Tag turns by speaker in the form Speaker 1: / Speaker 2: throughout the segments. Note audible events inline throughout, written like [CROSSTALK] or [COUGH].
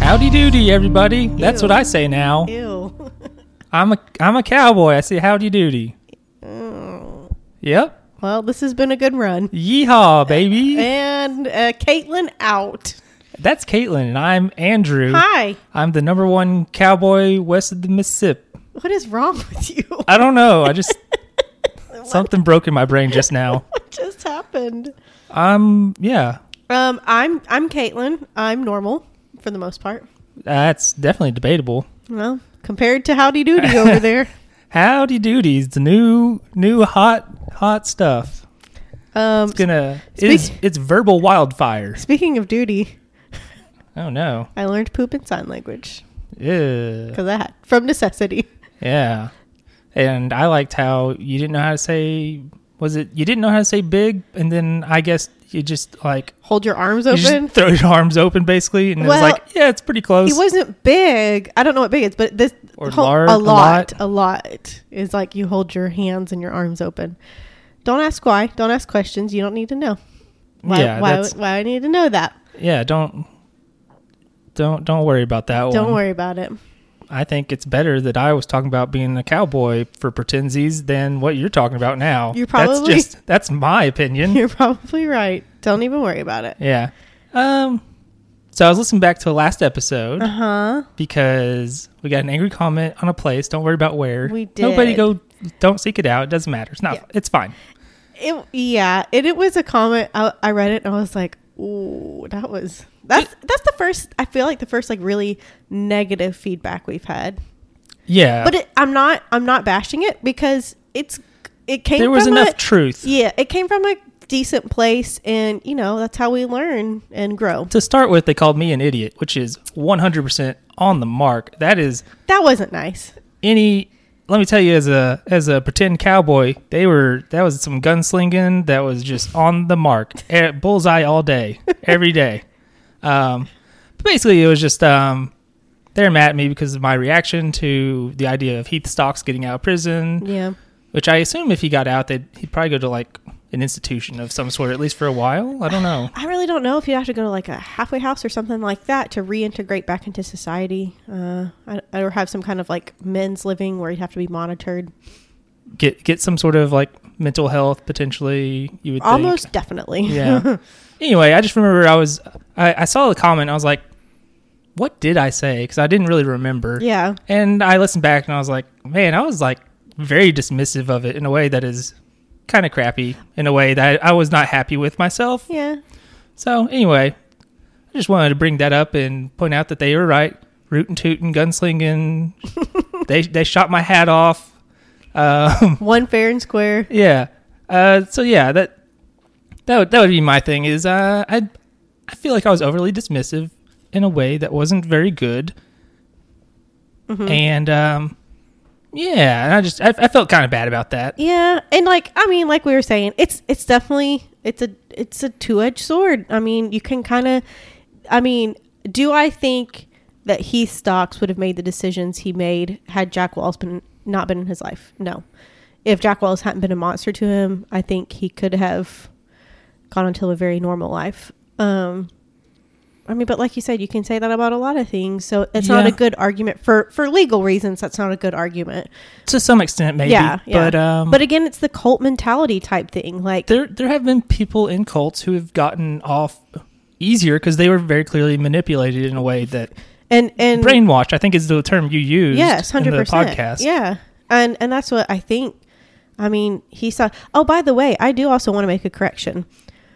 Speaker 1: Howdy doody, everybody. That's
Speaker 2: Ew.
Speaker 1: what I say now.
Speaker 2: Ew. [LAUGHS]
Speaker 1: I'm a I'm a cowboy. I say howdy doody.
Speaker 2: Mm.
Speaker 1: Yep.
Speaker 2: Well, this has been a good run.
Speaker 1: Yeehaw, baby.
Speaker 2: And uh, Caitlin out.
Speaker 1: That's Caitlin, and I'm Andrew.
Speaker 2: Hi.
Speaker 1: I'm the number one cowboy west of the Mississippi.
Speaker 2: What is wrong with you? [LAUGHS]
Speaker 1: I don't know. I just something broke in my brain just now.
Speaker 2: What [LAUGHS] just happened?
Speaker 1: I'm yeah.
Speaker 2: Um, I'm I'm Caitlin. I'm normal for the most part.
Speaker 1: That's definitely debatable.
Speaker 2: Well, compared to Howdy
Speaker 1: [LAUGHS]
Speaker 2: Doody over there.
Speaker 1: Howdy doody's the new new hot hot stuff.
Speaker 2: Um,
Speaker 1: It's gonna it's
Speaker 2: Speak-
Speaker 1: it's verbal wildfire.
Speaker 2: speaking of duty,
Speaker 1: Oh no.
Speaker 2: I learned poop and sign language
Speaker 1: Ew.
Speaker 2: because I had from necessity.
Speaker 1: Yeah. And I liked how you didn't know how to say was it you didn't know how to say big and then I guess you just like
Speaker 2: Hold your arms
Speaker 1: you just
Speaker 2: open.
Speaker 1: throw your arms open basically and
Speaker 2: Well,
Speaker 1: it was like, Yeah, it's pretty close.
Speaker 2: He wasn't big. I don't know what big is, but this
Speaker 1: Or lar-
Speaker 2: a
Speaker 1: a lot.
Speaker 2: lot, a lot is like you hold your hands and your arms open. Don't ask why. Don't ask questions. You don't need to know. Why?
Speaker 1: Yeah,
Speaker 2: why?
Speaker 1: that's-
Speaker 2: Why I need to know that?
Speaker 1: yeah, don't don't don't worry about that one.
Speaker 2: Don't worry about it.
Speaker 1: I think it's better that I was talking about being a cowboy for pretensies than what you're talking about now.
Speaker 2: You're
Speaker 1: that's
Speaker 2: probably-
Speaker 1: just that's my opinion.
Speaker 2: [LAUGHS] You're probably right. Don't even worry about it.
Speaker 1: yeah. Um. So I was listening back to the last episode
Speaker 2: Uh huh.
Speaker 1: because we got an angry comment on a place. Don't worry about where.
Speaker 2: We
Speaker 1: Nobody
Speaker 2: did.
Speaker 1: go. Don't seek it out. It doesn't matter. It's not.
Speaker 2: Yeah.
Speaker 1: It's fine.
Speaker 2: It. Yeah. It. It was a comment. I, I read it and I was like, "Ooh, that was that's that's the first. I feel like the first like really negative feedback we've had.
Speaker 1: Yeah.
Speaker 2: but it, I'm not I'm not bashing it because it's it came
Speaker 1: there was
Speaker 2: from
Speaker 1: enough
Speaker 2: a,
Speaker 1: truth
Speaker 2: yeah it came from a decent place and you know that's how we learn and grow
Speaker 1: to start with. They called me an idiot, which is 100 percent on the mark. That is
Speaker 2: that wasn't nice
Speaker 1: any let me tell you as a as a pretend cowboy they were that was some gunslinging that was just on the mark [LAUGHS] Eh, bullseye all day every day um but basically it was just um they're mad at me because of my reaction to the idea of heath stocks getting out of prison
Speaker 2: yeah
Speaker 1: which i assume if he got out they'd he'd probably go to like an institution of some sort at least for a while i don't know
Speaker 2: I really don't know if you'd have to go to like a halfway house or something like that to reintegrate back into society uh I, or have some kind of like men's living where you'd have to be monitored
Speaker 1: get get some sort of like mental health potentially you would think.
Speaker 2: almost definitely
Speaker 1: yeah. Anyway, I just remember I was I, I saw the comment. I was like, "What did I say?" Because I didn't really remember.
Speaker 2: [LAUGHS] yeah
Speaker 1: And I listened back and I was like, "Man, I was like very dismissive of it in a way that is kind of crappy. In a way that I was not happy with myself.
Speaker 2: yeah
Speaker 1: So anyway, I just wanted to bring that up and point out that they were right. Rootin' tootin', gunslinging. they they shot my hat off. Um,
Speaker 2: one fair and square
Speaker 1: yeah. Uh, so yeah, that that would, that would be my thing. Is uh, I I feel like I was overly dismissive in a way that wasn't very good,
Speaker 2: Mm-hmm.
Speaker 1: and um, yeah, and I just I, I felt kind of bad about that.
Speaker 2: Yeah, and like I mean, like we were saying, it's it's definitely it's a it's a two edged sword. I mean, you can kind of, I mean, do I think that Heath Stocks would have made the decisions he made had Jack Wells been not been in his life? No, if Jack Wells hadn't been a monster to him, I think he could have gone on to live a very normal life. Um, I mean, but like you said, you can say that about a lot of things. So it's not
Speaker 1: Yeah.
Speaker 2: a good argument for for legal reasons. That's not a good argument.
Speaker 1: To some extent, maybe.
Speaker 2: Yeah, yeah.
Speaker 1: But um,
Speaker 2: but again, it's the cult mentality type thing. Like,
Speaker 1: there there have been people in cults who have gotten off easier because they were very clearly manipulated in a way that
Speaker 2: and and
Speaker 1: brainwashed. I think is the term you used.
Speaker 2: yes,
Speaker 1: in
Speaker 2: hundred
Speaker 1: the
Speaker 2: percent.
Speaker 1: podcast.
Speaker 2: Yeah, and and that's what I think. I mean, he saw. Oh, by the way, I do also want to make a correction.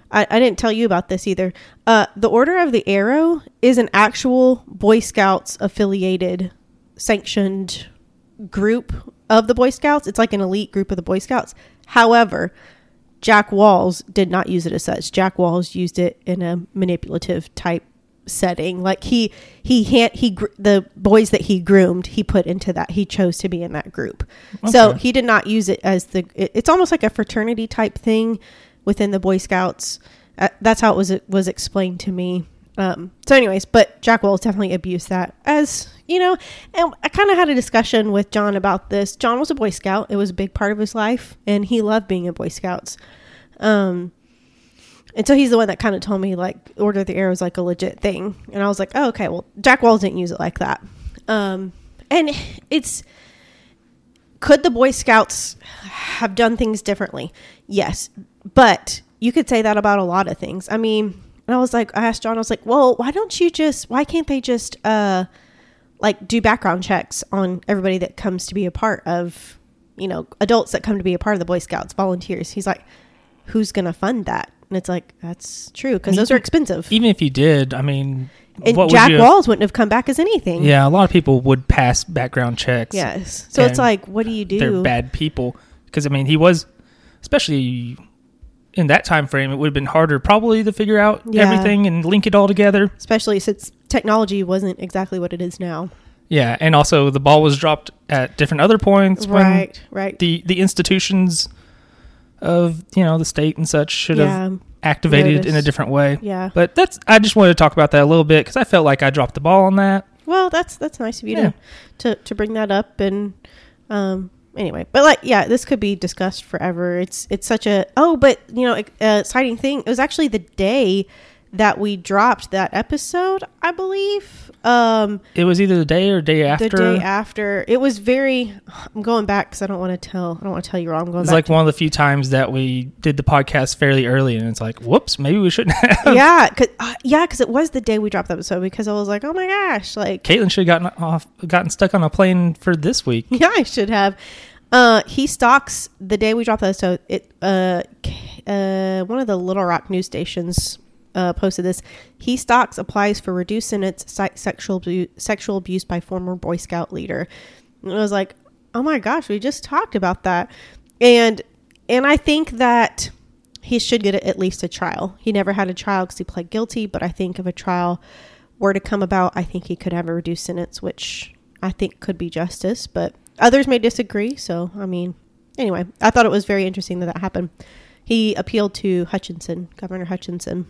Speaker 2: I, I didn't tell you about this either. Uh, the Order of the Arrow is an actual Boy Scouts affiliated, sanctioned group of the Boy Scouts. It's like an elite group of the Boy Scouts. However, Jack Walls did not use it as such. Jack Walls used it in a manipulative type setting. Like he he han- he gr- the boys that he groomed, he put into that. He chose to be in that group. So
Speaker 1: Okay.
Speaker 2: he did not use it as the it- it's almost like a fraternity type thing within the Boy Scouts. Uh, that's how it was it was explained to me. Um, so, anyways, but Jack Wells definitely abused that as you know. And I kind of had a discussion with John about this. John was a Boy Scout; it was a big part of his life, and he loved being a Boy Scouts. Um, And so he's the one that kind of told me like Order of the Arrow is like a legit thing, and I was like, oh, okay, well Jack Wall didn't use it like that. Um, and it's could the Boy Scouts have done things differently? Yes, but you could say that about a lot of things. I mean, and I was like, I asked John, I was like, well, why don't you just, why can't they just, uh, like do background checks on everybody that comes to be a part of, you know, adults that come to be a part of the Boy Scouts, volunteers? He's like, who's gonna fund that? And it's like that's true because
Speaker 1: And
Speaker 2: those are
Speaker 1: even-
Speaker 2: expensive.
Speaker 1: Even if you did, I mean,
Speaker 2: And
Speaker 1: what
Speaker 2: Jack
Speaker 1: would you,
Speaker 2: Walls wouldn't have come back as anything.
Speaker 1: Yeah, a lot of people would pass background checks.
Speaker 2: Yes. So
Speaker 1: And
Speaker 2: it's like, what do you do?
Speaker 1: they're bad people because I mean he was especially in that time frame it would have been harder probably to figure out
Speaker 2: Yeah.
Speaker 1: everything and link it all together
Speaker 2: Especially since technology wasn't exactly what it is now.
Speaker 1: yeah and also the ball was dropped at different other points
Speaker 2: right.
Speaker 1: when
Speaker 2: Right.
Speaker 1: the the institutions of you know the state and such should have
Speaker 2: Yeah.
Speaker 1: activated in a
Speaker 2: Noticed.
Speaker 1: different way
Speaker 2: Yeah.
Speaker 1: but that's i just wanted to talk about that a little bit because i felt like i dropped the ball on that
Speaker 2: Well, that's that's nice of you
Speaker 1: Yeah.
Speaker 2: to, to to bring that up and um anyway, but like yeah, this could be discussed forever. It's it's such a oh, but you know, ex- uh, exciting thing. It was actually the day that we dropped that episode, I believe. Um
Speaker 1: it was either the day or day after
Speaker 2: the day after. It was very I'm going back cuz I don't want to tell I don't want to tell you wrong. I'm going
Speaker 1: it's like
Speaker 2: back.
Speaker 1: one of the few times that we did the podcast fairly early and it's like whoops maybe we shouldn't [LAUGHS] have
Speaker 2: yeah, cause, uh, yeah, cuz it was the day we dropped the episode because I was like, "Oh my gosh, like
Speaker 1: Caitlin should have gotten off, gotten stuck on a plane for this week.
Speaker 2: [LAUGHS] Yeah, I should have. Uh, he stalks the day we drop this. So it, uh, K- uh, one of the Little Rock news stations uh, posted this. He stalks applies for reduced sentence si- sexual abu- sexual abuse by former Boy Scout leader. And I was like, oh my gosh, we just talked about that, and and I think that he should get at least a trial. He never had a trial because he pled guilty, but I think if a trial were to come about, I think he could have a reduced sentence, which I think could be justice, but others may disagree. So, I mean, anyway, I thought it was very interesting that that happened. He appealed to Hutchinson, Governor Hutchinson.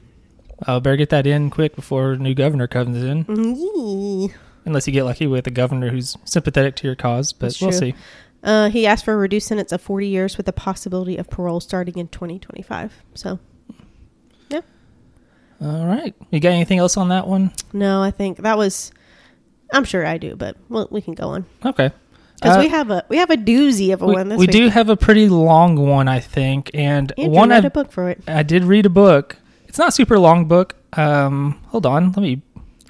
Speaker 1: Uh, better get that in quick before a new governor comes in.
Speaker 2: Yee.
Speaker 1: Mm-hmm. Unless you get lucky with a governor who's sympathetic to your cause, but
Speaker 2: That's
Speaker 1: we'll
Speaker 2: true.
Speaker 1: see.
Speaker 2: Uh, he asked for a reduced sentence of 40 years with the possibility of parole starting in 2025. So, yeah.
Speaker 1: All right, you got anything else on that one?
Speaker 2: No, I think that was. I'm sure I do, but well, we can go on
Speaker 1: Okay,
Speaker 2: because
Speaker 1: Uh,
Speaker 2: we have a we have a doozy of a one this
Speaker 1: we
Speaker 2: week.
Speaker 1: do have a pretty long one, I think, and
Speaker 2: Andrew
Speaker 1: one
Speaker 2: wrote
Speaker 1: I've,
Speaker 2: a book for it.
Speaker 1: I did read a book. It's not a super long book. Um, hold on, let me.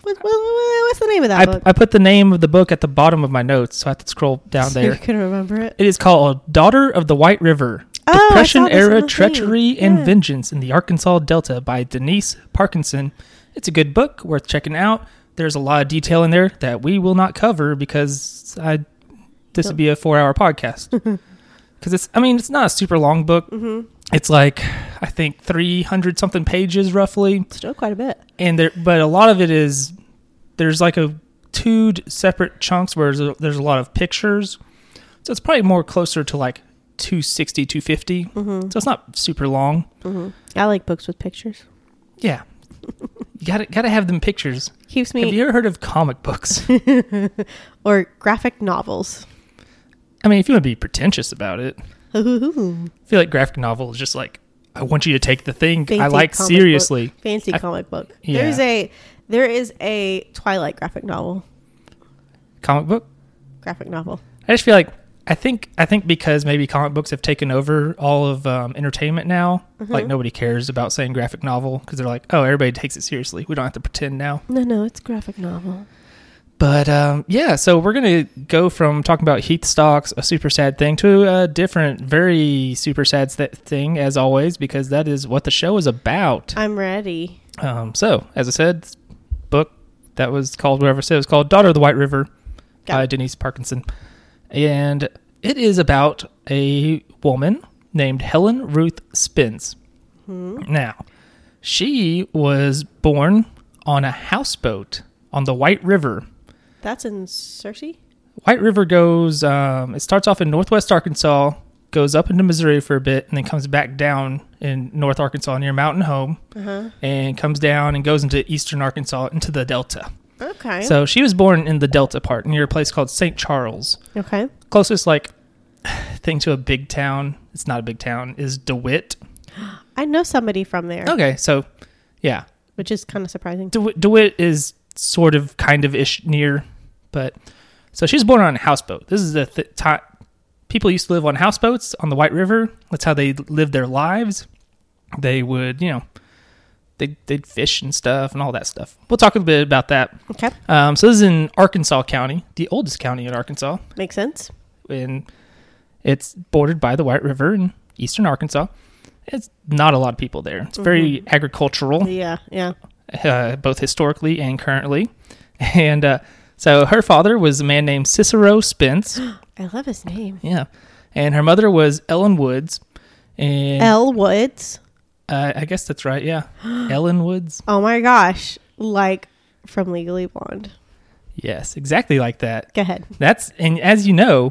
Speaker 2: What, what- what's the name of that
Speaker 1: I,
Speaker 2: book?
Speaker 1: I put the name of the book at the bottom of my notes, so I have to scroll
Speaker 2: [LAUGHS]
Speaker 1: down
Speaker 2: So
Speaker 1: there.
Speaker 2: You can remember it.
Speaker 1: It is called Daughter of the White River
Speaker 2: Oh, I saw
Speaker 1: Depression
Speaker 2: this on
Speaker 1: Era
Speaker 2: the
Speaker 1: Treachery
Speaker 2: thing.
Speaker 1: and
Speaker 2: Yeah.
Speaker 1: Vengeance in the Arkansas Delta by Denise Parkinson. It's a good book, worth checking out. There's a lot of detail in there that we will not cover because I this would be a four hour
Speaker 2: [LAUGHS]
Speaker 1: podcast. Because it's, I mean, it's not a super long book.
Speaker 2: Mm-hmm.
Speaker 1: It's like, I think, 300 something pages roughly
Speaker 2: Still quite a bit.
Speaker 1: and there but a lot of it is there's like a two d- separate chunks where there's a, there's a lot of pictures so it's probably more closer to like 260 250
Speaker 2: Mm-hmm,
Speaker 1: so it's not super long
Speaker 2: I like books with pictures.
Speaker 1: yeah [LAUGHS] you gotta gotta have them pictures
Speaker 2: Keeps
Speaker 1: have
Speaker 2: me
Speaker 1: you ever heard of comic books
Speaker 2: or graphic novels. [LAUGHS]
Speaker 1: i mean if you want to be pretentious about it i
Speaker 2: Fancy
Speaker 1: feel like graphic novel is just like i want you to take the thing i like seriously
Speaker 2: book. fancy
Speaker 1: I-
Speaker 2: comic book.
Speaker 1: Yeah.
Speaker 2: There's a there is a Twilight graphic novel.
Speaker 1: comic book
Speaker 2: Graphic novel.
Speaker 1: I just feel like I think I think because maybe comic books have taken over all of um, entertainment now. Like nobody cares about saying graphic novel because they're like, oh, everybody takes it seriously. We don't have to pretend now.
Speaker 2: No, no, it's graphic novel.
Speaker 1: But um, yeah, so we're gonna go from talking about Heath Stocks, a super sad thing, to a different, very super sad th- thing as always because that is what the show is about.
Speaker 2: I'm ready.
Speaker 1: Um, so as I said, this book that was called whatever it said it was called Daughter of the White River
Speaker 2: Got
Speaker 1: by
Speaker 2: it.
Speaker 1: Denise Parkinson, and it is about a woman named Helen Ruth Spence.
Speaker 2: Hmm.
Speaker 1: Now, she was born on a houseboat on the White River.
Speaker 2: That's in Cersei.
Speaker 1: White River goes. Um, it starts off in northwest Arkansas, goes up into Missouri for a bit, and then comes back down in North Arkansas near Mountain Home, and comes down and goes into eastern Arkansas into the Delta.
Speaker 2: Okay.
Speaker 1: So she was born in the Delta part near a place called St. Charles.
Speaker 2: okay.
Speaker 1: [SIGHS] Closest like thing to a big town. It's not a big town. Is Dewitt.
Speaker 2: I know somebody from there,
Speaker 1: Okay, so yeah,
Speaker 2: which is kind of surprising.
Speaker 1: DeWitt, DeWitt is sort of kind of ish near, but so she was born on a houseboat. This is the th- ti people used to live on houseboats on the White River. That's how they lived their lives. They would, you know, they they'd fish and stuff and all that stuff. We'll talk a bit about that.
Speaker 2: Okay,
Speaker 1: Um, so this is in Arkansas County, the oldest county in Arkansas,
Speaker 2: makes sense.
Speaker 1: and it's bordered by the White River in eastern Arkansas. It's not a lot of people there. It's very agricultural
Speaker 2: Yeah, yeah.
Speaker 1: uh, both historically and currently. [LAUGHS] And uh, so her father was a man named Cicero Spence.
Speaker 2: I love his name.
Speaker 1: yeah. And her mother was Ellen Woods. And
Speaker 2: L Woods.
Speaker 1: uh, I guess that's right. Yeah. Ellen Woods.
Speaker 2: Oh my gosh, like from Legally Blonde.
Speaker 1: Yes, exactly like that.
Speaker 2: Go ahead.
Speaker 1: That's, and as you know,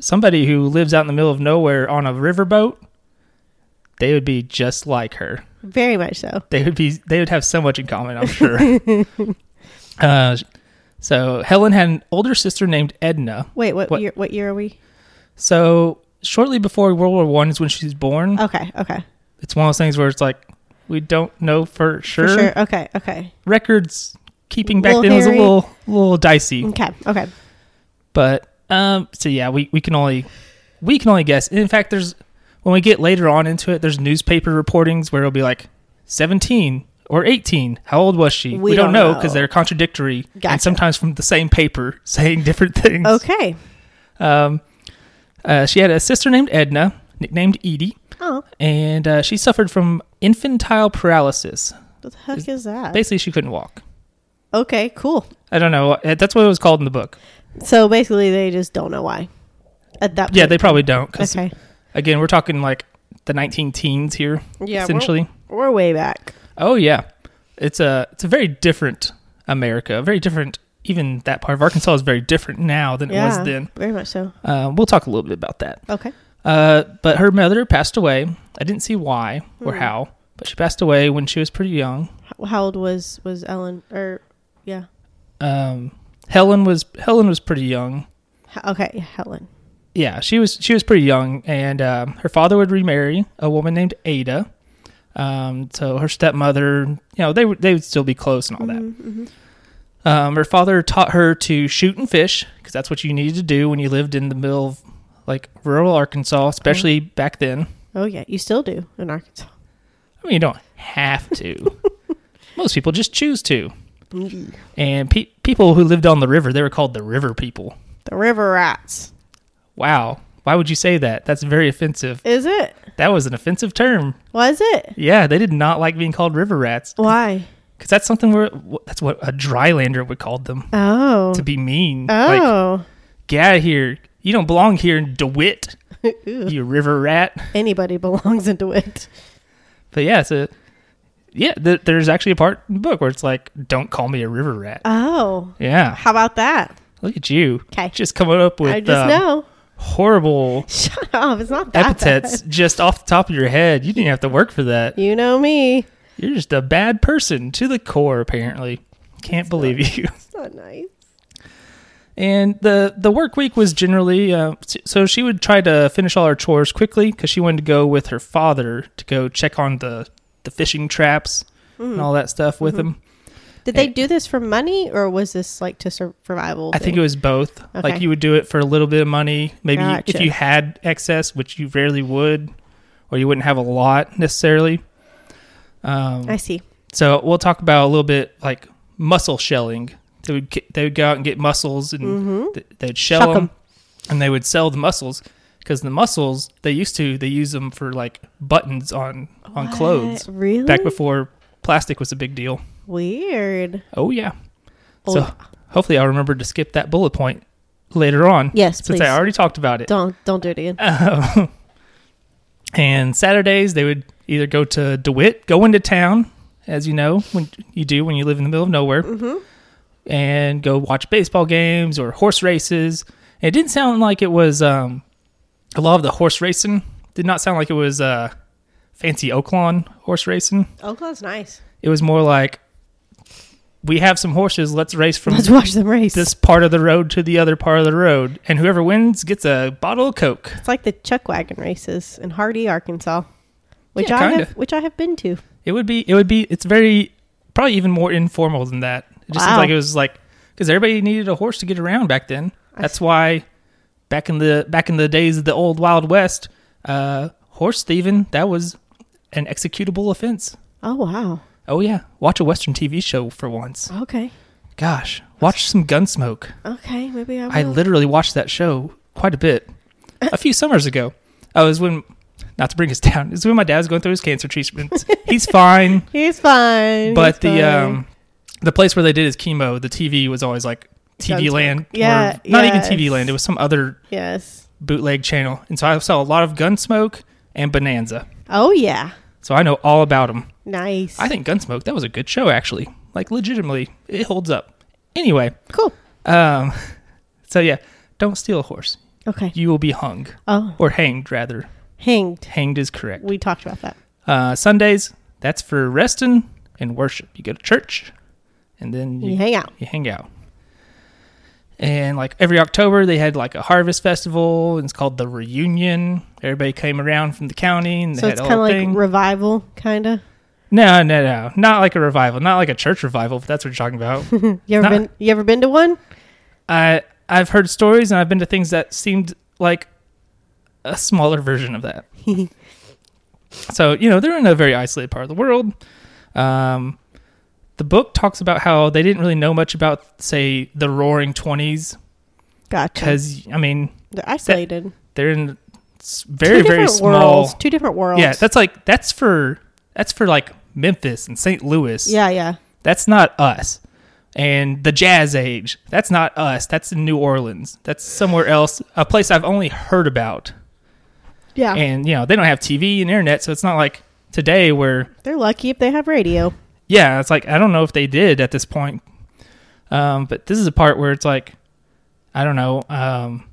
Speaker 1: somebody who lives out in the middle of nowhere on a riverboat, they would be just like her.
Speaker 2: Very much so.
Speaker 1: they would be they would have so much in common i'm sure uh, so helen had an older sister named edna
Speaker 2: Wait, what,
Speaker 1: What-
Speaker 2: year? What year are we?
Speaker 1: so shortly before world war one is when she was born
Speaker 2: Okay, okay,
Speaker 1: it's one of those things where it's like we don't know for sure,
Speaker 2: for sure. Okay, okay,
Speaker 1: records keeping back
Speaker 2: Little
Speaker 1: then was a
Speaker 2: hairy.
Speaker 1: little little dicey
Speaker 2: okay, okay.
Speaker 1: but um so yeah we, we can only we can only guess in fact there's when we get later on into it there's newspaper reportings where it'll be like 17 or 18 how old was she
Speaker 2: We don't
Speaker 1: know
Speaker 2: know.
Speaker 1: because they're contradictory
Speaker 2: Gotcha.
Speaker 1: and sometimes from the same paper [LAUGHS] saying different things
Speaker 2: Okay.
Speaker 1: um, uh, she had a sister named edna nicknamed edie
Speaker 2: Oh,
Speaker 1: and uh, she suffered from infantile paralysis
Speaker 2: what the heck is that?
Speaker 1: basically she couldn't walk
Speaker 2: Okay, cool.
Speaker 1: i don't know Uh, that's what it was called in the book
Speaker 2: So basically, they just don't know why. At that, point.
Speaker 1: yeah they probably don't 'cause,
Speaker 2: okay.
Speaker 1: again we're talking like the 19 teens here
Speaker 2: Yeah,
Speaker 1: essentially
Speaker 2: we're, we're way back.
Speaker 1: Oh yeah, it's a it's a very different America, a very different. Even that part of Arkansas is very different now than
Speaker 2: Yeah,
Speaker 1: it was then.
Speaker 2: very much so.
Speaker 1: Uh, we'll talk a little bit about that.
Speaker 2: Okay.
Speaker 1: Uh, but her mother passed away. I didn't see why or
Speaker 2: Hmm.
Speaker 1: how, but she passed away when she was pretty young.
Speaker 2: How- How old was was Ellen? Or yeah.
Speaker 1: Um, Helen was Helen was pretty young.
Speaker 2: H- Okay, Helen.
Speaker 1: Yeah, she was she was pretty young, and um, her father would remarry a woman named Ada. Um, so her stepmother, you know, they would they would still be close and all that.
Speaker 2: Mm-hmm,
Speaker 1: Um, her father taught her to shoot and fish because that's what you needed to do when you lived in the middle of like rural Arkansas, especially back then.
Speaker 2: Oh yeah, you still do in Arkansas.
Speaker 1: I mean, you don't have to. Most people just choose to.
Speaker 2: Mm-hmm.
Speaker 1: And pe- people who lived on the river, they were called the river people.
Speaker 2: The river rats.
Speaker 1: Wow. Why would you say that? That's very offensive.
Speaker 2: Is it?
Speaker 1: That was an offensive term.
Speaker 2: Was it?
Speaker 1: Yeah, they did not like being called river rats
Speaker 2: Why?
Speaker 1: because that's something where that's what a drylander would call them
Speaker 2: Oh.
Speaker 1: to be mean. Like,
Speaker 2: Oh.
Speaker 1: get out of here. You don't belong here in DeWitt.
Speaker 2: [LAUGHS] Ooh.
Speaker 1: you river rat.
Speaker 2: Anybody [LAUGHS] belongs into it.
Speaker 1: But yeah, so yeah, th- there's actually a part in the book where it's like, don't call me a river rat.
Speaker 2: Oh.
Speaker 1: yeah,
Speaker 2: How about that?
Speaker 1: look at you.
Speaker 2: 'Kay.
Speaker 1: just coming up with
Speaker 2: I just
Speaker 1: um,
Speaker 2: know. [LAUGHS]
Speaker 1: horrible
Speaker 2: Shut up. It's not that
Speaker 1: epithets
Speaker 2: bad.
Speaker 1: just off the top of your head. You didn't have to work for that.
Speaker 2: You know me.
Speaker 1: You're just a bad person to the core, apparently. Can't believe you.
Speaker 2: It's not nice.
Speaker 1: And the the work week was generally uh, s- so she would try to finish all her chores quickly because she wanted to go with her father to go check on the the fishing traps
Speaker 2: Hmm.
Speaker 1: and all that stuff with
Speaker 2: Mm-hmm.
Speaker 1: him.
Speaker 2: Did they do this for money or was this like to sur- survival?
Speaker 1: I think it was both. Like
Speaker 2: Okay.
Speaker 1: you would do it for a little bit of money, maybe if
Speaker 2: Gotcha.
Speaker 1: you had excess, which you rarely would, or you wouldn't have a lot necessarily. Um,
Speaker 2: I see.
Speaker 1: so we'll talk about a little bit like mussel shelling. They would get, they would go out and get mussels
Speaker 2: Mm-hmm.
Speaker 1: and th- they'd shell
Speaker 2: Shuck
Speaker 1: them,
Speaker 2: 'em.
Speaker 1: and they would sell the mussels because the mussels they used to they use them for like buttons on on clothes
Speaker 2: What? Really?
Speaker 1: back before plastic was a big deal.
Speaker 2: Weird.
Speaker 1: Oh yeah.
Speaker 2: Oh,
Speaker 1: So hopefully I'll remember to skip that bullet point later on.
Speaker 2: Yes,
Speaker 1: since
Speaker 2: please.
Speaker 1: I already talked about it.
Speaker 2: don't don't do it again.
Speaker 1: Um, and Saturdays they would either go to DeWitt, go into town, as you know when you do when you live in the middle of nowhere,
Speaker 2: Mm-hmm.
Speaker 1: and go watch baseball games or horse races. And it didn't sound like it was um, a lot of the horse racing. Did not sound like it was uh, fancy Oaklawn horse racing.
Speaker 2: Oaklawn's Oh, nice.
Speaker 1: It was more like we have some horses. Let's race from
Speaker 2: Let's watch them race.
Speaker 1: this part of the road to the other part of the road, and whoever wins gets a bottle of Coke.
Speaker 2: it's like the chuck wagon races in Hardy, Arkansas. which
Speaker 1: Yeah,
Speaker 2: I
Speaker 1: kinda.
Speaker 2: have which I have been to.
Speaker 1: It would be. It would be. It's very probably even more informal than that. It just seems
Speaker 2: Wow.
Speaker 1: like it was like because everybody needed a horse to get around back then.
Speaker 2: I
Speaker 1: That's why back in the back in the days of the old Wild West, uh, horse thieving that was an executable offense.
Speaker 2: Oh wow.
Speaker 1: Oh yeah, watch a Western TV show for once.
Speaker 2: Okay.
Speaker 1: Gosh, watch some Gunsmoke.
Speaker 2: Okay. Maybe I will.
Speaker 1: I literally watched that show quite a bit a few summers ago. I was when, not to bring us [LAUGHS] down, it was when my dad was going through his cancer treatments. He's fine
Speaker 2: He's fine.
Speaker 1: but
Speaker 2: he's
Speaker 1: the
Speaker 2: fine.
Speaker 1: um the place where they did his chemo, the TV was always like TV
Speaker 2: Gunsmoke.
Speaker 1: Land.
Speaker 2: Yeah,
Speaker 1: or not even
Speaker 2: yes.
Speaker 1: TV Land. It was some other
Speaker 2: yes.
Speaker 1: bootleg channel, and so I saw a lot of Gunsmoke and Bonanza.
Speaker 2: Oh yeah.
Speaker 1: So I know all about them.
Speaker 2: Nice.
Speaker 1: I think Gunsmoke that was a good show actually. Like legitimately, it holds up. Anyway,
Speaker 2: cool.
Speaker 1: um, [LAUGHS] so yeah, don't steal a horse.
Speaker 2: Okay.
Speaker 1: You will be hung
Speaker 2: Oh,
Speaker 1: or hanged rather.
Speaker 2: hanged.
Speaker 1: Hanged is correct.
Speaker 2: We talked about that.
Speaker 1: Uh, Sundays that's for resting and worship. You go to church, and then
Speaker 2: You hang out.
Speaker 1: you hang out. And like every October, they had like a harvest festival, and it's called the reunion. Everybody came around from the county, and they
Speaker 2: So
Speaker 1: had
Speaker 2: it's
Speaker 1: a
Speaker 2: kind of
Speaker 1: whole
Speaker 2: like
Speaker 1: thing.
Speaker 2: revival, kind of.
Speaker 1: no, no, no, not like a revival, not like a church revival. If that's what you're talking about,
Speaker 2: [LAUGHS] You ever
Speaker 1: Nah.
Speaker 2: been? You ever been to one?
Speaker 1: I I've heard stories, and I've been to things that seemed like a smaller version of
Speaker 2: [LAUGHS]
Speaker 1: that. so you know, they're in a very isolated part of the world. Um, the book talks about how they didn't really know much about, say, the Roaring Twenties,
Speaker 2: Gotcha.
Speaker 1: because I mean.
Speaker 2: They're isolated.
Speaker 1: they're in s- very very
Speaker 2: Two different
Speaker 1: small
Speaker 2: Worlds, two different worlds.
Speaker 1: yeah that's like that's for that's for like memphis and st louis
Speaker 2: yeah, yeah.
Speaker 1: that's not us and the jazz age that's not us that's in new orleans that's somewhere else a place i've only heard about
Speaker 2: Yeah.
Speaker 1: and you know they don't have tv and internet so it's not like today where
Speaker 2: They're lucky if they have radio.
Speaker 1: yeah, it's like I don't know if they did at this point. Um, but this is a part where it's like I don't know. Um,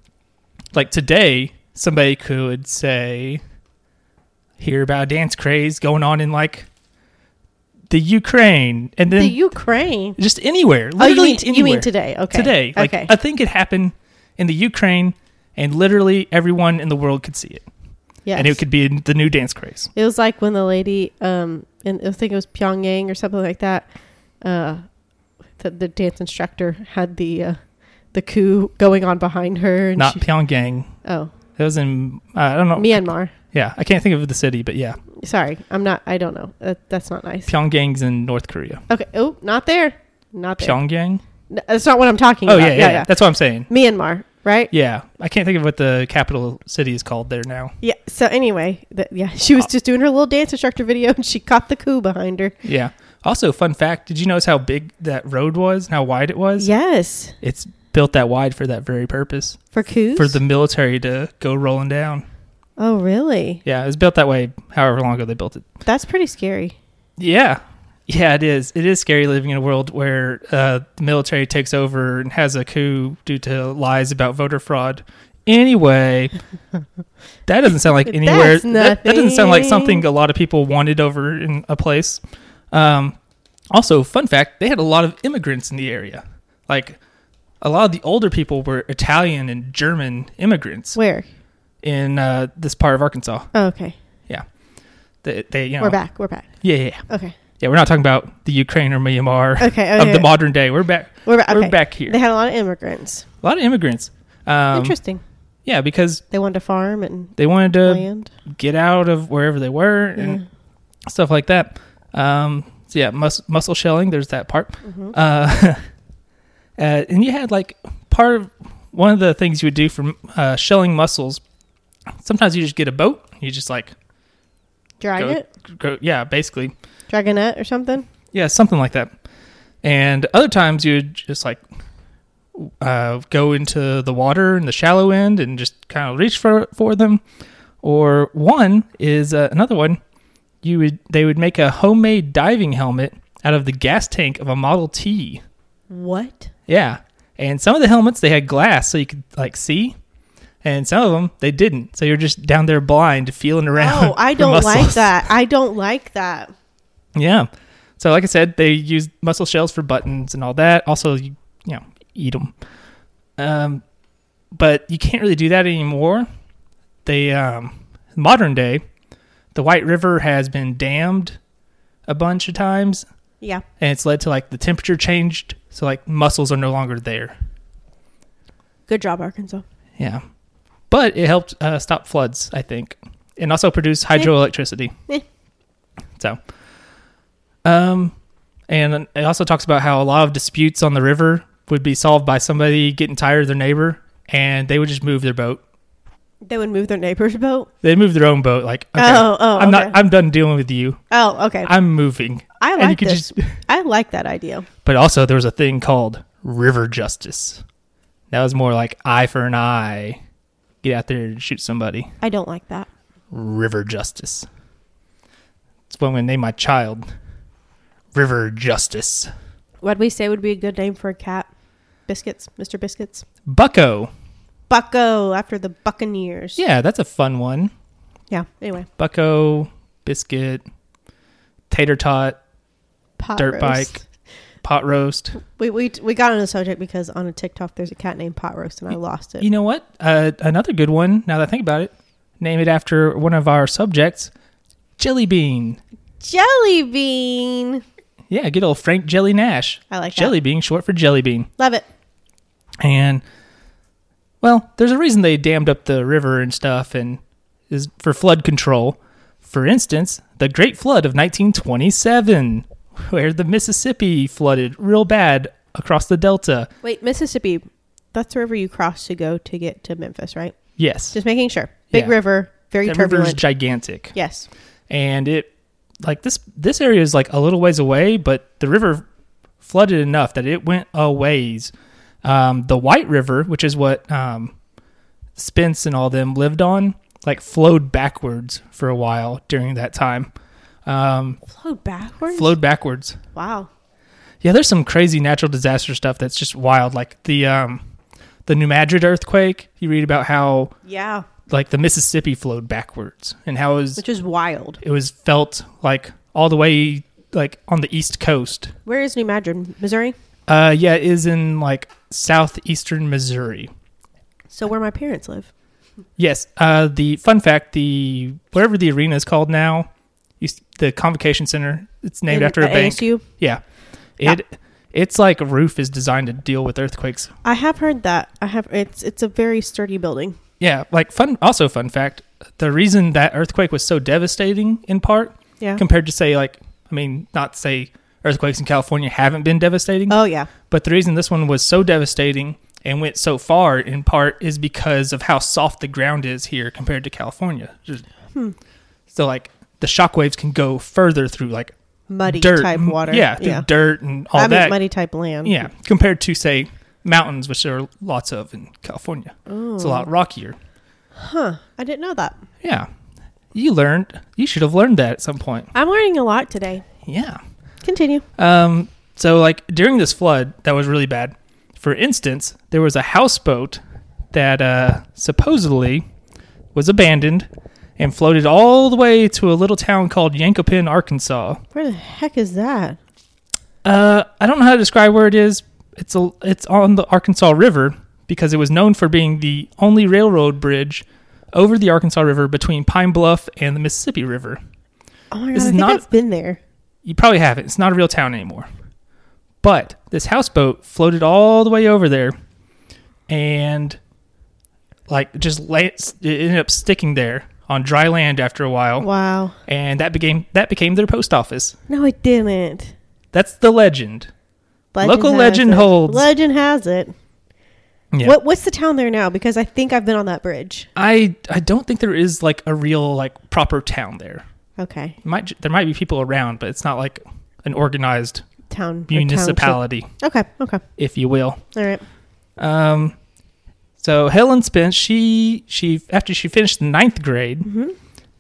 Speaker 1: like today, somebody could say hear about a dance craze going on in like the Ukraine, and then
Speaker 2: the Ukraine.
Speaker 1: just anywhere.
Speaker 2: Oh, you
Speaker 1: Literally
Speaker 2: mean, you mean
Speaker 1: anywhere.
Speaker 2: today? Okay.
Speaker 1: Today, like
Speaker 2: okay.
Speaker 1: I think it happened in the Ukraine, and literally everyone in the world could see it,
Speaker 2: yes.
Speaker 1: and it could be the new dance craze.
Speaker 2: It was like when the lady, um, and I think it was Pyongyang or something like that. Uh, the, the dance instructor had the uh, the coup going on behind her. And
Speaker 1: Not
Speaker 2: she-
Speaker 1: Pyongyang.
Speaker 2: oh
Speaker 1: It was in uh, I don't know.
Speaker 2: Myanmar.
Speaker 1: Yeah, I can't think of the city, but yeah.
Speaker 2: Sorry, I'm not. I don't know. That, that's not nice.
Speaker 1: Pyongyang's in North Korea.
Speaker 2: Okay. Oh, not there. Not there.
Speaker 1: Pyongyang?
Speaker 2: No, that's not what I'm talking
Speaker 1: Oh,
Speaker 2: about.
Speaker 1: yeah, yeah, yeah. That's what I'm saying.
Speaker 2: Myanmar, right?
Speaker 1: Yeah. I can't think of what the capital city is called there now.
Speaker 2: Yeah. So anyway, th- yeah, she
Speaker 1: Uh,
Speaker 2: was just doing her little dance instructor video, and she caught the coup behind her.
Speaker 1: Yeah. Also, fun fact did you notice how big that road was and how wide it was?
Speaker 2: Yes,
Speaker 1: It's built that wide for that very purpose
Speaker 2: for coups.
Speaker 1: for the military to go rolling down.
Speaker 2: oh, really?
Speaker 1: Yeah. It was built that way however long ago they built it.
Speaker 2: That's pretty scary.
Speaker 1: Yeah. Yeah, it is. It is scary living in a world where uh, the military takes over and has a coup due to lies about voter fraud.
Speaker 2: [LAUGHS]
Speaker 1: Anyway, that doesn't sound like anywhere.
Speaker 2: That's
Speaker 1: That, that doesn't sound like
Speaker 2: nothing.
Speaker 1: something a lot of people wanted over in a place. Um, also, fun fact: they had a lot of immigrants in the area. Like a lot of the older people were Italian and German immigrants
Speaker 2: Where?
Speaker 1: in uh, this part of Arkansas.
Speaker 2: Oh, okay.
Speaker 1: They, they you know,
Speaker 2: We're back. We're back.
Speaker 1: Yeah, yeah, yeah.
Speaker 2: Okay.
Speaker 1: Yeah, we're not talking about the Ukraine or
Speaker 2: [LAUGHS]
Speaker 1: Myanmar
Speaker 2: Okay.
Speaker 1: of
Speaker 2: okay.
Speaker 1: the modern day. We're back.
Speaker 2: we're, ba-
Speaker 1: We're
Speaker 2: okay.
Speaker 1: back
Speaker 2: [LAUGHS]
Speaker 1: here.
Speaker 2: They had a lot of immigrants.
Speaker 1: a lot of immigrants. Um,
Speaker 2: Interesting.
Speaker 1: yeah, because
Speaker 2: They wanted to farm and
Speaker 1: they wanted to
Speaker 2: land.
Speaker 1: get out of wherever they were and
Speaker 2: Yeah.
Speaker 1: stuff like that. Um, so yeah, mus- muscle shelling. There's that part.
Speaker 2: Mhm.
Speaker 1: Uh, [LAUGHS] uh, and you had like part of one of the things you would do for uh, shelling mussels. Sometimes you just get a boat. You just like
Speaker 2: Drag
Speaker 1: go-
Speaker 2: it.
Speaker 1: go, yeah, basically
Speaker 2: Dragonette or something.
Speaker 1: Yeah, something like that. And other times you would just like uh, go into the water in the shallow end and just kind of reach for for them. Or one is uh, another one. You would they would make a homemade diving helmet out of the gas tank of a Model T.
Speaker 2: What?
Speaker 1: Yeah, and some of the helmets they had glass so you could like see, and some of them they didn't. So you're just down there blind, feeling around.
Speaker 2: Oh,
Speaker 1: [LAUGHS]
Speaker 2: I
Speaker 1: for
Speaker 2: don't like
Speaker 1: muscles.
Speaker 2: that. I don't like that.
Speaker 1: Yeah. So, like I said, they use mussel shells for buttons and all that. Also, you, you know, eat them. Um, but you can't really do that anymore. They, um, modern day, the White River has been dammed a bunch of times,
Speaker 2: Yeah.
Speaker 1: and it's led to like the temperature changed, so like mussels are no longer there.
Speaker 2: Good job, Arkansas.
Speaker 1: Yeah, but it helped uh, stop floods, I think, and also produce hydroelectricity.
Speaker 2: Eh.
Speaker 1: So, um, and it also talks about how a lot of disputes on the river would be solved by somebody getting tired of their neighbor, and they would just move their boat.
Speaker 2: They would move their neighbor's boat.
Speaker 1: They move their own boat. Like, okay,
Speaker 2: Oh, oh,
Speaker 1: I'm not.
Speaker 2: okay.
Speaker 1: I'm done dealing with you.
Speaker 2: Oh, okay. I,
Speaker 1: I'm moving. and you
Speaker 2: like
Speaker 1: could
Speaker 2: this.
Speaker 1: just. [LAUGHS]
Speaker 2: I like that idea.
Speaker 1: But also, there was a thing called river justice. That was more like eye for an eye. Get out there and shoot somebody.
Speaker 2: I don't like that.
Speaker 1: River justice. It's what I'm gonna name my child. River justice.
Speaker 2: What we say would be a good name for a cat? Biscuits, Mr. Biscuits.
Speaker 1: Bucko.
Speaker 2: Bucko after the Buccaneers.
Speaker 1: Yeah, that's a fun one.
Speaker 2: Yeah. Anyway,
Speaker 1: Bucko biscuit, tater tot,
Speaker 2: pot
Speaker 1: Dirt
Speaker 2: roast.
Speaker 1: bike. pot roast.
Speaker 2: We, we we got on the subject because on a TikTok there's a cat named Pot Roast and I lost it.
Speaker 1: You know what? Uh, another good one. Now that I think about it, name it after one of our subjects, Jelly Bean.
Speaker 2: Jelly bean.
Speaker 1: Yeah, good old Frank Jelly Nash.
Speaker 2: I like that.
Speaker 1: Jelly Bean, short for Jelly Bean.
Speaker 2: Love it.
Speaker 1: And well, there's a reason they dammed up the river and stuff, and is for flood control. For instance, the Great Flood of 1927, [LAUGHS] where the Mississippi flooded real bad across the delta.
Speaker 2: Wait, Mississippi. That's the river you cross to go to get to Memphis, right?
Speaker 1: Yes,
Speaker 2: Just making sure. Big
Speaker 1: Yeah.
Speaker 2: river, very
Speaker 1: that river
Speaker 2: turbulent.
Speaker 1: is gigantic.
Speaker 2: yes.
Speaker 1: and it like this this area is like a little ways away but the river flooded enough that it went a ways um, the white river which is what um, spence and all them lived on like flowed backwards for a while during that time um,
Speaker 2: Flowed backwards.
Speaker 1: flowed backwards
Speaker 2: Wow.
Speaker 1: yeah there's some crazy natural disaster stuff that's just wild like the um, the new madrid earthquake you read about how
Speaker 2: Yeah.
Speaker 1: like the mississippi flowed backwards and how it was
Speaker 2: Which is wild.
Speaker 1: it was felt like all the way like on the east coast
Speaker 2: Where is New Madrid, Missouri?
Speaker 1: uh yeah it is in like southeastern missouri
Speaker 2: So where my parents live.
Speaker 1: yes uh the fun fact the whatever the arena is called now used the convocation center it's named
Speaker 2: In
Speaker 1: after a
Speaker 2: the Ah.
Speaker 1: bank
Speaker 2: ASU.
Speaker 1: yeah
Speaker 2: Yeah.
Speaker 1: it it's like roof is designed to deal with earthquakes
Speaker 2: I have heard that. I have. It's it's a very sturdy building.
Speaker 1: yeah like fun also fun fact the reason that earthquake was so devastating in part
Speaker 2: Yeah.
Speaker 1: compared to say like i mean not to say earthquakes in california haven't been devastating
Speaker 2: oh yeah.
Speaker 1: But the reason this one was so devastating and went so far in part is because of how soft the ground is here compared to California. Just-
Speaker 2: Hmm.
Speaker 1: So like the shock waves can go further through like
Speaker 2: Muddy
Speaker 1: dirt,
Speaker 2: type
Speaker 1: m-
Speaker 2: water.
Speaker 1: yeah, through dirt and all
Speaker 2: I mean
Speaker 1: that.
Speaker 2: muddy type land.
Speaker 1: Yeah, compared to say mountains, which there are lots of in California. It's a
Speaker 2: Oh.
Speaker 1: lot rockier.
Speaker 2: Huh. I didn't know that.
Speaker 1: Yeah, you learned. You should have learned that at some point.
Speaker 2: I'm learning a lot today.
Speaker 1: Yeah.
Speaker 2: Continue.
Speaker 1: Um, so like during this flood that was really bad. For instance, there was a houseboat that uh, supposedly was abandoned and floated all the way to a little town called Yankopin, Arkansas.
Speaker 2: Where the heck is that?
Speaker 1: Uh, I don't know how to describe where it is. It's a, it's on the Arkansas River because it was known for being the only railroad bridge over the Arkansas River between Pine Bluff and the Mississippi River.
Speaker 2: Oh my god!
Speaker 1: This
Speaker 2: I
Speaker 1: is
Speaker 2: think
Speaker 1: not-
Speaker 2: I've been there.
Speaker 1: you probably haven't. It's not a real town anymore. But this houseboat floated all the way over there, and like just la- it ended up sticking there on dry land after a while,
Speaker 2: Wow.
Speaker 1: and that became that became their post office.
Speaker 2: No, it didn't.
Speaker 1: That's the legend. Local
Speaker 2: has
Speaker 1: legend
Speaker 2: it.
Speaker 1: holds.
Speaker 2: Legend has it.
Speaker 1: Yeah.
Speaker 2: What what's the town there now? Because I think I've been on that bridge.
Speaker 1: I I don't think there is like a real like proper town there.
Speaker 2: Okay,
Speaker 1: Might j- there might be people around, but it's not like an organized
Speaker 2: town or township.
Speaker 1: municipality,
Speaker 2: Okay, okay,
Speaker 1: if you will.
Speaker 2: all right.
Speaker 1: Um, so Helen Spence, she she after she finished the ninth grade,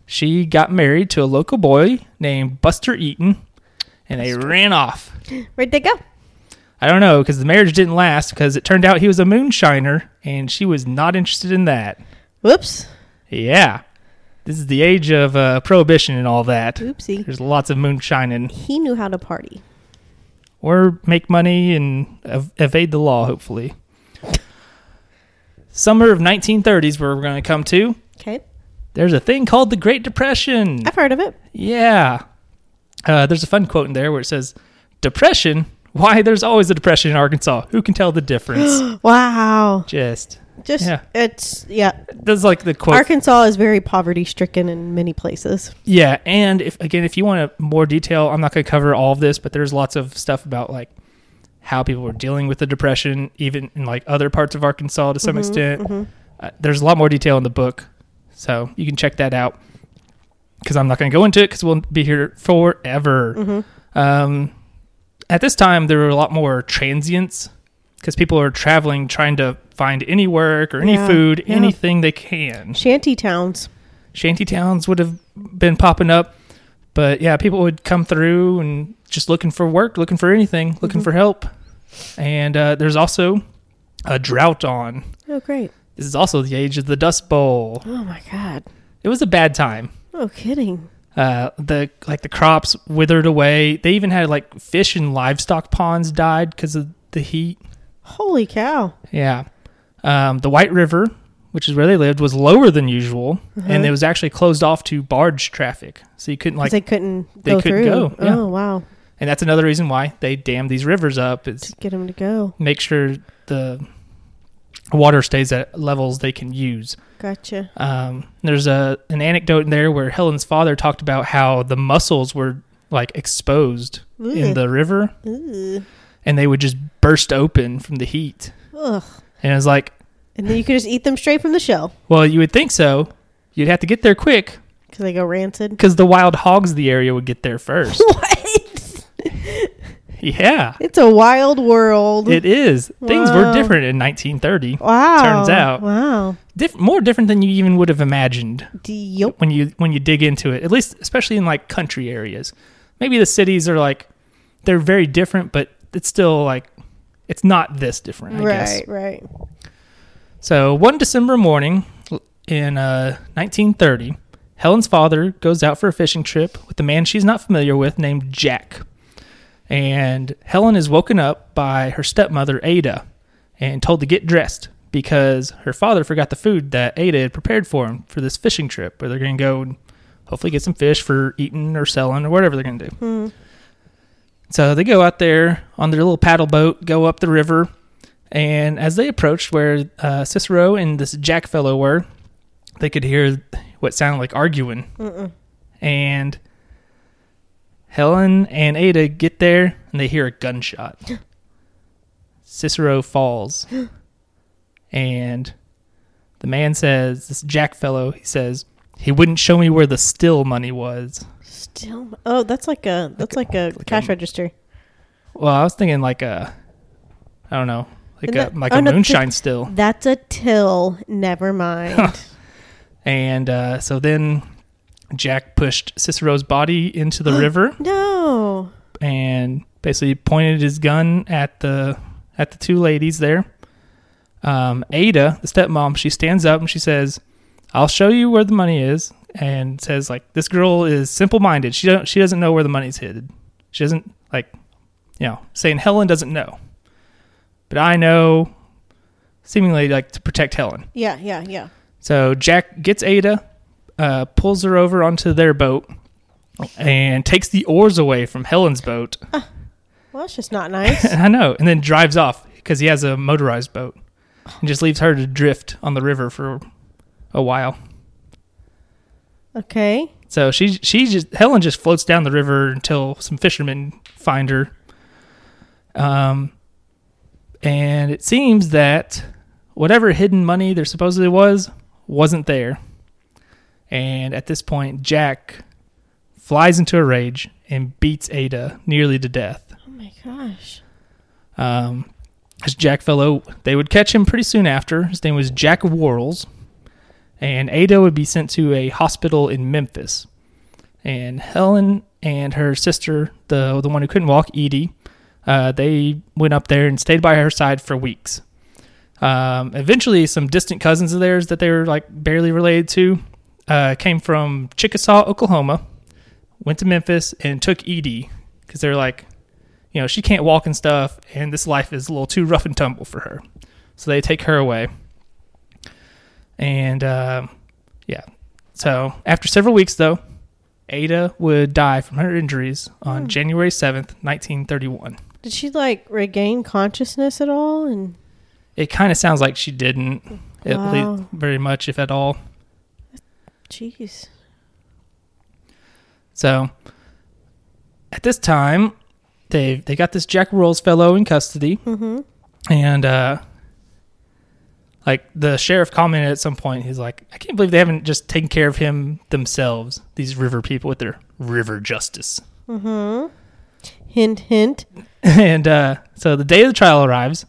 Speaker 1: she got married to a local boy named Buster Eaton, and they ran off.
Speaker 2: Where'd they go?
Speaker 1: I don't know because the marriage didn't last because it turned out he was a moonshiner, and she was not interested in that.
Speaker 2: Whoops.
Speaker 1: Yeah, this is the age of uh, prohibition and all that.
Speaker 2: Oopsie.
Speaker 1: There's lots of moonshining
Speaker 2: He knew how to party.
Speaker 1: or make money and ev- evade the law, hopefully. Summer of 1930s, where we're going to come to.
Speaker 2: Okay.
Speaker 1: There's a thing called the Great Depression.
Speaker 2: I've heard of it. [GASPS]
Speaker 1: Yeah. Uh, there's a fun quote in there where it says, Depression? Why, there's always a depression in Arkansas. Who can tell the
Speaker 2: [GASPS]
Speaker 1: difference?
Speaker 2: Wow.
Speaker 1: Just.
Speaker 2: Just
Speaker 1: Yeah.
Speaker 2: it's yeah.
Speaker 1: That's like the quote.
Speaker 2: Arkansas is very poverty stricken in many places.
Speaker 1: yeah. And if again, if you want a more detail, I'm not going to cover all of this, but there's lots of stuff about like how people were dealing with the depression, even in like other parts of Arkansas to
Speaker 2: Mm-hmm.
Speaker 1: some extent. Uh, there's a lot more detail in the book. So you can check that out because I'm not going to go into it because we'll be here forever.
Speaker 2: Mm-hmm.
Speaker 1: Um, at this time, there were a lot more transients because people are traveling trying to find any work or any
Speaker 2: Yeah,
Speaker 1: food,
Speaker 2: yeah.
Speaker 1: anything they can.
Speaker 2: Shanty towns.
Speaker 1: Shanty towns would have been popping up, but yeah, people would come through and just looking for work, looking for anything, looking
Speaker 2: Mm-hmm.
Speaker 1: for help. And uh, there's also a drought on.
Speaker 2: Oh great.
Speaker 1: This is also the age of the Dust Bowl.
Speaker 2: Oh my god.
Speaker 1: It was a bad time.
Speaker 2: No kidding.
Speaker 1: Uh, the like the crops withered away. They even had like fish and livestock ponds died because of the heat.
Speaker 2: Holy cow.
Speaker 1: Yeah, um, the White River, which is where they lived, was lower than usual,
Speaker 2: Uh-huh.
Speaker 1: and it was actually closed off to barge traffic, so you couldn't
Speaker 2: 'Cause
Speaker 1: like.
Speaker 2: they couldn't
Speaker 1: they
Speaker 2: go
Speaker 1: couldn't
Speaker 2: through.
Speaker 1: go, yeah.
Speaker 2: Oh wow.
Speaker 1: and that's another reason why they dam these rivers up is
Speaker 2: To get them to go.
Speaker 1: make sure the water stays at levels they can use.
Speaker 2: Gotcha.
Speaker 1: Um, there's a an anecdote in there where Helen's father talked about how the mussels were like exposed in
Speaker 2: Ugh.
Speaker 1: the river
Speaker 2: Ugh.
Speaker 1: and they would just burst open from the heat.
Speaker 2: Ugh.
Speaker 1: And it was like,
Speaker 2: And then you could just eat them straight from the shell
Speaker 1: well, you would think so. You'd have to get there quick
Speaker 2: because they go
Speaker 1: [LAUGHS]
Speaker 2: rancid. [LAUGHS]
Speaker 1: because the wild hogs of the area would get there first.
Speaker 2: what?
Speaker 1: yeah,
Speaker 2: It's a wild world.
Speaker 1: it is. Things were
Speaker 2: Wow.
Speaker 1: different in 1930.
Speaker 2: wow.
Speaker 1: turns out.
Speaker 2: Wow.
Speaker 1: Diff- more different than you even would have imagined
Speaker 2: Yup.
Speaker 1: when you when you dig into it. At least, especially in like country areas. Maybe the cities are like they're very different, but it's still like it's not this different. I guess.
Speaker 2: Right, right.
Speaker 1: So one December morning in uh, 1930, Helen's father goes out for a fishing trip with a man she's not familiar with named Jack. And Helen is woken up by her stepmother, Ada, and told to get dressed because her father forgot the food that Ada had prepared for him for this fishing trip where they're going to go and hopefully get some fish for eating or selling or whatever they're going to do.
Speaker 2: Mm,
Speaker 1: So they go out there on their little paddle boat, go up the river, and as they approached where uh, Cicero and this Jack fellow were, they could hear what sounded like arguing.
Speaker 2: mm,
Speaker 1: And Helen and Ada get there and they hear a gunshot. Cicero falls. And the man says, this Jack fellow, he says, he wouldn't show me where the still money was.
Speaker 2: Still, oh, that's like a that's like a
Speaker 1: like
Speaker 2: cash
Speaker 1: a-
Speaker 2: register.
Speaker 1: Well, I was thinking like a, I don't know, like
Speaker 2: Isn't
Speaker 1: a
Speaker 2: that-
Speaker 1: like
Speaker 2: oh,
Speaker 1: a
Speaker 2: no, th-
Speaker 1: moonshine still.
Speaker 2: That's a till.
Speaker 1: [LAUGHS]
Speaker 2: Never mind.
Speaker 1: And uh, so then Jack pushed Cicero's body into
Speaker 2: [GASPS]
Speaker 1: the river
Speaker 2: no.
Speaker 1: and basically pointed his gun at the at the two ladies there. Um, Ada, the stepmom, she stands up and she says, "I'll show you where the money is," and says like, "This girl is simple-minded. She don't she doesn't know where the money's hidden. She doesn't like, you know, saying Helen doesn't know, but I know." Seemingly like to protect Helen.
Speaker 2: Yeah, yeah, yeah.
Speaker 1: So Jack gets Ada, uh, pulls her over onto their boat, and takes the oars away from Helen's boat.
Speaker 2: Well, that's just not nice.
Speaker 1: [LAUGHS] I know, and then drives off because he has a motorized boat, and just leaves her to drift on the river for a while.
Speaker 2: okay.
Speaker 1: So she she just Helen just floats down the river until some fishermen find her. Um, and it seems that whatever hidden money there supposedly was wasn't there. And at this point, Jack flies into a rage and beats Ada nearly to death.
Speaker 2: Oh my gosh.
Speaker 1: Um, this Jack fellow, they would catch him pretty soon after. His name was Jack Worrells. And Ada would be sent to a hospital in Memphis. And Helen and her sister, the the one who couldn't walk, Edie, uh, they went up there and stayed by her side for weeks. Um, eventually, some distant cousins of theirs that they were like barely related to uh, came from Chickasaw, Oklahoma, went to Memphis and took E Edie because they were like, you know, she can't walk and stuff, and this life is a little too rough and tumble for her. So they take her away. And um yeah, So after several weeks, though, Ada would die from her injuries on January 7th, 1931.
Speaker 2: Did she like regain consciousness at all? And
Speaker 1: It kind of sounds like she didn't, at least
Speaker 2: Wow.
Speaker 1: very much, if at all.
Speaker 2: jeez,
Speaker 1: So at this time, they they got this Jack Rolls fellow in custody,
Speaker 2: mm-hmm.
Speaker 1: and uh, like the sheriff commented at some point, he's like, "I can't believe they haven't just taken care of him themselves. These river people with their river justice." [LAUGHS]
Speaker 2: Mm-hmm. hint, hint.
Speaker 1: and uh, so the day of the trial arrives.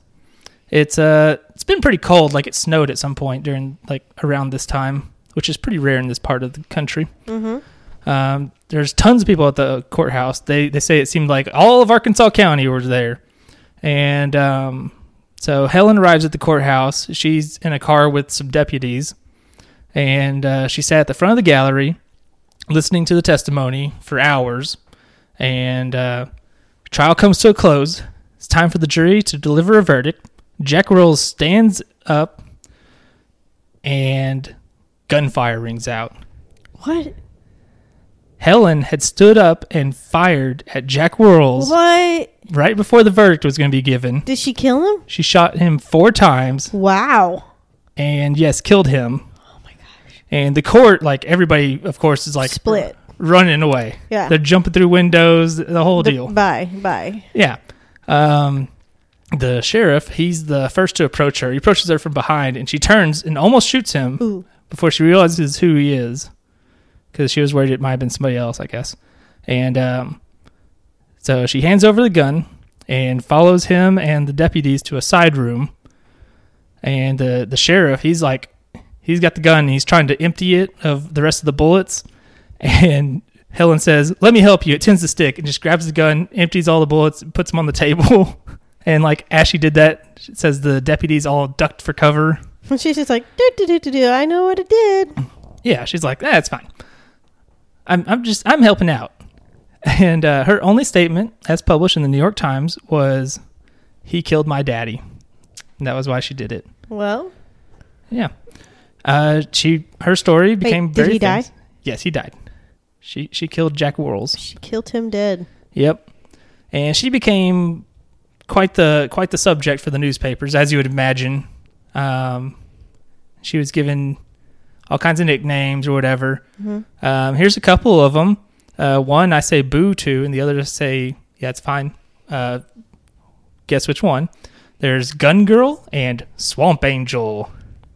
Speaker 1: It's uh, it's been pretty cold. Like it snowed at some point during like around this time, which is pretty rare in this part of the country. Mm-hmm. Um, there's tons of people at the courthouse. They they say it seemed like all of Arkansas County was there, and um, so Helen arrives at the courthouse. She's in a car with some deputies, and uh, she sat at the front of the gallery, listening to the testimony for hours, and. Uh, Trial comes to a close. It's time for the jury to deliver a verdict. Jack Rolls stands up and gunfire rings out.
Speaker 2: What?
Speaker 1: Helen had stood up and fired at Jack Rolls
Speaker 2: What?
Speaker 1: right before the verdict was going to be given.
Speaker 2: Did she kill him?
Speaker 1: She shot him four times
Speaker 2: Wow.
Speaker 1: and, yes, killed him.
Speaker 2: Oh
Speaker 1: And the court, like everybody, of course, is like
Speaker 2: Split.
Speaker 1: running away.
Speaker 2: Yeah.
Speaker 1: They're jumping through windows, the whole
Speaker 2: The-
Speaker 1: deal.
Speaker 2: Bye, bye.
Speaker 1: Yeah. Um, the sheriff, he's the first to approach her. He approaches her from behind and she turns and almost shoots him
Speaker 2: Ooh. [LAUGHS]
Speaker 1: before she realizes who he is because she was worried it might have been somebody else, I guess. And um, so she hands over the gun and follows him and the deputies to a side room. And the, the sheriff, he's like, he's got the gun and he's trying to empty it of the rest of the bullets. And Helen says, Let me help you. It tends to stick and just grabs the gun, empties all the bullets, and puts them on the table. [LAUGHS] and like as she did that, it says the deputies all ducked for cover.
Speaker 2: And she's just like, do, do, do, do, do. I know what it did.
Speaker 1: Yeah, she's like, that's fine. I'm, I'm just, I'm helping out. And uh, her only statement, as published in the New York Times, was, "He killed my daddy." And that was why she did it.
Speaker 2: Well,
Speaker 1: Yeah. Uh, she, her story became
Speaker 2: did
Speaker 1: very.
Speaker 2: he die?
Speaker 1: famous. Yes, he died. She, she killed Jack Worrells.
Speaker 2: she killed him dead.
Speaker 1: Yep. And she became quite the quite the subject for the newspapers, as you would imagine. Um, she was given all kinds of nicknames or whatever.
Speaker 2: Mm-hmm.
Speaker 1: Um, here's a couple of them. Uh, one I say boo to, and the other I say yeah, it's fine. Uh, guess which one? There's Gun Girl and Swamp Angel.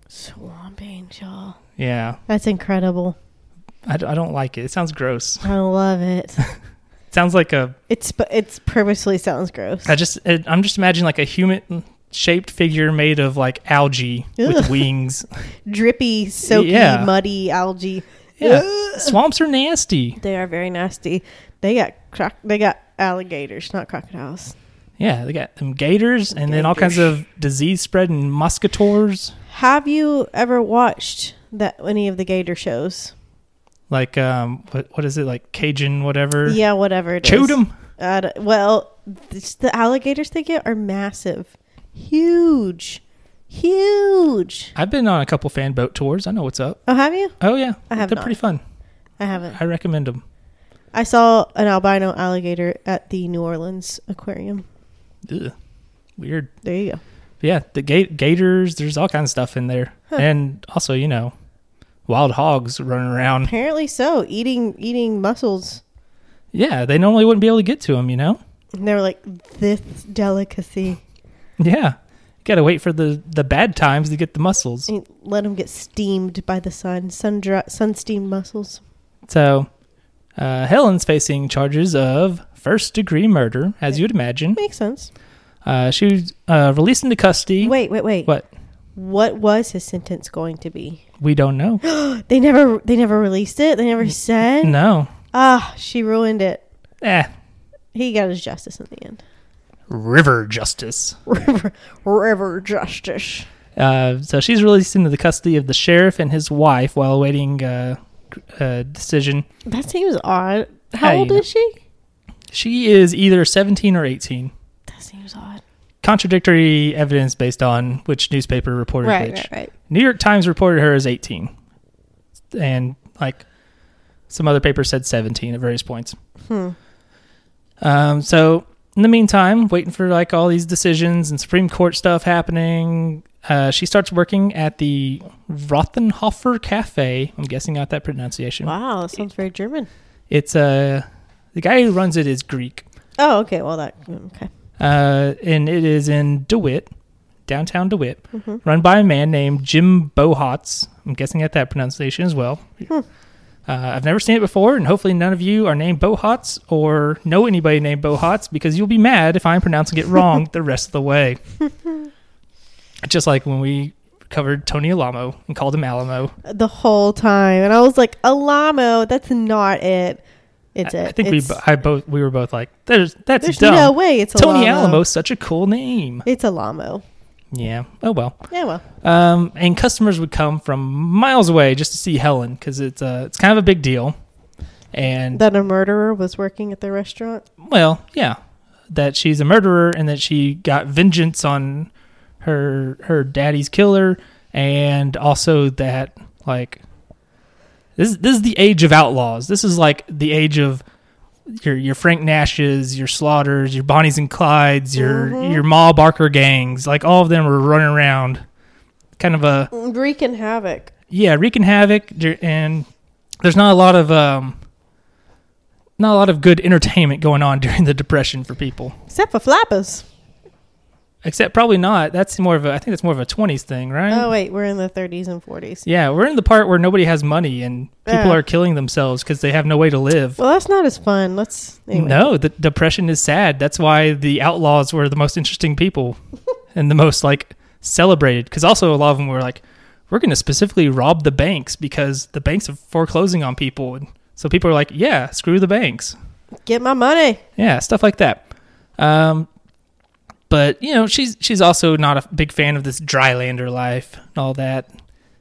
Speaker 2: Swamp Angel.
Speaker 1: Yeah,
Speaker 2: That's incredible.
Speaker 1: I, d- I don't like it. It sounds gross.
Speaker 2: I love it.
Speaker 1: It sounds like a
Speaker 2: It's it's purposely sounds gross.
Speaker 1: I just I- I'm just imagining like a human shaped figure made of like algae with
Speaker 2: Ugh. [LAUGHS]
Speaker 1: wings.
Speaker 2: Drippy, soaky,
Speaker 1: Yeah.
Speaker 2: muddy algae.
Speaker 1: Yeah.
Speaker 2: Ugh.
Speaker 1: Swamps are nasty.
Speaker 2: They are very nasty. They got croc- they got alligators, not crocodiles.
Speaker 1: Yeah, they got them gators and then all kinds of disease spreading muscators
Speaker 2: Have you ever watched that any of the gator shows?
Speaker 1: like um what what is it like Cajun whatever.
Speaker 2: Yeah, whatever it is.
Speaker 1: Chewed them.
Speaker 2: I don't- well, it's the alligators they get are massive, huge, huge.
Speaker 1: I've been on a couple fan boat tours. I know what's up.
Speaker 2: Oh, have you?
Speaker 1: Oh yeah,
Speaker 2: I have
Speaker 1: they're
Speaker 2: not.
Speaker 1: pretty fun.
Speaker 2: I haven't.
Speaker 1: I recommend them.
Speaker 2: I saw an albino alligator at the New Orleans aquarium.
Speaker 1: Ugh. Weird.
Speaker 2: There you go.
Speaker 1: But yeah, the ga- gators. There's all kinds of stuff in there, and also you know, wild hogs running around.
Speaker 2: Apparently so. Eating eating mussels.
Speaker 1: Yeah, they normally wouldn't be able to get to them, you know?
Speaker 2: And they were like this delicacy.
Speaker 1: Yeah. Got to wait for the, the bad times to get the mussels.
Speaker 2: And let them get steamed by the sun. Sun dry, sun steamed mussels.
Speaker 1: So, uh, Helen's facing charges of first degree murder, as you'd imagine.
Speaker 2: Makes sense.
Speaker 1: Uh, she was uh, released into custody.
Speaker 2: Wait, wait, wait.
Speaker 1: What?
Speaker 2: What was his sentence going to be?
Speaker 1: We don't know. [GASPS]
Speaker 2: They never they never released it. They never said.
Speaker 1: no.
Speaker 2: Ah, she ruined it.
Speaker 1: Eh.
Speaker 2: He got his justice in the end.
Speaker 1: River justice.
Speaker 2: [LAUGHS] River, river justice.
Speaker 1: Uh, so she's released into the custody of the sheriff and his wife while awaiting uh, uh, decision.
Speaker 2: That seems odd. How
Speaker 1: Hey.
Speaker 2: old is she?
Speaker 1: She is either 17 or 18.
Speaker 2: That seems odd.
Speaker 1: Contradictory evidence based on which newspaper reported
Speaker 2: Right,
Speaker 1: which.
Speaker 2: right, right.
Speaker 1: New York Times reported her as 18. And Like some other papers said 17 at various points. Um, so in the meantime, waiting for like all these decisions and Supreme Court stuff happening, uh, she starts working at the Rothenhofer Cafe. I'm guessing not that pronunciation.
Speaker 2: Wow, that sounds very German.
Speaker 1: It's uh, the guy who runs it is Greek,
Speaker 2: Oh, okay. Well, that okay.
Speaker 1: uh, and it is in DeWitt, downtown DeWitt,
Speaker 2: Mm-hmm.
Speaker 1: run by a man named Jim Bohatz. I'm guessing at that pronunciation as well.
Speaker 2: Hmm.
Speaker 1: Uh, I've never seen it before, and hopefully none of you are named Bohatz or know anybody named Bohatz because you'll be mad if I'm pronouncing it wrong the rest of the
Speaker 2: [LAUGHS]
Speaker 1: way. Just like when we covered Tony Alamo and called him Alamo.
Speaker 2: The whole time, and I was like, Alamo. That's not it. It's
Speaker 1: I,
Speaker 2: it.
Speaker 1: I think we
Speaker 2: It's-
Speaker 1: bo- I both we were both like, "There's that's
Speaker 2: There's
Speaker 1: dumb."
Speaker 2: no way it's
Speaker 1: Tony
Speaker 2: Alamo.
Speaker 1: Alamo's such a cool name.
Speaker 2: It's Alamo.
Speaker 1: Yeah. Oh well.
Speaker 2: Yeah. Well.
Speaker 1: Um, and customers would come from miles away just to see Helen because it's uh, it's kind of a big deal. And
Speaker 2: That a murderer was working at the restaurant.
Speaker 1: well, yeah, that she's a murderer and that she got vengeance on her her daddy's killer, and also that like this this is the age of outlaws. This is like the age of your your Frank Nashes, your Slaughters, your Bonnies and Clydes, your your Ma Barker gangs. Like all of them were running around, kind of a
Speaker 2: Mm, Wreaking havoc.
Speaker 1: yeah, wreaking havoc, there- and there's not a lot of um, not a lot of good entertainment going on [LAUGHS] during the depression for people.
Speaker 2: Except for flappers.
Speaker 1: Except probably not. That's more of a I think that's more of a 20s thing, right?
Speaker 2: Oh wait, we're in the 30s and 40s.
Speaker 1: Yeah, we're in the part where nobody has money and people
Speaker 2: Yeah.
Speaker 1: are killing themselves because they have no way to live.
Speaker 2: Well, that's not as fun. Let's anyway.
Speaker 1: No, the depression is sad. That's why the outlaws were the most interesting people and the most like celebrated. Because also a lot of them were like, we're going to specifically rob the banks because the banks are foreclosing on people, and so people are like, yeah, screw the banks,
Speaker 2: Get my money.
Speaker 1: yeah, stuff like that. Um, but you know, she's she's also not a big fan of this drylander life and all that,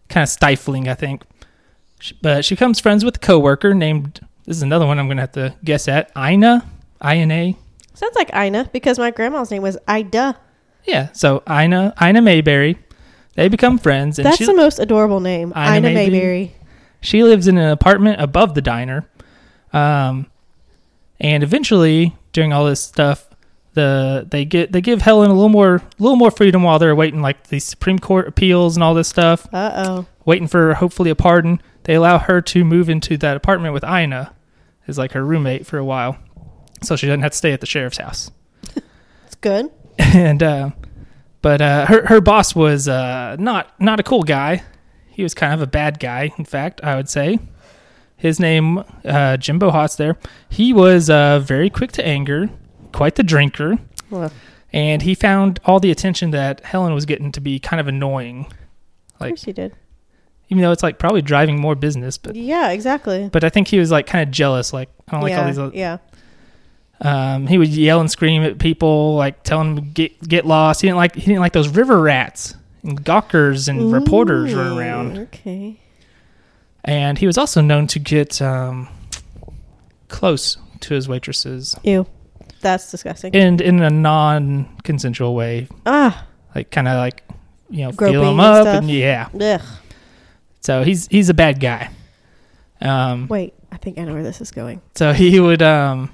Speaker 1: kind of stifling, I think. She- But she becomes friends with a coworker named. This is another one I'm going to have to guess at. Ina, I N A.
Speaker 2: Sounds like Ina because my grandma's name was Ida.
Speaker 1: Yeah. So Ina, Ina Mayberry, they become friends, and
Speaker 2: That's
Speaker 1: she,
Speaker 2: the most adorable name.
Speaker 1: Ina
Speaker 2: Ina
Speaker 1: Mayberry.
Speaker 2: Mayberry.
Speaker 1: she lives in an apartment above the diner. Um, and eventually, during all this stuff, the they get they give Helen a little more little more freedom while they're waiting, like the Supreme Court appeals and all this stuff,
Speaker 2: Uh oh.
Speaker 1: waiting for hopefully a pardon. They allow her to move into that apartment with Ina, as like her roommate for a while, so she doesn't have to stay at the sheriff's house.
Speaker 2: It's good.
Speaker 1: [LAUGHS] and uh, but uh, her her boss was uh, not not a cool guy. He was kind of a bad guy, in fact, I would say. His name uh, Jimbo Hotz. There, he was uh, very quick to anger, quite the drinker,
Speaker 2: Well,
Speaker 1: and he found all the attention that Helen was getting to be kind of annoying.
Speaker 2: of
Speaker 1: Like-
Speaker 2: course you did.
Speaker 1: Even though it's like probably driving more business, but
Speaker 2: Yeah, exactly.
Speaker 1: but I think he was like kind of jealous. Like I don't like
Speaker 2: yeah,
Speaker 1: all these.
Speaker 2: yeah.
Speaker 1: Um, he would yell and scream at people, like telling them get get lost. He didn't like he didn't like those river rats and gawkers and reporters were
Speaker 2: Ooh,
Speaker 1: around.
Speaker 2: Okay.
Speaker 1: And he was also known to get um, close to his waitresses,
Speaker 2: Ew. That's disgusting.
Speaker 1: and in a non-consensual way,
Speaker 2: ah.
Speaker 1: like kind of like you know
Speaker 2: Groping
Speaker 1: feel them
Speaker 2: and
Speaker 1: up
Speaker 2: stuff.
Speaker 1: and yeah.
Speaker 2: Ugh.
Speaker 1: So he's he's a bad guy. Um,
Speaker 2: Wait. I think I know where this is going.
Speaker 1: So he would um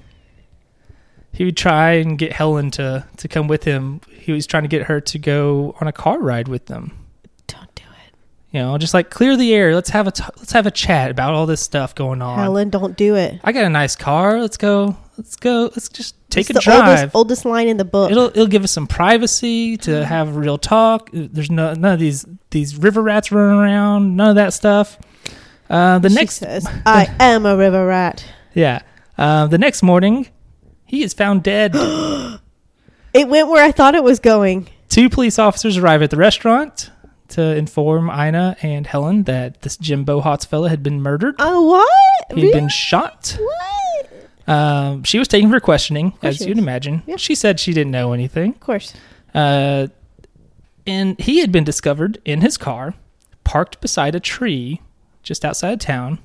Speaker 1: he would try and get Helen to to come with him. He was trying to get her to go on a car ride with them.
Speaker 2: Don't do it,
Speaker 1: You know, just like clear the air. Let's have a t- let's have a chat about all this stuff going on.
Speaker 2: Helen. Don't do it.
Speaker 1: I got a nice car. Let's go. Let's go. Let's just take
Speaker 2: It's
Speaker 1: a
Speaker 2: the
Speaker 1: drive.
Speaker 2: Oldest, oldest line in the book.
Speaker 1: It'll it'll give us some privacy
Speaker 2: Mm-hmm.
Speaker 1: to have real talk. There's no none of these these river rats running around. None of that stuff. Uh, the
Speaker 2: She
Speaker 1: next [LAUGHS]
Speaker 2: says, "I am a river rat."
Speaker 1: yeah, uh, the next morning, he is found
Speaker 2: [GASPS]
Speaker 1: dead. [GASPS]
Speaker 2: It went where I thought it was going.
Speaker 1: Two police officers arrive at the restaurant to inform Ina and Helen that this Jimbo Hotz fella had been murdered.
Speaker 2: Oh, what?
Speaker 1: He had been shot.
Speaker 2: what?
Speaker 1: Um, she was taken for questioning,
Speaker 2: course
Speaker 1: as
Speaker 2: she
Speaker 1: you'd
Speaker 2: was.
Speaker 1: imagine.
Speaker 2: Yeah.
Speaker 1: She said she didn't know anything.
Speaker 2: Of course.
Speaker 1: Uh, and he had been discovered in his car, parked beside a tree just outside of town,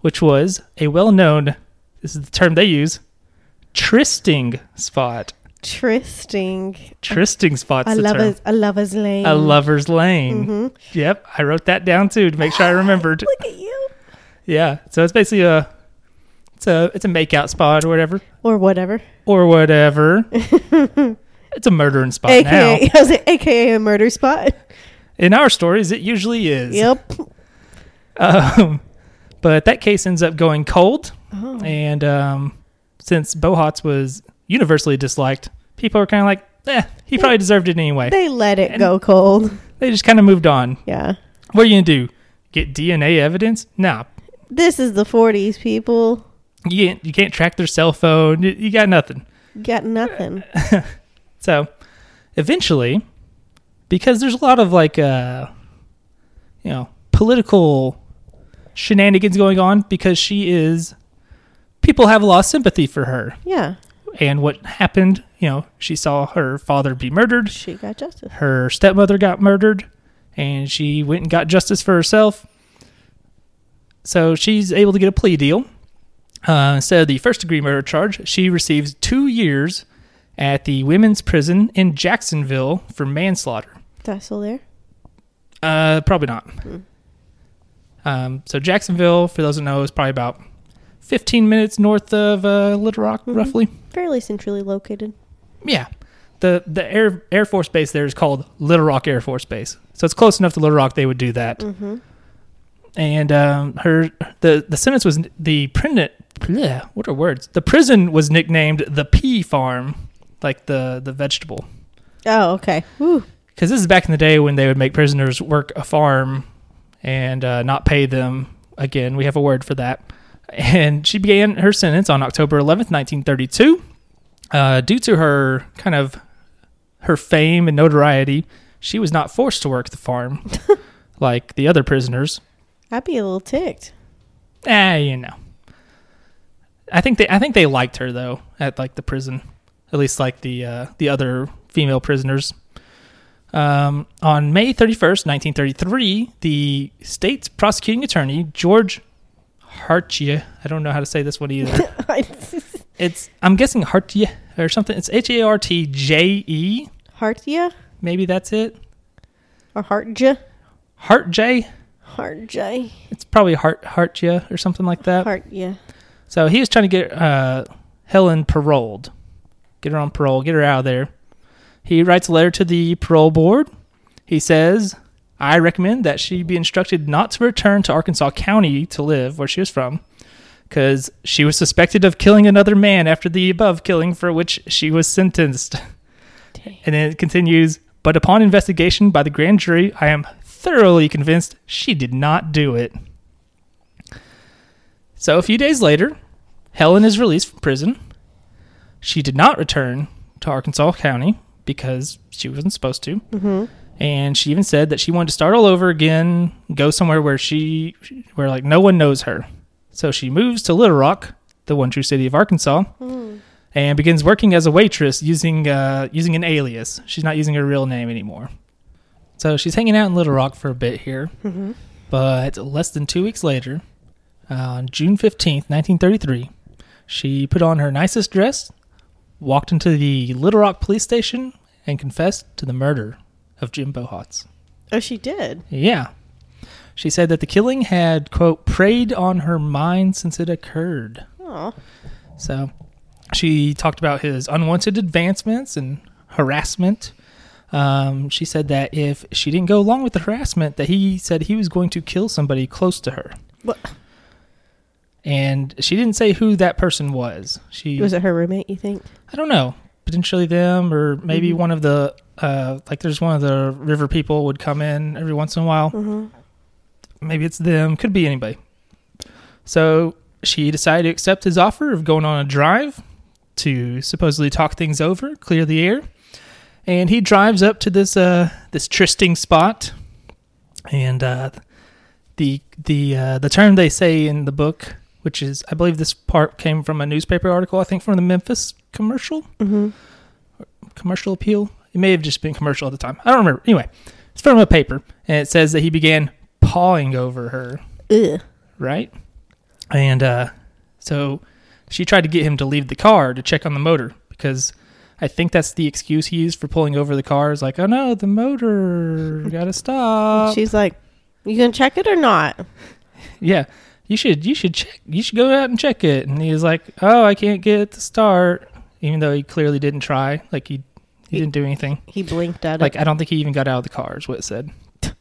Speaker 1: which was a well known, this is the term they use, tristing spot.
Speaker 2: Tristing.
Speaker 1: Tristing spot's
Speaker 2: I
Speaker 1: the
Speaker 2: love
Speaker 1: term.
Speaker 2: his, Mm-hmm. I love his lane. [LAUGHS]
Speaker 1: A lover's lane. Yep, I wrote that down too to make sure I remembered.
Speaker 2: Look at you.
Speaker 1: Yeah. So it's basically a it's a it's a makeout spot or whatever
Speaker 2: or whatever.
Speaker 1: or
Speaker 2: [LAUGHS]
Speaker 1: whatever. it's a murdering spot
Speaker 2: AKA,
Speaker 1: now.
Speaker 2: [LAUGHS] I was like, AKA a murder spot.
Speaker 1: In our stories, it usually is.
Speaker 2: Yep.
Speaker 1: Um, but that case ends up going cold,
Speaker 2: Oh.
Speaker 1: and um, since Bohats was universally disliked, people were kind of like, "Eh, he probably deserved it [LAUGHS] anyway."
Speaker 2: They let it
Speaker 1: And-
Speaker 2: go cold.
Speaker 1: They just kind of moved on.
Speaker 2: Yeah.
Speaker 1: What are you gonna do? Get DNA evidence? Nah,
Speaker 2: This is the 40s, people.
Speaker 1: you can't, you can't track their cell phone. You, you got nothing.
Speaker 2: Got nothing.
Speaker 1: So eventually, because there's a lot of like, uh, you know, political shenanigans going on because she is, people have lost sympathy for her
Speaker 2: Yeah.
Speaker 1: and what happened. You know, she saw her father be murdered,
Speaker 2: She got justice.
Speaker 1: her stepmother got murdered, and she went and got justice for herself. So she's able to get a plea deal. Uh, instead of the first degree murder charge, she receives two years at the women's prison in Jacksonville for manslaughter.
Speaker 2: That's still there?
Speaker 1: Uh, probably not. Um, so Jacksonville, for those who know, is probably about 15 minutes north of uh, Little Rock,
Speaker 2: Mhm.
Speaker 1: roughly.
Speaker 2: Fairly centrally located.
Speaker 1: Yeah. The the Air Air Force Base there is called Little Rock Air Force Base. So it's close enough to Little Rock they would do that.
Speaker 2: Mm-hmm.
Speaker 1: And um, her the the sentence was the prison bleh, what are words? The prison was nicknamed the pea farm, like the the vegetable.
Speaker 2: Oh, okay. Whew.
Speaker 1: Cuz this is back in the day when they would make prisoners work a farm and uh, not pay them. Again, we have a word for that. And she began her sentence on October 11th, 1932. Uh, due to her kind of her fame and notoriety, she was not forced to work the farm like the other prisoners.
Speaker 2: I'd be a little ticked. [LAUGHS]
Speaker 1: Ah, you know. I think they I think they liked her though at like the prison, at least like the uh, the other female prisoners. Um, on May thirty first, nineteen thirty three, the state's prosecuting attorney George Hartia. I don't know how to say this one
Speaker 2: [LAUGHS]
Speaker 1: either. it's I'm guessing Hartia or something. It's H A R T J E.
Speaker 2: Hartia
Speaker 1: Maybe that's it.
Speaker 2: or Hartja?
Speaker 1: Hart J.
Speaker 2: Hartja.
Speaker 1: It's probably Hart Hartia or something like that.
Speaker 2: Hartja.
Speaker 1: So he was trying to get uh, Helen paroled, get her on parole, get her out of there. He writes a letter to the parole board. He says, I recommend that she be instructed not to return to Arkansas County to live where she was from because she was suspected of killing another man after the above killing for which she was sentenced. [LAUGHS]
Speaker 2: Dang.
Speaker 1: And then it continues, but upon investigation by the grand jury, I am thoroughly convinced she did not do it. So a few days later, Helen is released from prison. She did not return to Arkansas County because she wasn't supposed to.
Speaker 2: Mm-hmm.
Speaker 1: And she even said that she wanted to start all over again, go somewhere where she, where like no one knows her. So she moves to Little Rock, the one true city of Arkansas,
Speaker 2: Mm.
Speaker 1: and begins working as a waitress using uh, using an alias. She's not using her real name anymore. So she's hanging out in Little Rock for a bit here,
Speaker 2: Mm-hmm.
Speaker 1: but less than two weeks later, uh, on June fifteenth, nineteen thirty three, she put on her nicest dress, walked into the Little Rock police station, and confessed to the murder of Jim Bohats.
Speaker 2: Oh, she did.
Speaker 1: Yeah. She said that the killing had, quote, preyed on her mind since it occurred.
Speaker 2: Oh,
Speaker 1: So she talked about his unwanted advancements and harassment. Um, she said that if she didn't go along with the harassment, that he said he was going to kill somebody close to her.
Speaker 2: What?
Speaker 1: And she didn't say who that person was. She
Speaker 2: was it her roommate? You think?
Speaker 1: I don't know. Potentially them, or maybe
Speaker 2: Mhm.
Speaker 1: one of the uh, like. There's one of the river people would come in every once in a while.
Speaker 2: Mm-hmm.
Speaker 1: Maybe it's them. Could be anybody. So she decided to accept his offer of going on a drive to supposedly talk things over, clear the air. And he drives up to this uh, this trysting spot, and uh, the the uh, the term they say in the book, which is I believe this part came from a newspaper article, I think from the Memphis commercial
Speaker 2: Mm-hmm.
Speaker 1: commercial appeal. It may have just been commercial at the time. I don't remember. Anyway, it's from a paper, and it says that he began pawing over her,
Speaker 2: Ugh.
Speaker 1: right? And uh, so she tried to get him to leave the car to check on the motor because I think that's the excuse he used for pulling over the car. Is like, oh no, the motor gotta stop. Uh,
Speaker 2: She's like, "You gonna check it or not?"
Speaker 1: yeah, you should you should check you should go out and check it and he was like oh i can't get it to start even though he clearly didn't try like he he didn't do anything
Speaker 2: He blinked at
Speaker 1: like
Speaker 2: it.
Speaker 1: i don't think he even got out of the car is what it said [LAUGHS]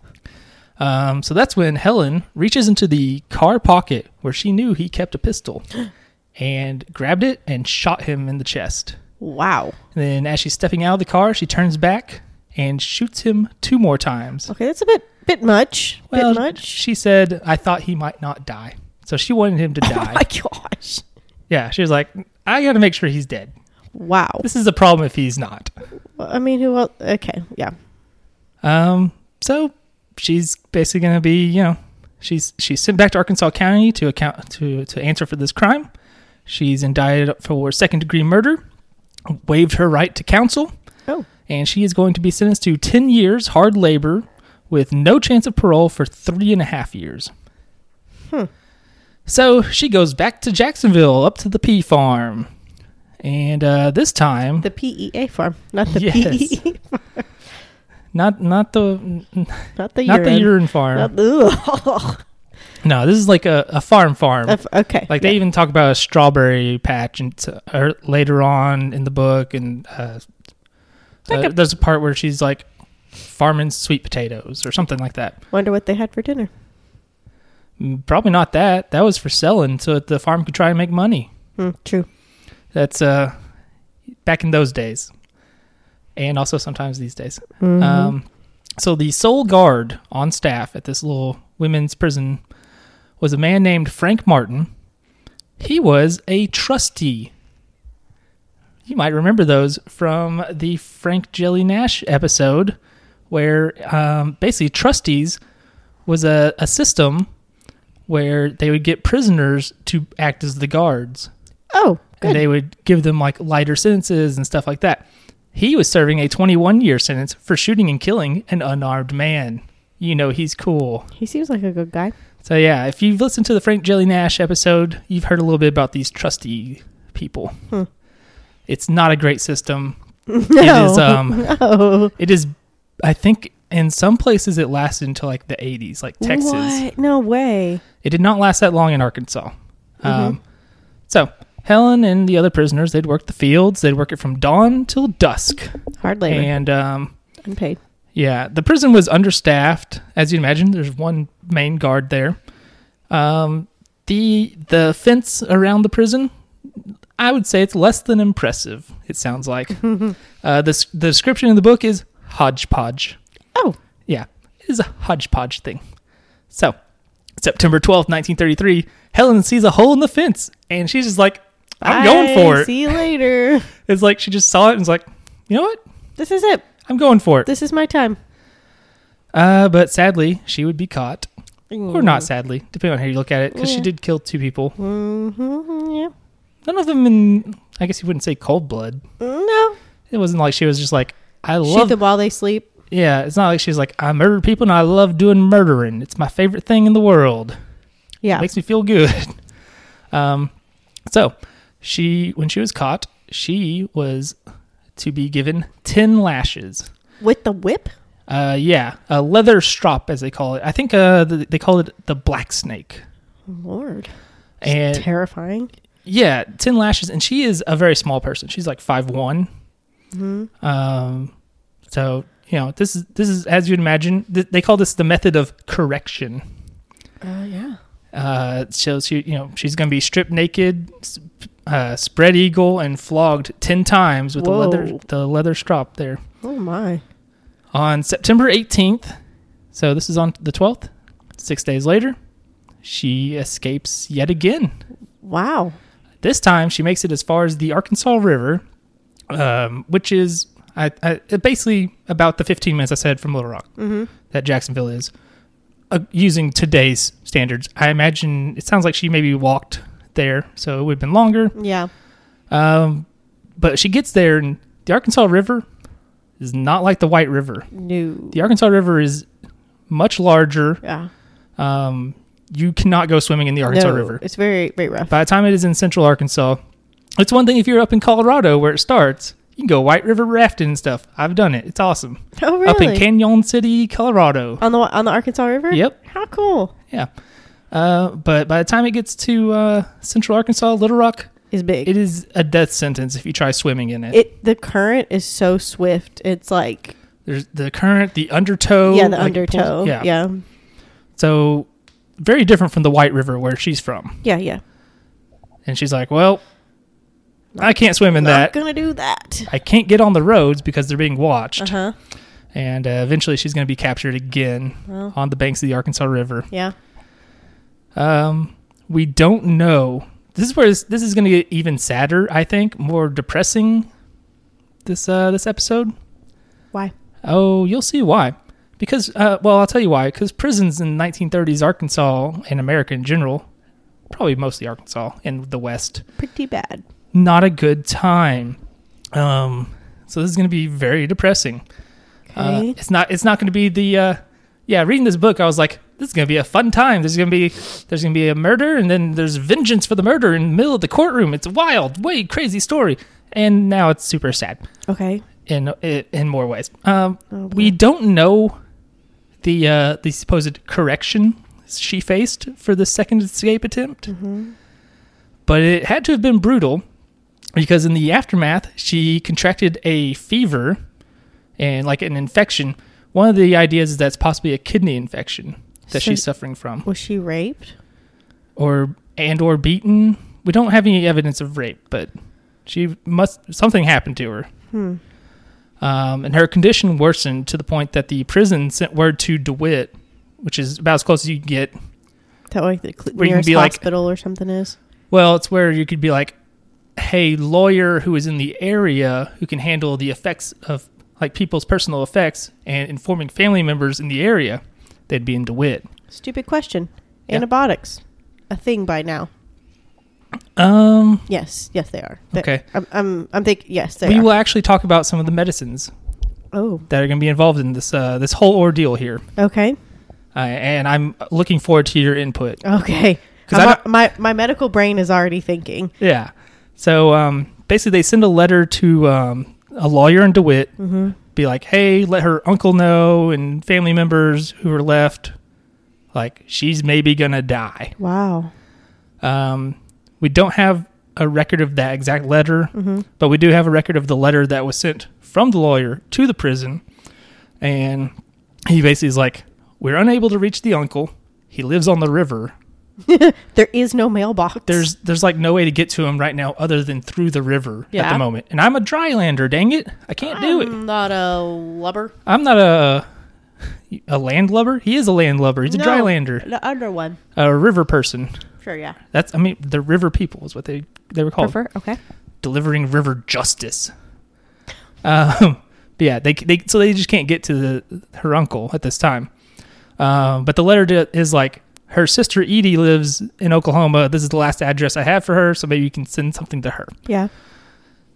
Speaker 1: um so that's when helen reaches into the car pocket where she knew he kept a
Speaker 2: [GASPS]
Speaker 1: pistol and grabbed it and shot him in the chest
Speaker 2: Wow.
Speaker 1: and then as she's stepping out of the car she turns back and shoots him two more times
Speaker 2: Okay, that's a bit bit much. bit much.
Speaker 1: she said i thought he might not die so she wanted him to
Speaker 2: [LAUGHS] Oh
Speaker 1: die
Speaker 2: my gosh.
Speaker 1: Yeah, she was like, I got to make sure he's dead.
Speaker 2: Wow.
Speaker 1: This is a problem if he's not.
Speaker 2: Well, I mean, who else? Okay, yeah.
Speaker 1: Um, so she's basically going to be, you know, she's she's sent back to Arkansas County to account to to answer for this crime. She's indicted for second degree murder, waived her right to counsel,
Speaker 2: Oh,
Speaker 1: and she is going to be sentenced to ten years hard labor with no chance of parole for three and a half years.
Speaker 2: Hmm.
Speaker 1: So she goes back to Jacksonville, up to the pea farm, and uh, this time
Speaker 2: the PEA farm, not the E
Speaker 1: Yes.
Speaker 2: PEE,
Speaker 1: Not not the n- n-
Speaker 2: [LAUGHS] not the
Speaker 1: not the
Speaker 2: urine.
Speaker 1: urine farm.
Speaker 2: [LAUGHS] Not the-
Speaker 1: no, this is like a, a farm farm.
Speaker 2: Ugh. okay.
Speaker 1: like they even talk about a strawberry patch and t- or later on in the book, and uh,
Speaker 2: Like
Speaker 1: uh,
Speaker 2: a-
Speaker 1: there's a part where she's like farming sweet potatoes or something like that.
Speaker 2: Wonder what they had for dinner.
Speaker 1: Mm, Probably not that. That was for selling, so that the farm could try and make money.
Speaker 2: Hmm, true.
Speaker 1: That's uh, back in those days, and also sometimes these days.
Speaker 2: Mhm.
Speaker 1: Um, so the sole guard on staff at this little women's prison was a man named Frank Martin. He was a trustee. You might remember those from the Frank Jelly Nash episode, where um, basically trustees was a, a system where they would get prisoners to act as the guards
Speaker 2: oh, good.
Speaker 1: and they would give them like lighter sentences and stuff like that. He was serving a 21 year sentence for shooting and killing an unarmed man. You know, he's cool.
Speaker 2: he seems like a good guy. [LAUGHS]
Speaker 1: So, yeah, if you've listened to the Frank Jelly Nash episode, you've heard a little bit about these trustee people.
Speaker 2: Hmm.
Speaker 1: It's not a great system.
Speaker 2: No.
Speaker 1: It is, um,
Speaker 2: [LAUGHS] no.
Speaker 1: it is, I think, in some places it lasted until like the 80s, like Texas.
Speaker 2: What? No way.
Speaker 1: It did not last that long in Arkansas.
Speaker 2: Mm-hmm.
Speaker 1: Um, so Helen and the other prisoners, they'd work the fields. They'd work it from dawn till dusk.
Speaker 2: Hard labor.
Speaker 1: And um,
Speaker 2: Unpaid.
Speaker 1: yeah, the prison was understaffed, as you'd imagine. There's one main guard there. Um, the the fence around the prison, I would say it's less than impressive. It sounds like uh, the s- the description in the book is hodgepodge.
Speaker 2: Oh,
Speaker 1: Yeah, it is a hodgepodge thing. So, September twelfth, 1933, Helen sees a hole in the fence and she's just like, I'm going
Speaker 2: bye.
Speaker 1: for it.
Speaker 2: See you later. [LAUGHS]
Speaker 1: It's like she just saw it and was like, you know what?
Speaker 2: This is it.
Speaker 1: I'm going for it.
Speaker 2: This is my time.
Speaker 1: Uh, but sadly, she would be caught. Or not sadly, depending on how you look at it, because she
Speaker 2: Yeah.
Speaker 1: did kill two people.
Speaker 2: Mm-hmm, yeah.
Speaker 1: None of them in, I guess you wouldn't say cold blood.
Speaker 2: No.
Speaker 1: It wasn't like she was just like, I
Speaker 2: Shoot
Speaker 1: love.
Speaker 2: them while they sleep.
Speaker 1: yeah, it's not like she's like, I murder people and I love doing murdering. It's my favorite thing in the world.
Speaker 2: Yeah.
Speaker 1: makes me feel good. [LAUGHS] Um, so she, when she was caught, she was to be given ten lashes.
Speaker 2: With the whip?
Speaker 1: Uh, yeah, a leather strop as they call it. I think uh, th they call it the black snake.
Speaker 2: Lord.
Speaker 1: And
Speaker 2: Terrifying.
Speaker 1: yeah, ten lashes, and she is a very small person. She's like five one.
Speaker 2: Mm-hmm.
Speaker 1: Um, so you know this is this is as you'd imagine. Th- they call this the method of correction.
Speaker 2: Oh, yeah.
Speaker 1: uh, so she, you know, she's going to be stripped naked, s- uh, spread eagle, and flogged ten times with
Speaker 2: Whoa.
Speaker 1: the leather the leather strop there
Speaker 2: Oh, my.
Speaker 1: on September eighteenth. So this is on the twelfth. Six days later, she escapes yet again.
Speaker 2: Wow.
Speaker 1: This time, she makes it as far as the Arkansas River, um, which is I, I, basically about the 15 minutes I said from Little Rock
Speaker 2: Mm-hmm.
Speaker 1: that Jacksonville is. Uh, using today's standards, I imagine it sounds like she maybe walked there, so it would have been longer.
Speaker 2: Yeah.
Speaker 1: Um, but she gets there, and the Arkansas River is not like the White River.
Speaker 2: New.
Speaker 1: The Arkansas River is much larger.
Speaker 2: Yeah.
Speaker 1: Um, you cannot go swimming in the Arkansas
Speaker 2: No,
Speaker 1: River.
Speaker 2: It's very, very rough.
Speaker 1: By the time it is in central Arkansas, it's one thing if you're up in Colorado where it starts. You can go White River rafting and stuff. I've done it. It's awesome.
Speaker 2: Oh, really?
Speaker 1: Up in Canyon City, Colorado.
Speaker 2: on the on the Arkansas River.
Speaker 1: Yep.
Speaker 2: How cool!
Speaker 1: Yeah. Uh, but by the time it gets to uh, Central Arkansas, Little Rock,
Speaker 2: Is big.
Speaker 1: it is a death sentence if you try swimming in it.
Speaker 2: it the current is so swift. It's like
Speaker 1: There's the current, the undertow.
Speaker 2: yeah, the
Speaker 1: Oh, like, it pulls-
Speaker 2: undertow.
Speaker 1: yeah.
Speaker 2: yeah,
Speaker 1: So very different from the White River where she's from.
Speaker 2: yeah, yeah.
Speaker 1: And she's like, well, I can't swim in
Speaker 2: Not
Speaker 1: that.
Speaker 2: gonna do that.
Speaker 1: I can't get on the roads because they're being watched.
Speaker 2: Uh huh.
Speaker 1: And uh, eventually she's going to be captured again
Speaker 2: Well.
Speaker 1: on the banks of the Arkansas River.
Speaker 2: Yeah.
Speaker 1: Um, we don't know. This is where this, this is going to get even sadder, I think, more depressing. This uh, this episode.
Speaker 2: Why?
Speaker 1: Oh, you'll see why. Because uh, well, I'll tell you why. Because prisons in 1930s Arkansas and America in general, probably mostly Arkansas and the West,
Speaker 2: Pretty bad.
Speaker 1: not a good time. Um, so this is going to be very depressing. Uh,
Speaker 2: Okay.
Speaker 1: it's not. It's not going to be the. Uh, yeah, reading this book, I was like, this is going to be a fun time. There's going to be there's going to be a murder, and then there's vengeance for the murder in the middle of the courtroom. It's a wild, way crazy story, and now it's super sad
Speaker 2: okay.
Speaker 1: in in more ways. Um,
Speaker 2: Oh, boy.
Speaker 1: we don't know the uh, the supposed correction she faced for the second escape attempt, but it had to have been brutal because in the aftermath she contracted a fever and like an infection. One of the ideas is that's possibly a kidney infection that
Speaker 2: So-
Speaker 1: she's suffering from,
Speaker 2: Was she raped?
Speaker 1: or and or beaten. We don't have any evidence of rape, but she must something happened to her.
Speaker 2: Hmm.
Speaker 1: Um, and her condition worsened to the point that the prison sent word to DeWitt, which is about as close as you can get.
Speaker 2: That like the cl-
Speaker 1: Where you can
Speaker 2: nearest
Speaker 1: be like-
Speaker 2: hospital or something is.
Speaker 1: Well, it's where you could be like, hey, lawyer who is in the area who can handle the effects of like people's personal effects and informing family members in the area, they'd be in DeWitt.
Speaker 2: Stupid question.
Speaker 1: Yeah.
Speaker 2: Antibiotics, a thing by now.
Speaker 1: Um,
Speaker 2: Yes, yes, they are. They-
Speaker 1: Okay.
Speaker 2: I'm, I'm, I'm thinking. Yes, they
Speaker 1: we
Speaker 2: are.
Speaker 1: will actually talk about some of the medicines
Speaker 2: oh,
Speaker 1: that are going to be involved in this uh, this whole ordeal here,
Speaker 2: okay,
Speaker 1: uh, and I'm looking forward to your input.
Speaker 2: okay.
Speaker 1: 'Cause
Speaker 2: I'm
Speaker 1: I
Speaker 2: a-
Speaker 1: don't-
Speaker 2: my my medical brain is already thinking.
Speaker 1: Yeah. So um, basically, they send a letter to um, a lawyer in DeWitt, be like, hey, let her uncle know and family members who are left, like, she's maybe going to die.
Speaker 2: Wow.
Speaker 1: Um, we don't have a record of that exact letter, but we do have a record of the letter that was sent from the lawyer to the prison. And he basically is like, we're unable to reach the uncle. He lives on the river.
Speaker 2: There is no mailbox.
Speaker 1: there's there's like no way to get to him right now other than through the river at
Speaker 2: Yeah. Um,
Speaker 1: the moment. And I'm a drylander, dang it. I can't do it.
Speaker 2: I'm not a lubber.
Speaker 1: I'm not a a landlubber. He is a landlubber. He's a
Speaker 2: No,
Speaker 1: drylander.
Speaker 2: The under one.
Speaker 1: A river person.
Speaker 2: Sure, yeah.
Speaker 1: That's I mean the river people is what they they were called.
Speaker 2: Prefer? Okay.
Speaker 1: Delivering river justice. Um but yeah, they they so they just can't get to the her uncle at this time. Um but the letter to, is like her sister Edie lives in Oklahoma. This is the last address I have for her, so maybe you can send something to her.
Speaker 2: Yeah.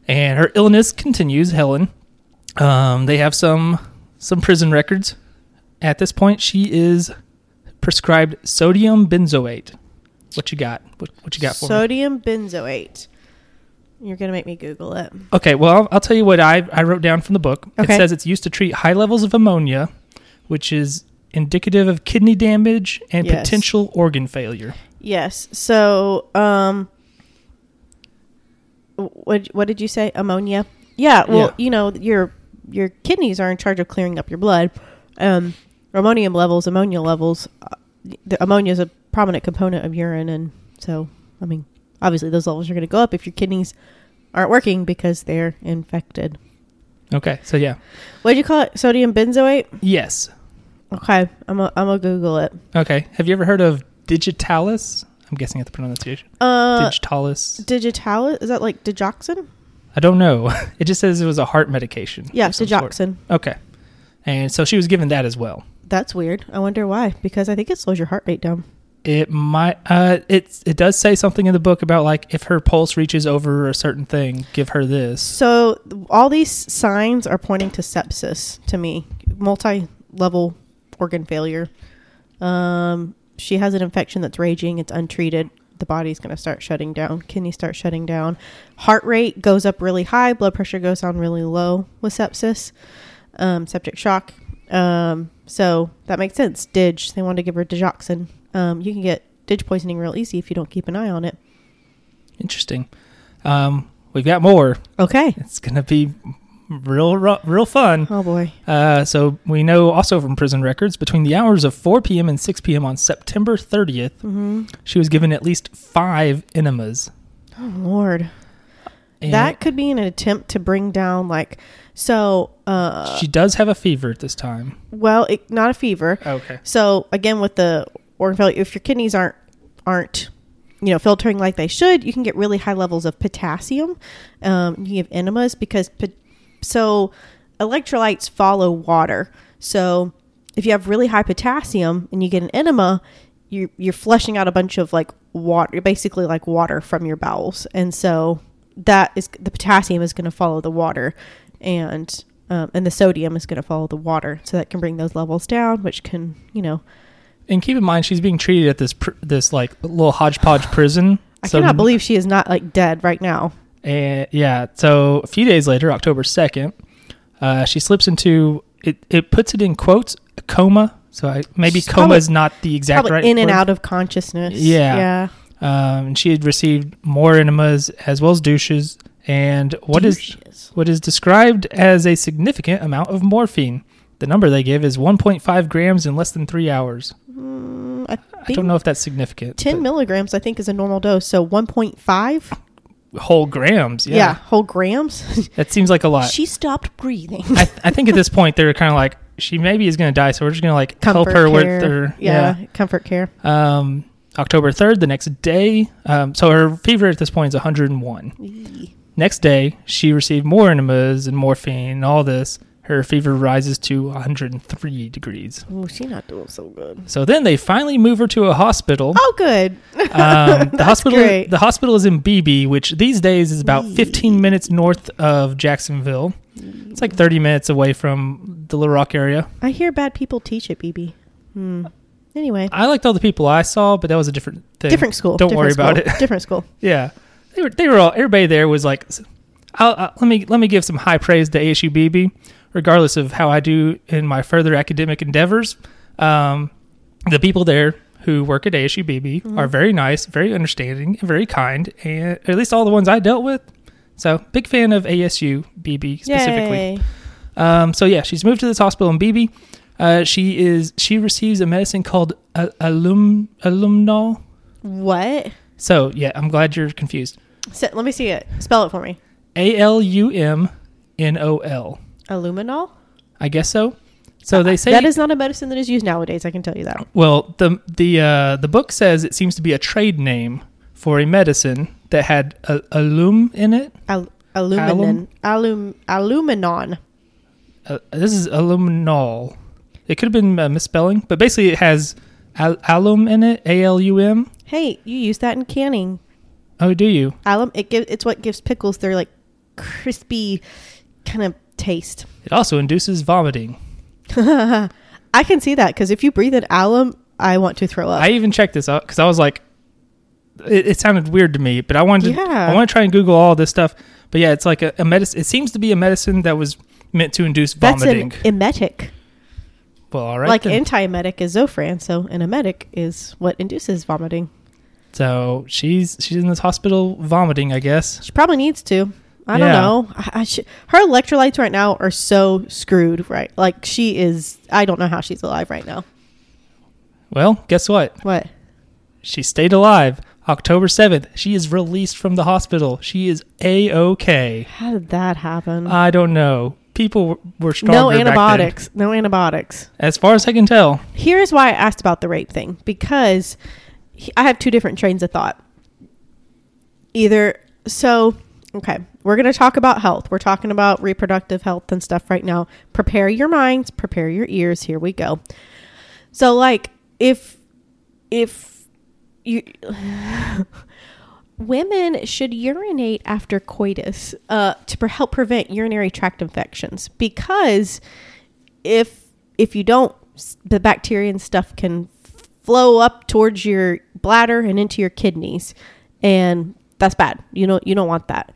Speaker 1: and her illness continues. Helen, um, they have some some prison records. At this point, she is prescribed sodium benzoate. What you got? What, what you got for me?
Speaker 2: Sodium benzoate. You're gonna make me Google it.
Speaker 1: Okay, well, I'll, I'll tell you what I, I wrote down from the book.
Speaker 2: Okay.
Speaker 1: It says it's used to treat high levels of ammonia, which is indicative of kidney damage and
Speaker 2: Yes.
Speaker 1: potential organ failure.
Speaker 2: Yes. So, um, what what did you say? Ammonia. Yeah. Well,
Speaker 1: Yeah.
Speaker 2: you know your your kidneys are in charge of clearing up your blood. Um, ammonium levels, ammonia levels. Uh, the ammonia is a prominent component of urine, and so I mean, obviously those levels are going to go up if your kidneys aren't working because they're infected.
Speaker 1: Okay, so yeah.
Speaker 2: What did you call it? Sodium benzoate.
Speaker 1: Yes.
Speaker 2: Okay, I'm a, I'm gonna Google it.
Speaker 1: Okay, have you ever heard of digitalis? I'm guessing at the pronunciation.
Speaker 2: Uh,
Speaker 1: digitalis.
Speaker 2: digitalis is that like digoxin?
Speaker 1: I don't know. [LAUGHS] It just says it was a heart medication.
Speaker 2: Yeah,
Speaker 1: of some sort.
Speaker 2: digoxin.
Speaker 1: Okay. And so she was given that as well.
Speaker 2: That's weird. I wonder why. Because I think it slows your heart rate down.
Speaker 1: It might uh it's it does say something in the book about like if her pulse reaches over a certain thing, give her this.
Speaker 2: So all these signs are pointing to sepsis to me. Multi-level organ failure. Um, she has an infection that's raging. It's untreated. The body's going to start shutting down. Kidneys start shutting down. Heart rate goes up really high. Blood pressure goes down really low with sepsis. Um, septic shock. Um, so that makes sense. Dig. They wanted to give her digoxin. Um, you can get ditch poisoning real easy if you don't keep an eye on it.
Speaker 1: Interesting. Um, we've got more.
Speaker 2: Okay.
Speaker 1: It's gonna be real, ru- real fun.
Speaker 2: Oh boy.
Speaker 1: Uh, so we know also from prison records, between the hours of 4 p.m. and 6 p.m. on September 30th,
Speaker 2: hmm
Speaker 1: she was given at least five enemas.
Speaker 2: Oh Lord.
Speaker 1: And
Speaker 2: that could be an attempt to bring down like so. Uh,
Speaker 1: she does have a fever at this time.
Speaker 2: well, it, not a fever.
Speaker 1: Okay.
Speaker 2: So again, with the organ failure, if your kidneys aren't aren't you know filtering like they should, you can get really high levels of potassium. Um, you can have enemas because pot- so electrolytes follow water. So if you have really high potassium and you get an enema, you're you're flushing out a bunch of like water, basically like water from your bowels, and so that is the potassium is going to follow the water, and um, and the sodium is going to follow the water, so that can bring those levels down, which can you know
Speaker 1: And keep in mind, she's being treated at this pr- this like little
Speaker 2: [SIGHS]
Speaker 1: hodgepodge prison.
Speaker 2: I cannot believe she is not like dead right now.
Speaker 1: And eh, yeah, so a few days later, October 2nd, uh, she slips into it, it puts it in quotes, a coma. So I, maybe
Speaker 2: She's
Speaker 1: coma
Speaker 2: probably-
Speaker 1: is not the exact
Speaker 2: Probably
Speaker 1: right
Speaker 2: in and
Speaker 1: word.
Speaker 2: out of consciousness.
Speaker 1: Yeah.
Speaker 2: yeah.
Speaker 1: Um, and she had received more enemas as well as douches, and what is
Speaker 2: Douches.
Speaker 1: what is described as a significant amount of morphine. The number they give is 1.5 grams in less than three hours.
Speaker 2: Mm, I, think
Speaker 1: I don't know if that's significant.
Speaker 2: Ten
Speaker 1: but
Speaker 2: milligrams, I think, is a normal dose. So one point five.
Speaker 1: whole grams. Yeah.
Speaker 2: Yeah. whole grams. [LAUGHS]
Speaker 1: that seems like a lot.
Speaker 2: she stopped breathing.
Speaker 1: I, th- I think at this point they're kind of like she maybe is going to die, so we're just going to like [LAUGHS] help her with her.
Speaker 2: yeah, comfort care.
Speaker 1: yeah. Um, October 3rd, the next day. Um, so her fever at this point is 101. Next day, she received more enemas and morphine and all this. Her fever rises to 103 degrees.
Speaker 2: Oh, she not doing so good.
Speaker 1: So then they finally move her to a
Speaker 2: [LAUGHS]
Speaker 1: hospital.
Speaker 2: Oh, good.
Speaker 1: Um, the hospital,
Speaker 2: great.
Speaker 1: the hospital is in Beebe, which these days is about 15 minutes north of Jacksonville. It's like 30 minutes away from the Little Rock area.
Speaker 2: I hear bad people teach it, BB. Hmm. Anyway,
Speaker 1: I liked all the people I saw, but that was a different thing.
Speaker 2: different school.
Speaker 1: Don't
Speaker 2: different
Speaker 1: worry about
Speaker 2: school,
Speaker 1: it. [LAUGHS]
Speaker 2: Different school.
Speaker 1: yeah, they were. They were all. Everybody there was like, s- I'll, i let me let me give some high praise to ASUBB, regardless of how I do in my further academic endeavors. Um, the people there who work at ASUBB
Speaker 2: Mm-hmm.
Speaker 1: are very nice, very understanding, and very kind, and at least all the ones I dealt with. So big fan of ASUBB specifically.
Speaker 2: Yay.
Speaker 1: Um, so yeah, she's moved to this hospital in Beebe. Uh, she is she receives a medicine called a- alum alumnol.
Speaker 2: What?
Speaker 1: So yeah, I'm glad you're confused.
Speaker 2: So, let me see it. Spell it for me.
Speaker 1: A L U M N O L.
Speaker 2: Aluminol.
Speaker 1: I guess so. So they say
Speaker 2: Uh, that is not a medicine that is used nowadays. I can tell you that.
Speaker 1: well the the uh, the book says it seems to be a trade name for a medicine that had a- alum in it.
Speaker 2: Al- aluminin. Alum. Aluminon.
Speaker 1: Uh, this is alumnol. It could have been a misspelling, but basically it has al- alum in it. A L U M.
Speaker 2: Hey, you use that in canning.
Speaker 1: Oh, do you?
Speaker 2: Alum. It gives. It's what gives pickles their like crispy kind of taste. [LAUGHS]
Speaker 1: It also induces vomiting.
Speaker 2: I can see that because if you breathe in alum, I want to throw up.
Speaker 1: I even checked this out because I was like, it, it sounded weird to me, but I wanted to,
Speaker 2: Yeah.
Speaker 1: I want to try and Google all this stuff. But yeah, it's like a, a medicine. It seems to be a medicine that was meant to induce
Speaker 2: That's
Speaker 1: vomiting.
Speaker 2: an emetic.
Speaker 1: well, all right.
Speaker 2: like
Speaker 1: then.
Speaker 2: anti-emetic is Zofran, so an emetic is what induces vomiting.
Speaker 1: so she's she's in this hospital vomiting, I guess.
Speaker 2: She probably needs to. I don't
Speaker 1: Yeah.
Speaker 2: know. I, I should, her electrolytes right now are so screwed. Right, like she is. I don't know how she's alive right now.
Speaker 1: Well, guess what?
Speaker 2: What?
Speaker 1: She stayed alive. October seventh, she is released from the hospital. She is a okay.
Speaker 2: How did that happen?
Speaker 1: I don't know. People w- were Uh, stronger.
Speaker 2: Mm. no
Speaker 1: back then.
Speaker 2: antibiotics. No antibiotics.
Speaker 1: As far as I can tell,
Speaker 2: Here is why I asked about the rape thing because he- I have two different trains of thought. Either so, okay, we're going to talk about health. We're talking about reproductive health and stuff right now. Prepare your minds, prepare your ears. Here we go. So like if if you [SIGHS] women should urinate after coitus uh, to pre- help prevent urinary tract infections because if if you don't s- the bacteria and stuff can f- flow up towards your bladder and into your kidneys and that's bad you don't you don't want that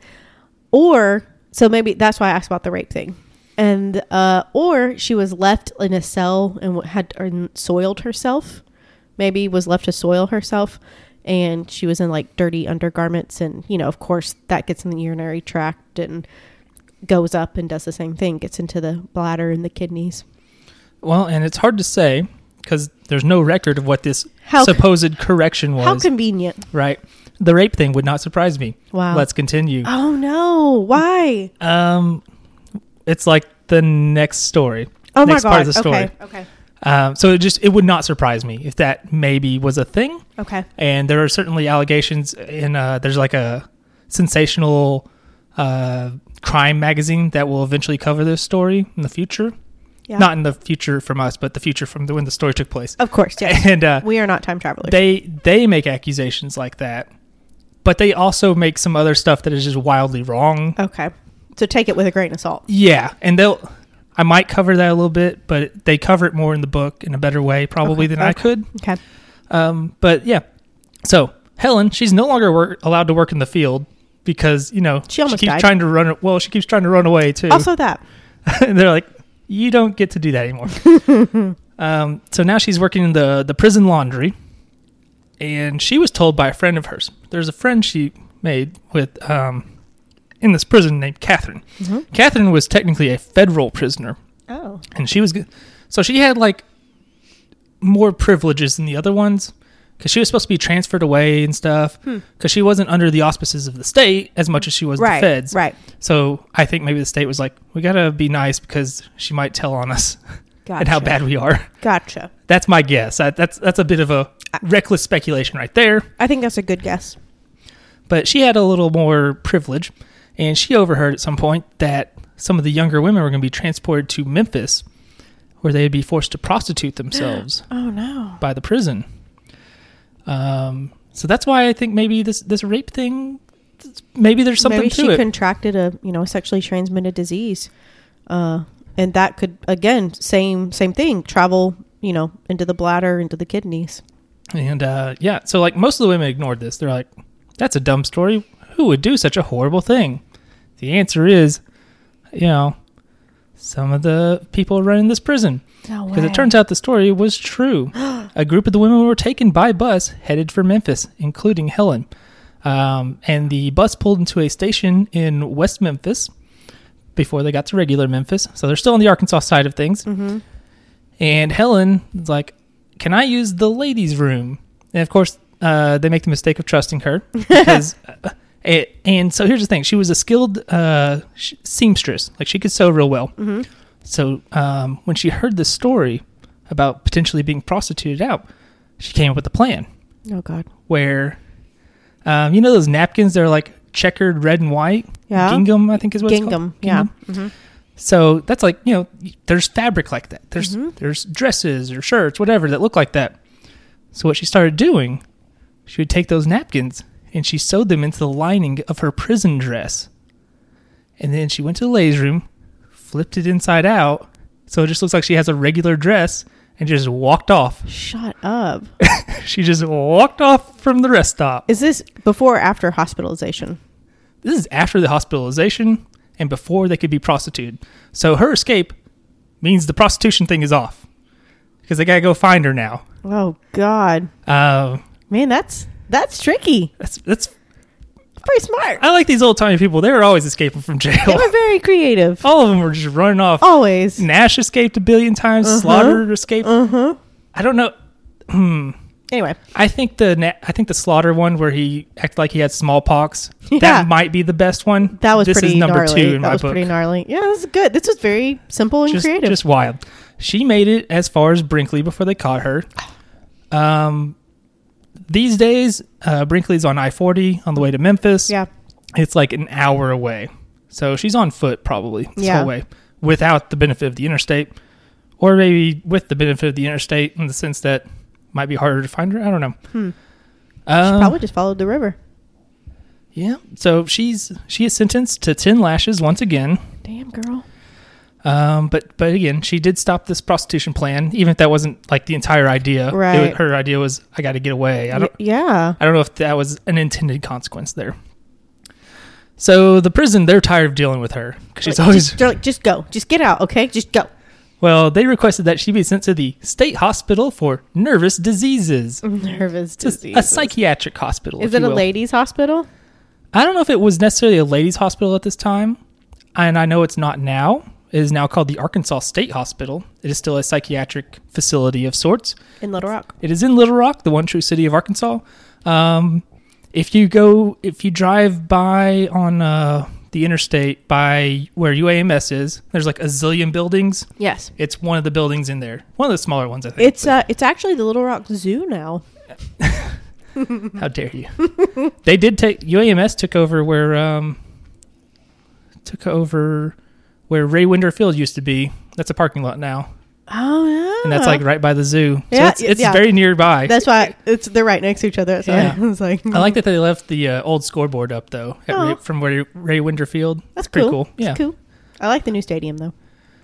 Speaker 2: or so maybe that's why i asked about the rape thing and uh or she was left in a cell and w- had and soiled herself maybe was left to soil herself and she was in like dirty undergarments and you know of course that gets in the urinary tract and goes up and does the same thing gets into the bladder and the kidneys
Speaker 1: Well, and it's hard to say because there's no record of what this
Speaker 2: How-
Speaker 1: supposed correction was.
Speaker 2: how convenient
Speaker 1: right. The rape thing would not surprise me.
Speaker 2: Wow.
Speaker 1: Let's continue.
Speaker 2: oh no why
Speaker 1: Um, it's like the next story.
Speaker 2: oh
Speaker 1: next
Speaker 2: my god
Speaker 1: part of the story.
Speaker 2: okay okay
Speaker 1: Um, so it just it would not surprise me if that maybe was a thing.
Speaker 2: okay
Speaker 1: And there are certainly allegations in uh, there's like a sensational uh, crime magazine that will eventually cover this story in the future.
Speaker 2: yeah
Speaker 1: Not in the future from us, but the future from the, when the story took place. [LAUGHS]
Speaker 2: of course yes
Speaker 1: And uh,
Speaker 2: we are not time travelers
Speaker 1: they they make accusations like that, but they also make some other stuff that is just wildly wrong.
Speaker 2: okay so take it with a grain of salt
Speaker 1: Yeah, and they'll. I might cover that a little bit, but they cover it more in the book in a better way, probably
Speaker 2: Okay,
Speaker 1: than I
Speaker 2: okay.
Speaker 1: could.
Speaker 2: okay
Speaker 1: Um, but yeah, so Helen, she's no longer work, allowed to work in the field because you know
Speaker 2: She almost
Speaker 1: keeps
Speaker 2: died.
Speaker 1: trying to run. Well, she keeps trying to run away too.
Speaker 2: also that
Speaker 1: [LAUGHS] and they're like, you don't get to do that anymore. um, so now she's working in the the prison laundry, and she was told by a friend of hers. There's a friend she made with um, in this prison named Catherine.
Speaker 2: Mhm.
Speaker 1: Catherine was technically a federal prisoner,
Speaker 2: oh
Speaker 1: and she was g- so she had like more privileges than the other ones because she was supposed to be transferred away and stuff
Speaker 2: Hmm.
Speaker 1: because she wasn't under the auspices of the state as much as she was
Speaker 2: right
Speaker 1: the feds.
Speaker 2: right
Speaker 1: So I think maybe the state was like, we gotta be nice because she might tell on us [LAUGHS]
Speaker 2: gotcha
Speaker 1: and how bad we are. [LAUGHS]
Speaker 2: gotcha
Speaker 1: That's my guess. I, that's that's a bit of a reckless speculation right there.
Speaker 2: i think that's a good guess
Speaker 1: But she had a little more privilege, and she overheard at some point that some of the younger women were going to be transported to Memphis, where they'd be forced to
Speaker 2: [GASPS]
Speaker 1: prostitute themselves
Speaker 2: oh no
Speaker 1: by the prison. Um, so that's why I think maybe this this rape thing, maybe there's something
Speaker 2: maybe
Speaker 1: to
Speaker 2: she
Speaker 1: it.
Speaker 2: contracted a you know a sexually transmitted disease uh and that could again same same thing travel you know into the bladder into the kidneys
Speaker 1: And uh, yeah, so like most of the women ignored this. They're like, "That's a dumb story. Who would do such a horrible thing?" The answer is, you know, some of the people running this prison.
Speaker 2: no
Speaker 1: Because it turns out the story was true. a group of the women were taken by bus headed for Memphis, including Helen. Um, and the bus pulled into a station in West Memphis before they got to regular Memphis. So they're still on the Arkansas side of things.
Speaker 2: Mhm.
Speaker 1: And Helen is like, Can I use the ladies' room? And of course, uh, they make the mistake of trusting
Speaker 2: [LAUGHS]
Speaker 1: her. Because, uh, it, and so here's the thing she was a skilled uh, sh- seamstress, like, she could sew real well.
Speaker 2: Mm-hmm.
Speaker 1: So um, when she heard this story about potentially being prostituted out, she came up with a plan
Speaker 2: oh god
Speaker 1: where, um, you know, those napkins they're like checkered red and white.
Speaker 2: Yeah.
Speaker 1: gingham I think is what it's
Speaker 2: gingham
Speaker 1: called.
Speaker 2: yeah hmm
Speaker 1: So that's like you know, there's fabric like that. There's
Speaker 2: Mhm.
Speaker 1: there's dresses or shirts, whatever that look like that. So what she started doing, she would take those napkins and she sewed them into the lining of her prison dress, and then she went to the ladies' room, flipped it inside out, so it just looks like she has a regular dress, and just walked off. [LAUGHS]
Speaker 2: shut up
Speaker 1: she just walked off from the rest stop.
Speaker 2: is this before or after hospitalization
Speaker 1: This is after the hospitalization and before they could be prostituted. So her escape means the prostitution thing is off because they gotta go find her now.
Speaker 2: oh god
Speaker 1: Um,
Speaker 2: man that's that's tricky
Speaker 1: that's that's.
Speaker 2: It's pretty smart
Speaker 1: I like these old timey people. They were always escaping from
Speaker 2: they
Speaker 1: jail.
Speaker 2: were very
Speaker 1: [LAUGHS]
Speaker 2: creative
Speaker 1: All of them were just running off.
Speaker 2: always
Speaker 1: Nash escaped a billion times.
Speaker 2: Oh. Uh-huh.
Speaker 1: Slaughter escaped.
Speaker 2: uh-huh
Speaker 1: I don't know. Hmm.
Speaker 2: anyway
Speaker 1: I think the Na- I think the slaughter one where he acted like he had smallpox.
Speaker 2: [LAUGHS] Yeah.
Speaker 1: That might be the best one.
Speaker 2: that was
Speaker 1: this
Speaker 2: pretty
Speaker 1: is number
Speaker 2: gnarly
Speaker 1: two in
Speaker 2: that
Speaker 1: my
Speaker 2: was
Speaker 1: book.
Speaker 2: pretty gnarly yeah this is good this was very simple and
Speaker 1: just,
Speaker 2: creative
Speaker 1: just wild. She made it as far as Brinkley before they caught her. Um, these days, uh, Brinkley's on I forty on the way to Memphis.
Speaker 2: yeah
Speaker 1: it's like an hour away, so she's on foot probably this
Speaker 2: Yeah.
Speaker 1: whole way without the benefit of the interstate, or maybe with the benefit of the interstate in the sense that it might be harder to find her. I don't know.
Speaker 2: hmm.
Speaker 1: Um,
Speaker 2: Probably just followed the river.
Speaker 1: yeah. So she's she is sentenced to ten lashes once again.
Speaker 2: Damn girl.
Speaker 1: Um, but but again, she did stop this prostitution plan, even if that wasn't like the entire idea. It was-
Speaker 2: Right.
Speaker 1: her idea was, I got to get away. I don't.
Speaker 2: Y- yeah.
Speaker 1: I don't know if that was an intended consequence there. So the prison, they're tired of dealing with her because she's
Speaker 2: Like,
Speaker 1: always [LAUGHS]
Speaker 2: just, they're like, just go, just get out, okay? Just go.
Speaker 1: Well, they requested that she be sent to the state hospital for nervous diseases,
Speaker 2: Nervous
Speaker 1: It's
Speaker 2: disease.
Speaker 1: a psychiatric hospital.
Speaker 2: Is
Speaker 1: if
Speaker 2: it
Speaker 1: you
Speaker 2: a
Speaker 1: will.
Speaker 2: ladies' hospital?
Speaker 1: I don't know if it was necessarily a ladies' hospital at this time, and I know it's not now. It is now called the Arkansas State Hospital. It is still a psychiatric facility of sorts.
Speaker 2: In Little Rock.
Speaker 1: It is in Little Rock, the one true city of Arkansas. Um, if you go, if you drive by on uh, the interstate by where UAMS is, there's like a zillion buildings.
Speaker 2: Yes.
Speaker 1: It's one of the buildings in there, one of the smaller ones, I think.
Speaker 2: It's uh it's actually the Little Rock Zoo now.
Speaker 1: How dare you? [LAUGHS] they did take UAMS took over where um took over where Ray Winder Field used to be. That's a parking lot now,
Speaker 2: Oh yeah.
Speaker 1: and that's like right by the zoo. So
Speaker 2: Yeah,
Speaker 1: it's, it's
Speaker 2: yeah.
Speaker 1: very nearby.
Speaker 2: That's why it's they're right next to each other. That's [LAUGHS] why
Speaker 1: Yeah.
Speaker 2: I was like,
Speaker 1: I like that they left the uh, old scoreboard up though at
Speaker 2: Aw.
Speaker 1: Ray, from where Ray Winder Field.
Speaker 2: Oh. that's
Speaker 1: It's pretty
Speaker 2: cool.
Speaker 1: cool. Yeah.
Speaker 2: It's cool. I like the new stadium though.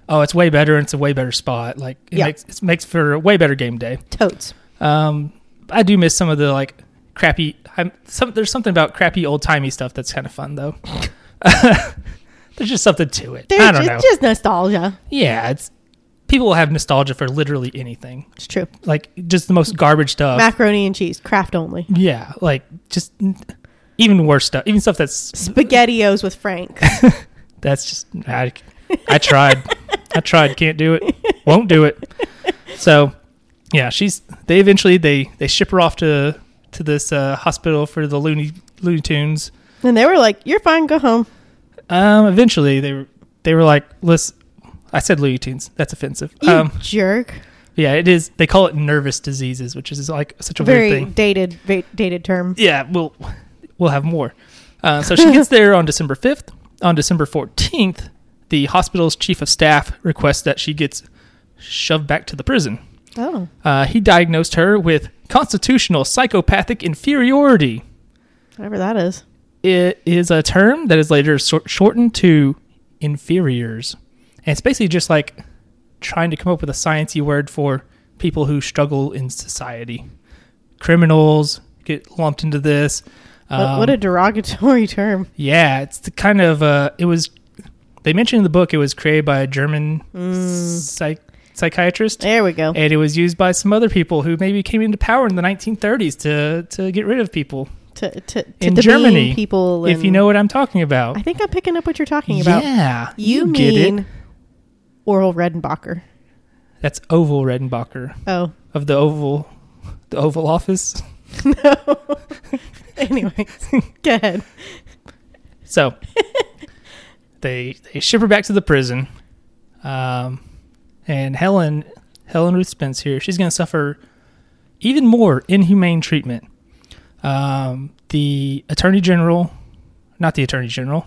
Speaker 1: Oh, it's way better. and It's a way better spot. Like it
Speaker 2: Yeah.
Speaker 1: makes it makes for a way better game day.
Speaker 2: Totes.
Speaker 1: Um, I do miss some of the like crappy. I'm, some there's something about crappy old timey stuff that's kind of fun though. [LAUGHS] there's just something to it.
Speaker 2: They're
Speaker 1: I don't
Speaker 2: just,
Speaker 1: know.
Speaker 2: just nostalgia.
Speaker 1: yeah, it's people will have nostalgia for literally anything,
Speaker 2: It's true.
Speaker 1: like just the most garbage stuff.
Speaker 2: Macaroni and cheese, craft only.
Speaker 1: yeah, like just n- even worse stuff, even stuff that's
Speaker 2: Spaghettios with Frank.
Speaker 1: that's just I, I tried, [LAUGHS] I tried, can't do it, won't do it. So yeah, she's they eventually they they ship her off to to this uh, hospital for the Looney Looney Tunes.
Speaker 2: [LAUGHS] and they were like, You're fine, go home.
Speaker 1: Um, eventually they were they were like, listen, I said Looney Tunes. That's offensive.
Speaker 2: You
Speaker 1: Um,
Speaker 2: jerk.
Speaker 1: yeah, it is. They call it nervous diseases, which is like such a
Speaker 2: Very
Speaker 1: weird thing.
Speaker 2: dated very dated term.
Speaker 1: Yeah, we'll we'll have more. Uh, so she gets there on December fifth. On December fourteenth, the hospital's chief of staff requests that she gets shoved back to the prison.
Speaker 2: Oh.
Speaker 1: Uh, he diagnosed her with constitutional psychopathic inferiority.
Speaker 2: Whatever that is.
Speaker 1: It is a term that is later sor- shortened to inferiors. And it's basically just like trying to come up with a sciencey word for people who struggle in society. Criminals get lumped into this.
Speaker 2: what,
Speaker 1: Um,
Speaker 2: what a derogatory [LAUGHS] term.
Speaker 1: yeah, it's the kind of uh, it was. They mentioned in the book it was created by a German
Speaker 2: Mm.
Speaker 1: psych- psychiatrist,
Speaker 2: There we go.
Speaker 1: and it was used by some other people who maybe came into power in the 1930s to to get rid of people
Speaker 2: to to, to
Speaker 1: in
Speaker 2: demean
Speaker 1: Germany.
Speaker 2: people.
Speaker 1: if you
Speaker 2: and-
Speaker 1: know what I'm talking about.
Speaker 2: I think I'm picking up what you're talking about.
Speaker 1: Oh. Yeah,
Speaker 2: You,
Speaker 1: get it.
Speaker 2: mean Oral Redenbacher?
Speaker 1: That's Oval Redenbacher
Speaker 2: Oh [LAUGHS]
Speaker 1: of the Oval, the Oval Office.
Speaker 2: no. [LAUGHS] anyway, [LAUGHS] go ahead. [LAUGHS]
Speaker 1: So they they ship her back to the prison, um, and Helen Helen Ruth Spence here. She's going to suffer even more inhumane treatment. Um, the Attorney General, not the Attorney General.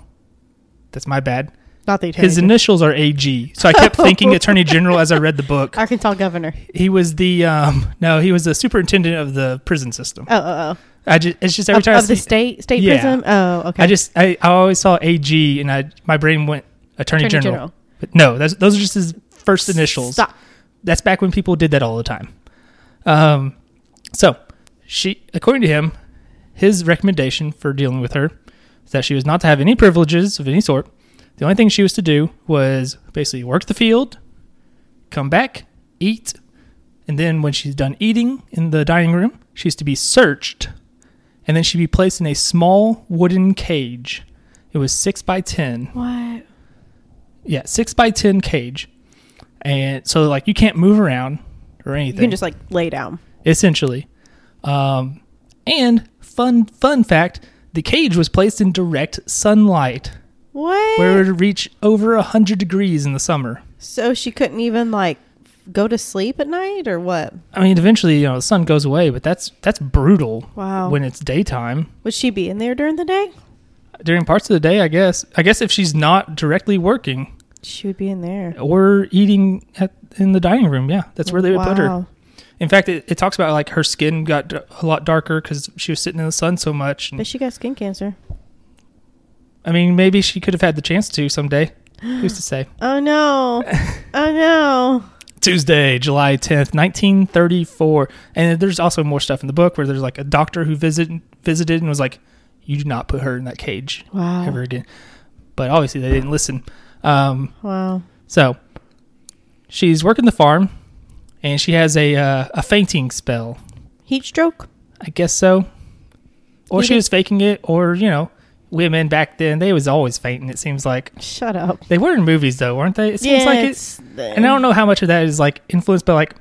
Speaker 1: That's my bad.
Speaker 2: Not the attorney.
Speaker 1: His initials are AG, so I kept
Speaker 2: [LAUGHS]
Speaker 1: thinking Attorney General as I read the book.
Speaker 2: Arkansas governor.
Speaker 1: He was the um, no, he was the superintendent of the prison system.
Speaker 2: Oh, oh,
Speaker 1: I just it's just
Speaker 2: oh.
Speaker 1: every
Speaker 2: Of,
Speaker 1: time I
Speaker 2: of the
Speaker 1: see-
Speaker 2: state state
Speaker 1: Yeah.
Speaker 2: prison. Oh, okay.
Speaker 1: I just I, I always saw AG and I my brain went Attorney,
Speaker 2: Attorney
Speaker 1: General.
Speaker 2: General.
Speaker 1: But no, those those are just his first initials.
Speaker 2: Stop.
Speaker 1: That's back when people did that all the time. Um, so she, according to him, his recommendation for dealing with her is that she was not to have any privileges of any sort. The only thing she was to do was basically work the field, come back, eat, and then when she's done eating in the dining room, she's to be searched, and then she'd be placed in a small wooden cage. It was six by ten.
Speaker 2: What?
Speaker 1: Yeah, six by ten cage, and so like you can't move around or anything.
Speaker 2: You can just like lay down.
Speaker 1: essentially. Um, and fun fun fact: the cage was placed in direct sunlight,
Speaker 2: What?
Speaker 1: where it would reach over hundred degrees in the summer.
Speaker 2: so she couldn't even like go to sleep at night or what?
Speaker 1: I mean, eventually, you know, the sun goes away, but that's that's brutal.
Speaker 2: Wow.
Speaker 1: When it's daytime,
Speaker 2: Would she be in there during the day?
Speaker 1: during parts of the day, I guess. I guess if she's not directly working
Speaker 2: She would be in there.
Speaker 1: or eating at in the dining room, yeah, that's where they would put her.
Speaker 2: Wow.
Speaker 1: In fact, it, it talks about like her skin got d- a lot darker because she was sitting in the sun so much. And,
Speaker 2: But she got skin cancer.
Speaker 1: I mean, maybe she could have had the chance to someday. Who's to say? [LAUGHS]
Speaker 2: Oh no. oh no.
Speaker 1: [GASPS] Tuesday, July 10th, 1934. And there's also more stuff in the book where there's like a doctor who visit, visited and was like, You do not put her in that cage
Speaker 2: Wow.
Speaker 1: ever again. But obviously, they didn't listen. Um,
Speaker 2: Wow.
Speaker 1: so She's working the farm, and she has a uh, a fainting spell.
Speaker 2: Heat stroke.
Speaker 1: I guess so. Or
Speaker 2: You
Speaker 1: she
Speaker 2: think-
Speaker 1: was faking it, or you know, women back then they was always fainting. It seems like
Speaker 2: Shut up.
Speaker 1: they were in movies though, weren't they? It seems like it's.
Speaker 2: the-
Speaker 1: And I don't know how much of that is like influenced by like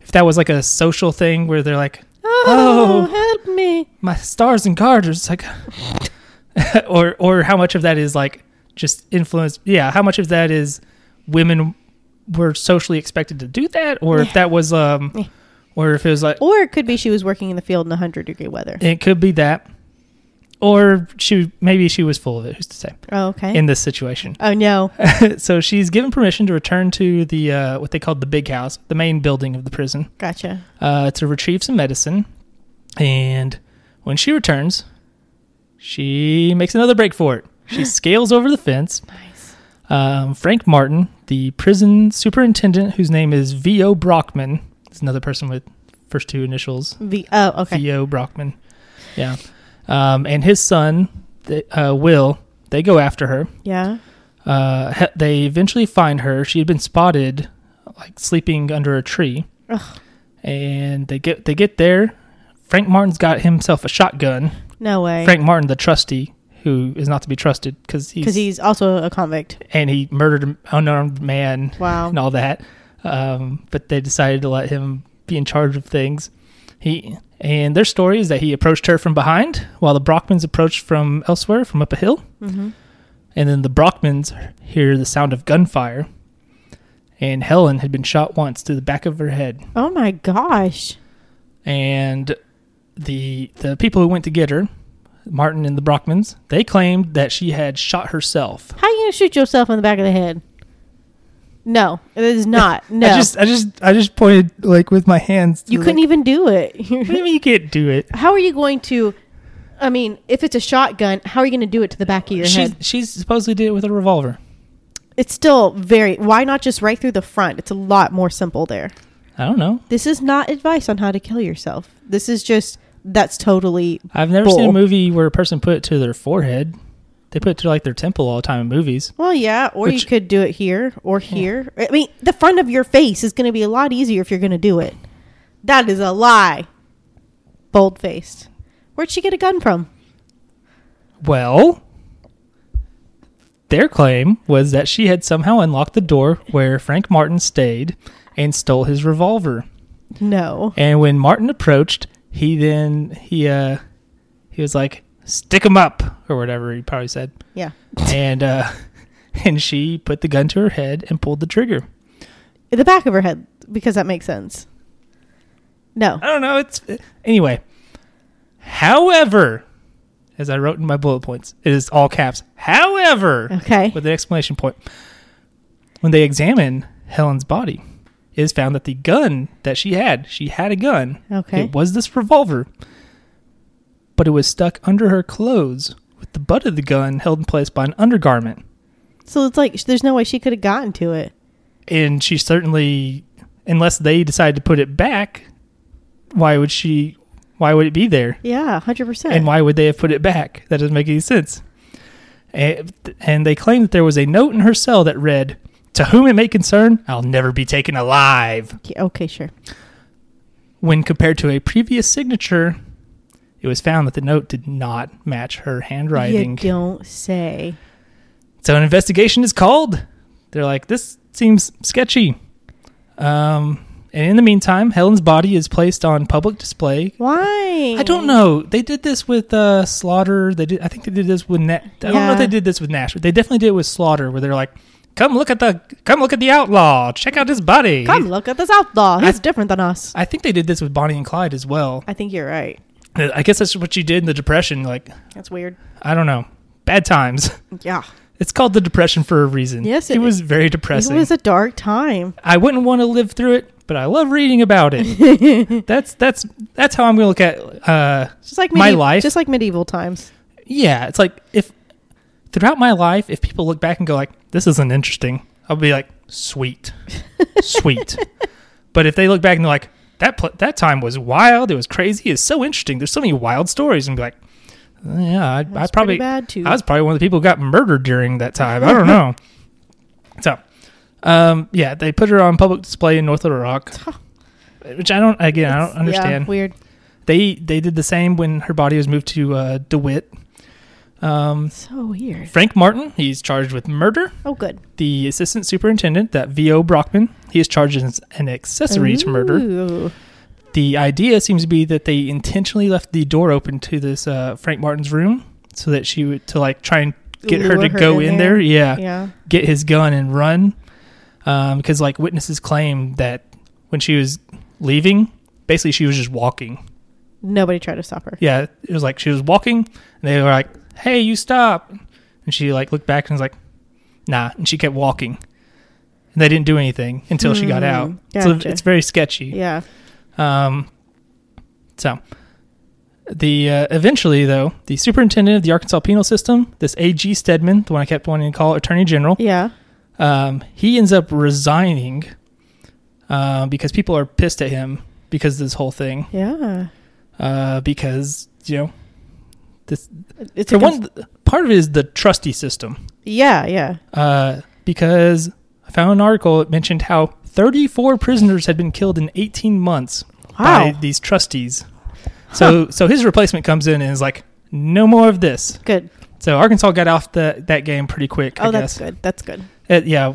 Speaker 1: if that was like a social thing where they're like
Speaker 2: Oh,
Speaker 1: Oh.
Speaker 2: help me.
Speaker 1: my stars and garters it's like [LAUGHS] or or how much of that is like just influence yeah how much of that is women were socially expected to do that or
Speaker 2: Yeah.
Speaker 1: if that was um
Speaker 2: Yeah.
Speaker 1: or if it was like
Speaker 2: Or it could be she was working in the field in 100 degree weather.
Speaker 1: it could be that or she maybe she was full of it who's to say
Speaker 2: Oh, okay.
Speaker 1: in this situation [LAUGHS]
Speaker 2: oh, no.
Speaker 1: so she's given permission to return to the uh, what they called the big house the main building of the prison
Speaker 2: Gotcha.
Speaker 1: uh, to retrieve some medicine. And when she returns, she makes another break for it. She scales over the fence.
Speaker 2: Nice.
Speaker 1: Um, Frank Martin, the prison superintendent, whose name is V.O. Brockman, is another person with first two initials,
Speaker 2: The, oh, okay.
Speaker 1: V.O. Brockman. Yeah. Um, and his son, th- uh, Will, they go after her.
Speaker 2: Yeah.
Speaker 1: Uh, he- they eventually find her. She had been spotted, like sleeping under a tree.
Speaker 2: Ugh.
Speaker 1: And they get they get there. Frank Martin's got himself a shotgun.
Speaker 2: No way.
Speaker 1: Frank Martin, the trustee, who is not to be trusted because he's,
Speaker 2: Because he's also a convict.
Speaker 1: and he murdered an unarmed man
Speaker 2: Wow.
Speaker 1: and all that. Um, but they decided to let him be in charge of things. He and their story is that he approached her from behind, while the Brockmans approached from elsewhere, from up a hill.
Speaker 2: Mhm.
Speaker 1: And then the Brockmans hear the sound of gunfire. And Helen had been shot once through the back of her head.
Speaker 2: Oh, my gosh.
Speaker 1: And the the people who went to get her, Martin and the Brockmans, they claimed that she had shot herself.
Speaker 2: How you going to shoot yourself in the back of the head? No, it is not.
Speaker 1: [LAUGHS]
Speaker 2: No.
Speaker 1: I just I just I just pointed like with my hands.
Speaker 2: you couldn't even do it. [LAUGHS]
Speaker 1: What do you mean you can't do it?
Speaker 2: how are you going to i mean if it's a shotgun how are you going to do it to the back of your
Speaker 1: She's,
Speaker 2: head
Speaker 1: she's supposedly did it with a revolver.
Speaker 2: it's still very why not just right through the front it's a lot more simple there
Speaker 1: I don't know.
Speaker 2: this is not advice on how to kill yourself this is just that's totally
Speaker 1: I've never seen a
Speaker 2: Bull.
Speaker 1: movie where a person put it to their forehead. They put it to like their temple all the time in movies.
Speaker 2: well yeah or you
Speaker 1: Which-
Speaker 2: could do it here or here i mean the front of your face is going to be a lot easier if you're going to do it that is a lie bold faced where'd she get a gun from
Speaker 1: Well, their claim was that she had somehow unlocked the door where Frank Martin stayed and stole his revolver.
Speaker 2: no
Speaker 1: And when Martin approached, he then he uh he was like, "Stick him up" or whatever he probably said.
Speaker 2: yeah
Speaker 1: And uh [LAUGHS] and she put the gun to her head and pulled the trigger.
Speaker 2: the back of her head because that makes sense no
Speaker 1: I don't know. It's anyway. However, as I wrote in my bullet points, it is all caps. However,
Speaker 2: Okay.
Speaker 1: with an exclamation point. When they examine Helen's body, it is found that the gun that she had, she had a gun.
Speaker 2: Okay.
Speaker 1: It was this revolver, but it was stuck under her clothes with the butt of the gun held in place by an undergarment.
Speaker 2: So it's like sh- there's no way she could have gotten to it.
Speaker 1: and she certainly unless they decide to put it back why would she why would it be there
Speaker 2: Yeah, hundred percent.
Speaker 1: and why would they have put it back that doesn't make any sense and, and they claim that there was a note in her cell that read to whom it may concern i'll never be taken alive
Speaker 2: Okay, okay, sure.
Speaker 1: when compared to a previous signature it was found that the note did not match her handwriting
Speaker 2: You don't say.
Speaker 1: So an investigation is called. They're like, this seems sketchy. Um, and in the meantime, Helen's body is placed on public display.
Speaker 2: Why?
Speaker 1: I don't know. They did this with uh, Slaughter. They did. I think they did this with Nat. I don't know
Speaker 2: Yeah.
Speaker 1: if they did this with Nash, but they definitely did it with Slaughter, where they're like, "Come look at the, come look at the outlaw. Check out his body."
Speaker 2: Come look at this outlaw. He's
Speaker 1: I-
Speaker 2: different than us.
Speaker 1: I think they did this with Bonnie and Clyde as well. Uh,
Speaker 2: I think you're right.
Speaker 1: I guess that's what you did in the Depression. Like,
Speaker 2: That's weird.
Speaker 1: I don't know, bad times. [LAUGHS]
Speaker 2: Yeah,
Speaker 1: It's called the Depression for a reason.
Speaker 2: Yes,
Speaker 1: it,
Speaker 2: it-
Speaker 1: was very
Speaker 2: it
Speaker 1: depressing.
Speaker 2: was a dark time.
Speaker 1: I wouldn't want to live through it, but I love reading about it.
Speaker 2: [LAUGHS]
Speaker 1: that's that's that's how I'm gonna look at. Uh,
Speaker 2: Just like
Speaker 1: My
Speaker 2: mediev-
Speaker 1: life?
Speaker 2: Just like medieval times.
Speaker 1: yeah, it's like if throughout my life, if people look back and go like, "This isn't interesting," I'll be like, "Sweet, sweet."
Speaker 2: [LAUGHS]
Speaker 1: But if they look back and they're like, "That pl- that time was wild. It was crazy. It's so interesting. There's so many wild stories," and be like, "Uh, "Yeah, I, I
Speaker 2: pretty
Speaker 1: probably
Speaker 2: [LAUGHS] bad, too." [LAUGHS]
Speaker 1: I was probably one of the people who got murdered during that time. I don't know." so Um, yeah, they put her on public display in North Little Rock, which I don't. Again, I don't
Speaker 2: Yeah,
Speaker 1: understand.
Speaker 2: weird.
Speaker 1: they they did the same when her body was moved to uh, Dewitt. Um,
Speaker 2: So weird.
Speaker 1: Frank Martin, he's charged with murder.
Speaker 2: Oh, good.
Speaker 1: The assistant superintendent, that V.O. Brockman, he is charged as an accessory to murder.
Speaker 2: Ooh.
Speaker 1: The idea seems to be that they intentionally left the door open to this uh, Frank Martin's room so that she would to like try and get her to
Speaker 2: Lure her
Speaker 1: go
Speaker 2: in
Speaker 1: in
Speaker 2: there?
Speaker 1: there. Yeah
Speaker 2: Yeah.
Speaker 1: get his gun and run um, because like witnesses claim that when she was leaving basically she was just walking
Speaker 2: Nobody tried to stop her.
Speaker 1: yeah it was like she was walking and they were like hey you stop and she like looked back and was like nah and she kept walking and they didn't do anything until she got
Speaker 2: Hmm,
Speaker 1: out so
Speaker 2: gotcha.
Speaker 1: it's very sketchy
Speaker 2: Yeah.
Speaker 1: um, so the uh, eventually though the superintendent of the arkansas penal system this ag stedman the one i kept wanting to call attorney general
Speaker 2: Yeah.
Speaker 1: um, he ends up resigning uh, because people are pissed at him because of this whole thing.
Speaker 2: Yeah.
Speaker 1: Uh, because you know, this
Speaker 2: It's
Speaker 1: for
Speaker 2: a cons-
Speaker 1: one part of it is the trustee system.
Speaker 2: Yeah. Yeah.
Speaker 1: Uh, because I found an article that mentioned how 34 prisoners had been killed in 18 months
Speaker 2: Wow.
Speaker 1: by these trustees. So so his replacement comes in and is like, no more of this.
Speaker 2: Good.
Speaker 1: So Arkansas got off the that game pretty quick.
Speaker 2: Oh,
Speaker 1: I
Speaker 2: that's
Speaker 1: guess.
Speaker 2: good. That's good.
Speaker 1: Uh, yeah.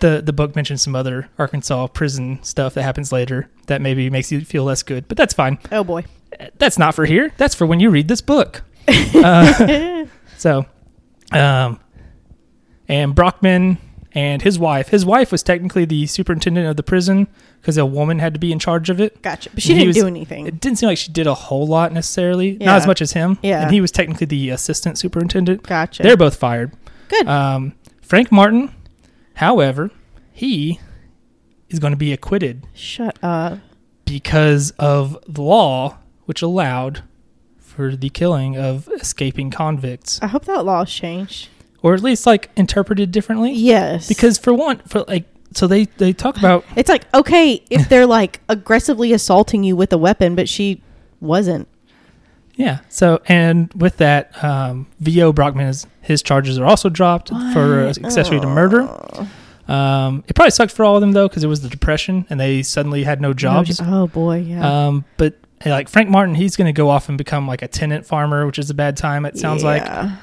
Speaker 1: The the book mentions some other Arkansas prison stuff that happens later that maybe makes you feel less good, but that's fine.
Speaker 2: Oh
Speaker 1: [LAUGHS]
Speaker 2: boy. [LAUGHS]
Speaker 1: Uh, That's not for here. That's for when you read this book. Uh, so, um, and Brockman and his wife. His wife was technically the superintendent of the prison because a woman had to be in charge of it.
Speaker 2: Gotcha. But she
Speaker 1: He
Speaker 2: didn't
Speaker 1: was-
Speaker 2: do anything.
Speaker 1: It didn't seem like she did a whole lot necessarily,
Speaker 2: Yeah.
Speaker 1: not as much as him.
Speaker 2: Yeah.
Speaker 1: and he was technically the assistant superintendent.
Speaker 2: Gotcha.
Speaker 1: They're both fired.
Speaker 2: Good.
Speaker 1: Um, Frank Martin, however, he is going to be acquitted
Speaker 2: Shut up.
Speaker 1: because of the law which allowed for the killing of escaping convicts,
Speaker 2: I hope that law's changed.
Speaker 1: or at least like interpreted differently.
Speaker 2: Yes.
Speaker 1: Because for one, for like, so they they talk
Speaker 2: [LAUGHS]
Speaker 1: about
Speaker 2: it's like, okay,
Speaker 1: [LAUGHS]
Speaker 2: if they're like aggressively assaulting you with a weapon, but she wasn't.
Speaker 1: yeah. So and with that, um, V.O. Brockman is his charges are also dropped for
Speaker 2: What?
Speaker 1: accessory to murder.
Speaker 2: Oh.
Speaker 1: Um, it probably sucked for all of them though because it was the depression and they suddenly had no jobs.
Speaker 2: No jo- oh boy, yeah.
Speaker 1: Um, but hey, like Frank Martin, he's going to go off and become like a tenant farmer, which is a bad time. It sounds like.
Speaker 2: Yeah.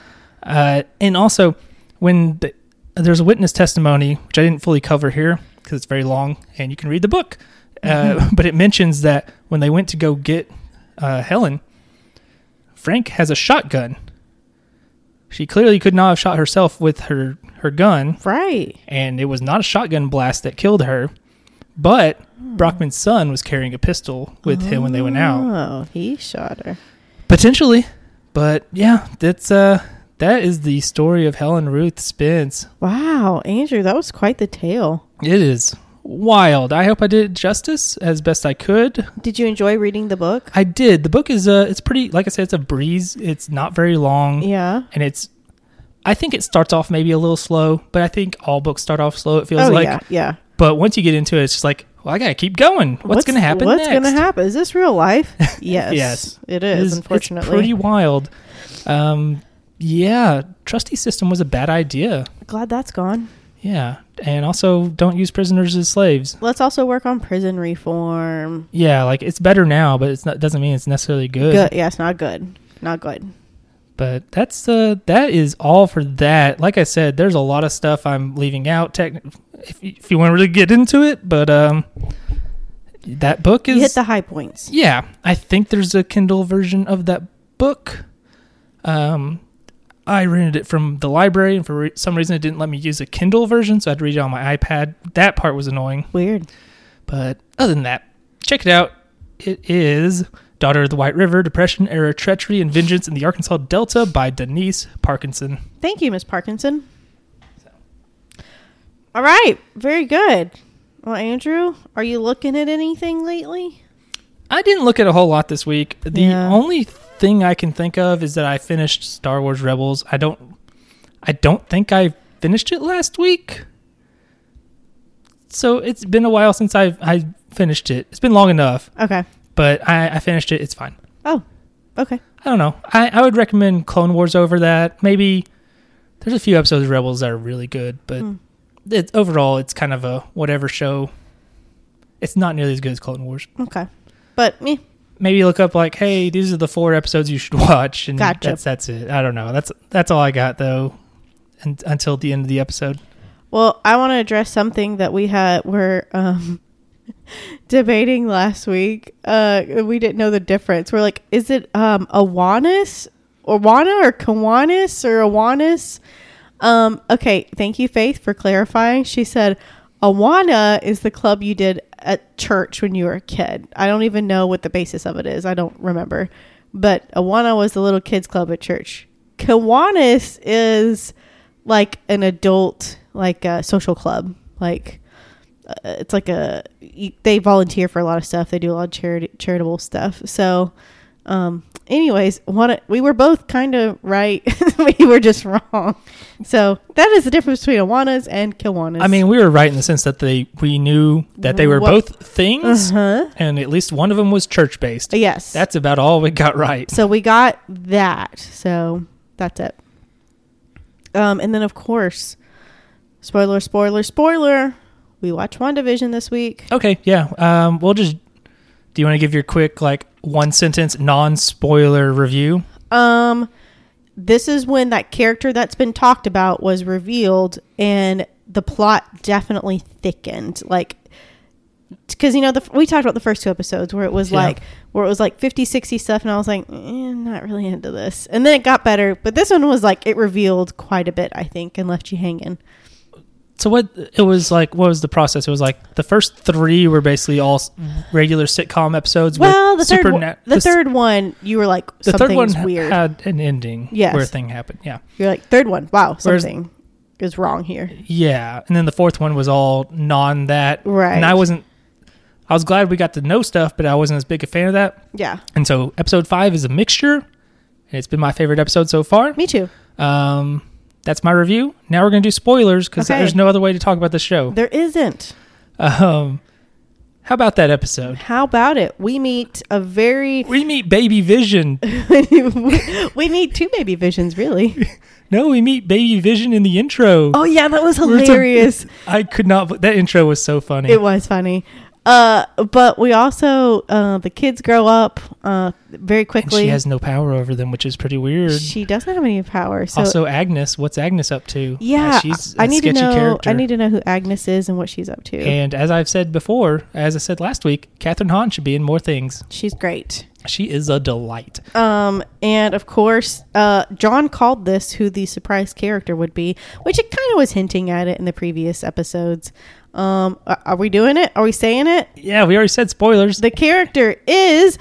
Speaker 1: Uh, and also, when the, there's a witness testimony, which I didn't fully cover here because it's very long, and you can read the book. Uh, [LAUGHS] but it mentions that when they went to go get uh, Helen, Frank has a shotgun. She clearly could not have shot herself with her her gun
Speaker 2: right.
Speaker 1: and it was not a shotgun blast that killed her, but Brockman's son was carrying a pistol with him when they went out,
Speaker 2: Oh, he shot her.
Speaker 1: potentially. But yeah, that's uh, that is the story of Helen Ruth Spence.
Speaker 2: Wow, Andrew, that was quite the tale.
Speaker 1: It is wild. I hope I did it justice as best I could.
Speaker 2: Did you enjoy reading the book?
Speaker 1: I did. The book is uh, it's pretty. Like I said, it's a breeze. It's not very long.
Speaker 2: Yeah.
Speaker 1: and it's. I think it starts off maybe a little slow, but I think all books start off slow. It feels
Speaker 2: Oh
Speaker 1: like,
Speaker 2: yeah, yeah.
Speaker 1: but once you get into it, it's just like, well, I gotta keep going. What's, gonna happen?
Speaker 2: What's
Speaker 1: next?
Speaker 2: gonna happen? Is this real
Speaker 1: [LAUGHS]
Speaker 2: life? Yes.
Speaker 1: Yes.
Speaker 2: It is,
Speaker 1: It's-
Speaker 2: unfortunately.
Speaker 1: It's pretty wild. Um, yeah, trustee system was a bad idea.
Speaker 2: Glad that's gone.
Speaker 1: Yeah, and also don't use prisoners as slaves.
Speaker 2: Let's also work on prison reform.
Speaker 1: Yeah, like it's better now, but it's not doesn't mean it's necessarily good.
Speaker 2: Good. Yeah, it's not good. Not good.
Speaker 1: But that's uh that is all for that. Like I said, there's a lot of stuff I'm leaving out. Tech, if you, if you want to really get into it, but um, that book is
Speaker 2: You hit the high points.
Speaker 1: Yeah, I think there's a Kindle version of that book. Um, I rented it from the library, and for re- some reason, it didn't let me use a Kindle version, so I had to read it on my iPad. That part was annoying,
Speaker 2: Weird.
Speaker 1: but other than that, check it out. It is Daughter of the White River Depression Era Treachery and Vengeance in the Arkansas Delta by Denise Parkinson.
Speaker 2: Thank you, Miss Parkinson. All right. Very good. Well, Andrew, are you looking at anything lately?
Speaker 1: I didn't look at a whole lot this week. The
Speaker 2: Yeah.
Speaker 1: only thing I can think of is that I finished Star Wars Rebels. I don't I don't think I finished it last week. So it's been a while since I've I finished it. It's been long enough,
Speaker 2: Okay.
Speaker 1: but I, I finished it. It's fine.
Speaker 2: Oh, okay.
Speaker 1: I don't know. I, I would
Speaker 2: Hmm.
Speaker 1: recommend Clone Wars over that. Maybe there's a few episodes of Rebels that are really good, but it, overall, it's kind of a whatever show. It's not nearly as good as Clone Wars.
Speaker 2: Okay. But me,
Speaker 1: Maybe look up like, hey, these are the four episodes you should [LAUGHS] watch, and
Speaker 2: Gotcha.
Speaker 1: that's that's it. I don't know. That's that's all I got though, and, until the end of the episode.
Speaker 2: well, I want to address something that we had were um, [LAUGHS] debating last week. Uh, we didn't know the difference. We're like, is it um, Awanis or Wana or Kiwanis or Awanis? Um, okay, thank you, Faith, for clarifying. She said Awana is the club you did at church when you were a kid. I don't even know what the basis of it is. I don't remember. But Awana was the little kids club at church. Kiwanis is like an adult, like a social club. Like uh, it's like a you, they volunteer for a lot of stuff. They do a lot of charity, charitable stuff. So, um, anyways, one we were both kind of right. [LAUGHS] we were just wrong. So that is the difference between Awanas and Kiwanis.
Speaker 1: I mean, we were right in the sense that they we knew that they were
Speaker 2: What-
Speaker 1: both things,
Speaker 2: huh?
Speaker 1: and at least one of them was church based.
Speaker 2: Uh-huh. Yes.
Speaker 1: That's about all we got right.
Speaker 2: so we got that. So that's it. Um, and then of course, spoiler, spoiler, spoiler. We watched WandaVision this week.
Speaker 1: Okay, yeah. Um, we'll just. Do you want to give your quick like one sentence non spoiler review?
Speaker 2: Um, this is when that character that's been talked about was revealed, and the plot definitely thickened. Like, because you know, the, we talked about the first two episodes where it was
Speaker 1: Yeah.
Speaker 2: like where it was like 50, 60 stuff, and I was like, eh, I'm not really into this. And then it got better, but this one was like it revealed quite a bit, I think, and left you hanging.
Speaker 1: So what it was like? What was the process? It was like the first three were basically all s- regular sitcom episodes.
Speaker 2: Well,
Speaker 1: with
Speaker 2: the third, one-
Speaker 1: superna-
Speaker 2: the
Speaker 1: s-
Speaker 2: third one, you were like,
Speaker 1: the third one
Speaker 2: something's weird.
Speaker 1: had an ending
Speaker 2: Yes.
Speaker 1: where a thing happened. Yeah,
Speaker 2: You're like, third one, wow,
Speaker 1: Whereas-
Speaker 2: something is wrong here.
Speaker 1: yeah, and then the fourth one was all non that.
Speaker 2: Right.
Speaker 1: and I wasn't. I was glad we got to know stuff, but I wasn't as big a fan of that.
Speaker 2: Yeah,
Speaker 1: And so episode five is a mixture, and it's been my favorite episode so far.
Speaker 2: me too.
Speaker 1: Um, that's my review. Now we're gonna do spoilers because
Speaker 2: Okay.
Speaker 1: there's no other way to talk about the show.
Speaker 2: There isn't.
Speaker 1: Um, how about that episode?
Speaker 2: How about it? We meet
Speaker 1: [LAUGHS]
Speaker 2: a very [LAUGHS]
Speaker 1: We meet Baby Vision.
Speaker 2: we meet two baby visions, really.
Speaker 1: No, we meet Baby Vision in the intro.
Speaker 2: Oh yeah, [LAUGHS] that was
Speaker 1: We're so-
Speaker 2: hilarious.
Speaker 1: I could not. That intro was so funny.
Speaker 2: It was funny. Uh, but we also uh, the kids grow up uh, very
Speaker 1: and
Speaker 2: quickly.
Speaker 1: she has no power over them, which is pretty weird.
Speaker 2: She doesn't have any power. So
Speaker 1: also, Agnes. What's Agnes up to?
Speaker 2: yeah,
Speaker 1: Uh, she's a
Speaker 2: I need to
Speaker 1: sketchy
Speaker 2: know.
Speaker 1: character.
Speaker 2: I need to know who Agnes is and what she's up to.
Speaker 1: and as I've said before, as I said last week, Catherine Hahn should be in more things.
Speaker 2: she's great.
Speaker 1: She is a delight.
Speaker 2: Um, and of course, uh, John called this who the surprise character would be, which it kind of was hinting at it in the previous episodes. Um, a- are we doing it? Are we saying it?
Speaker 1: Yeah, we already said spoilers.
Speaker 2: The character is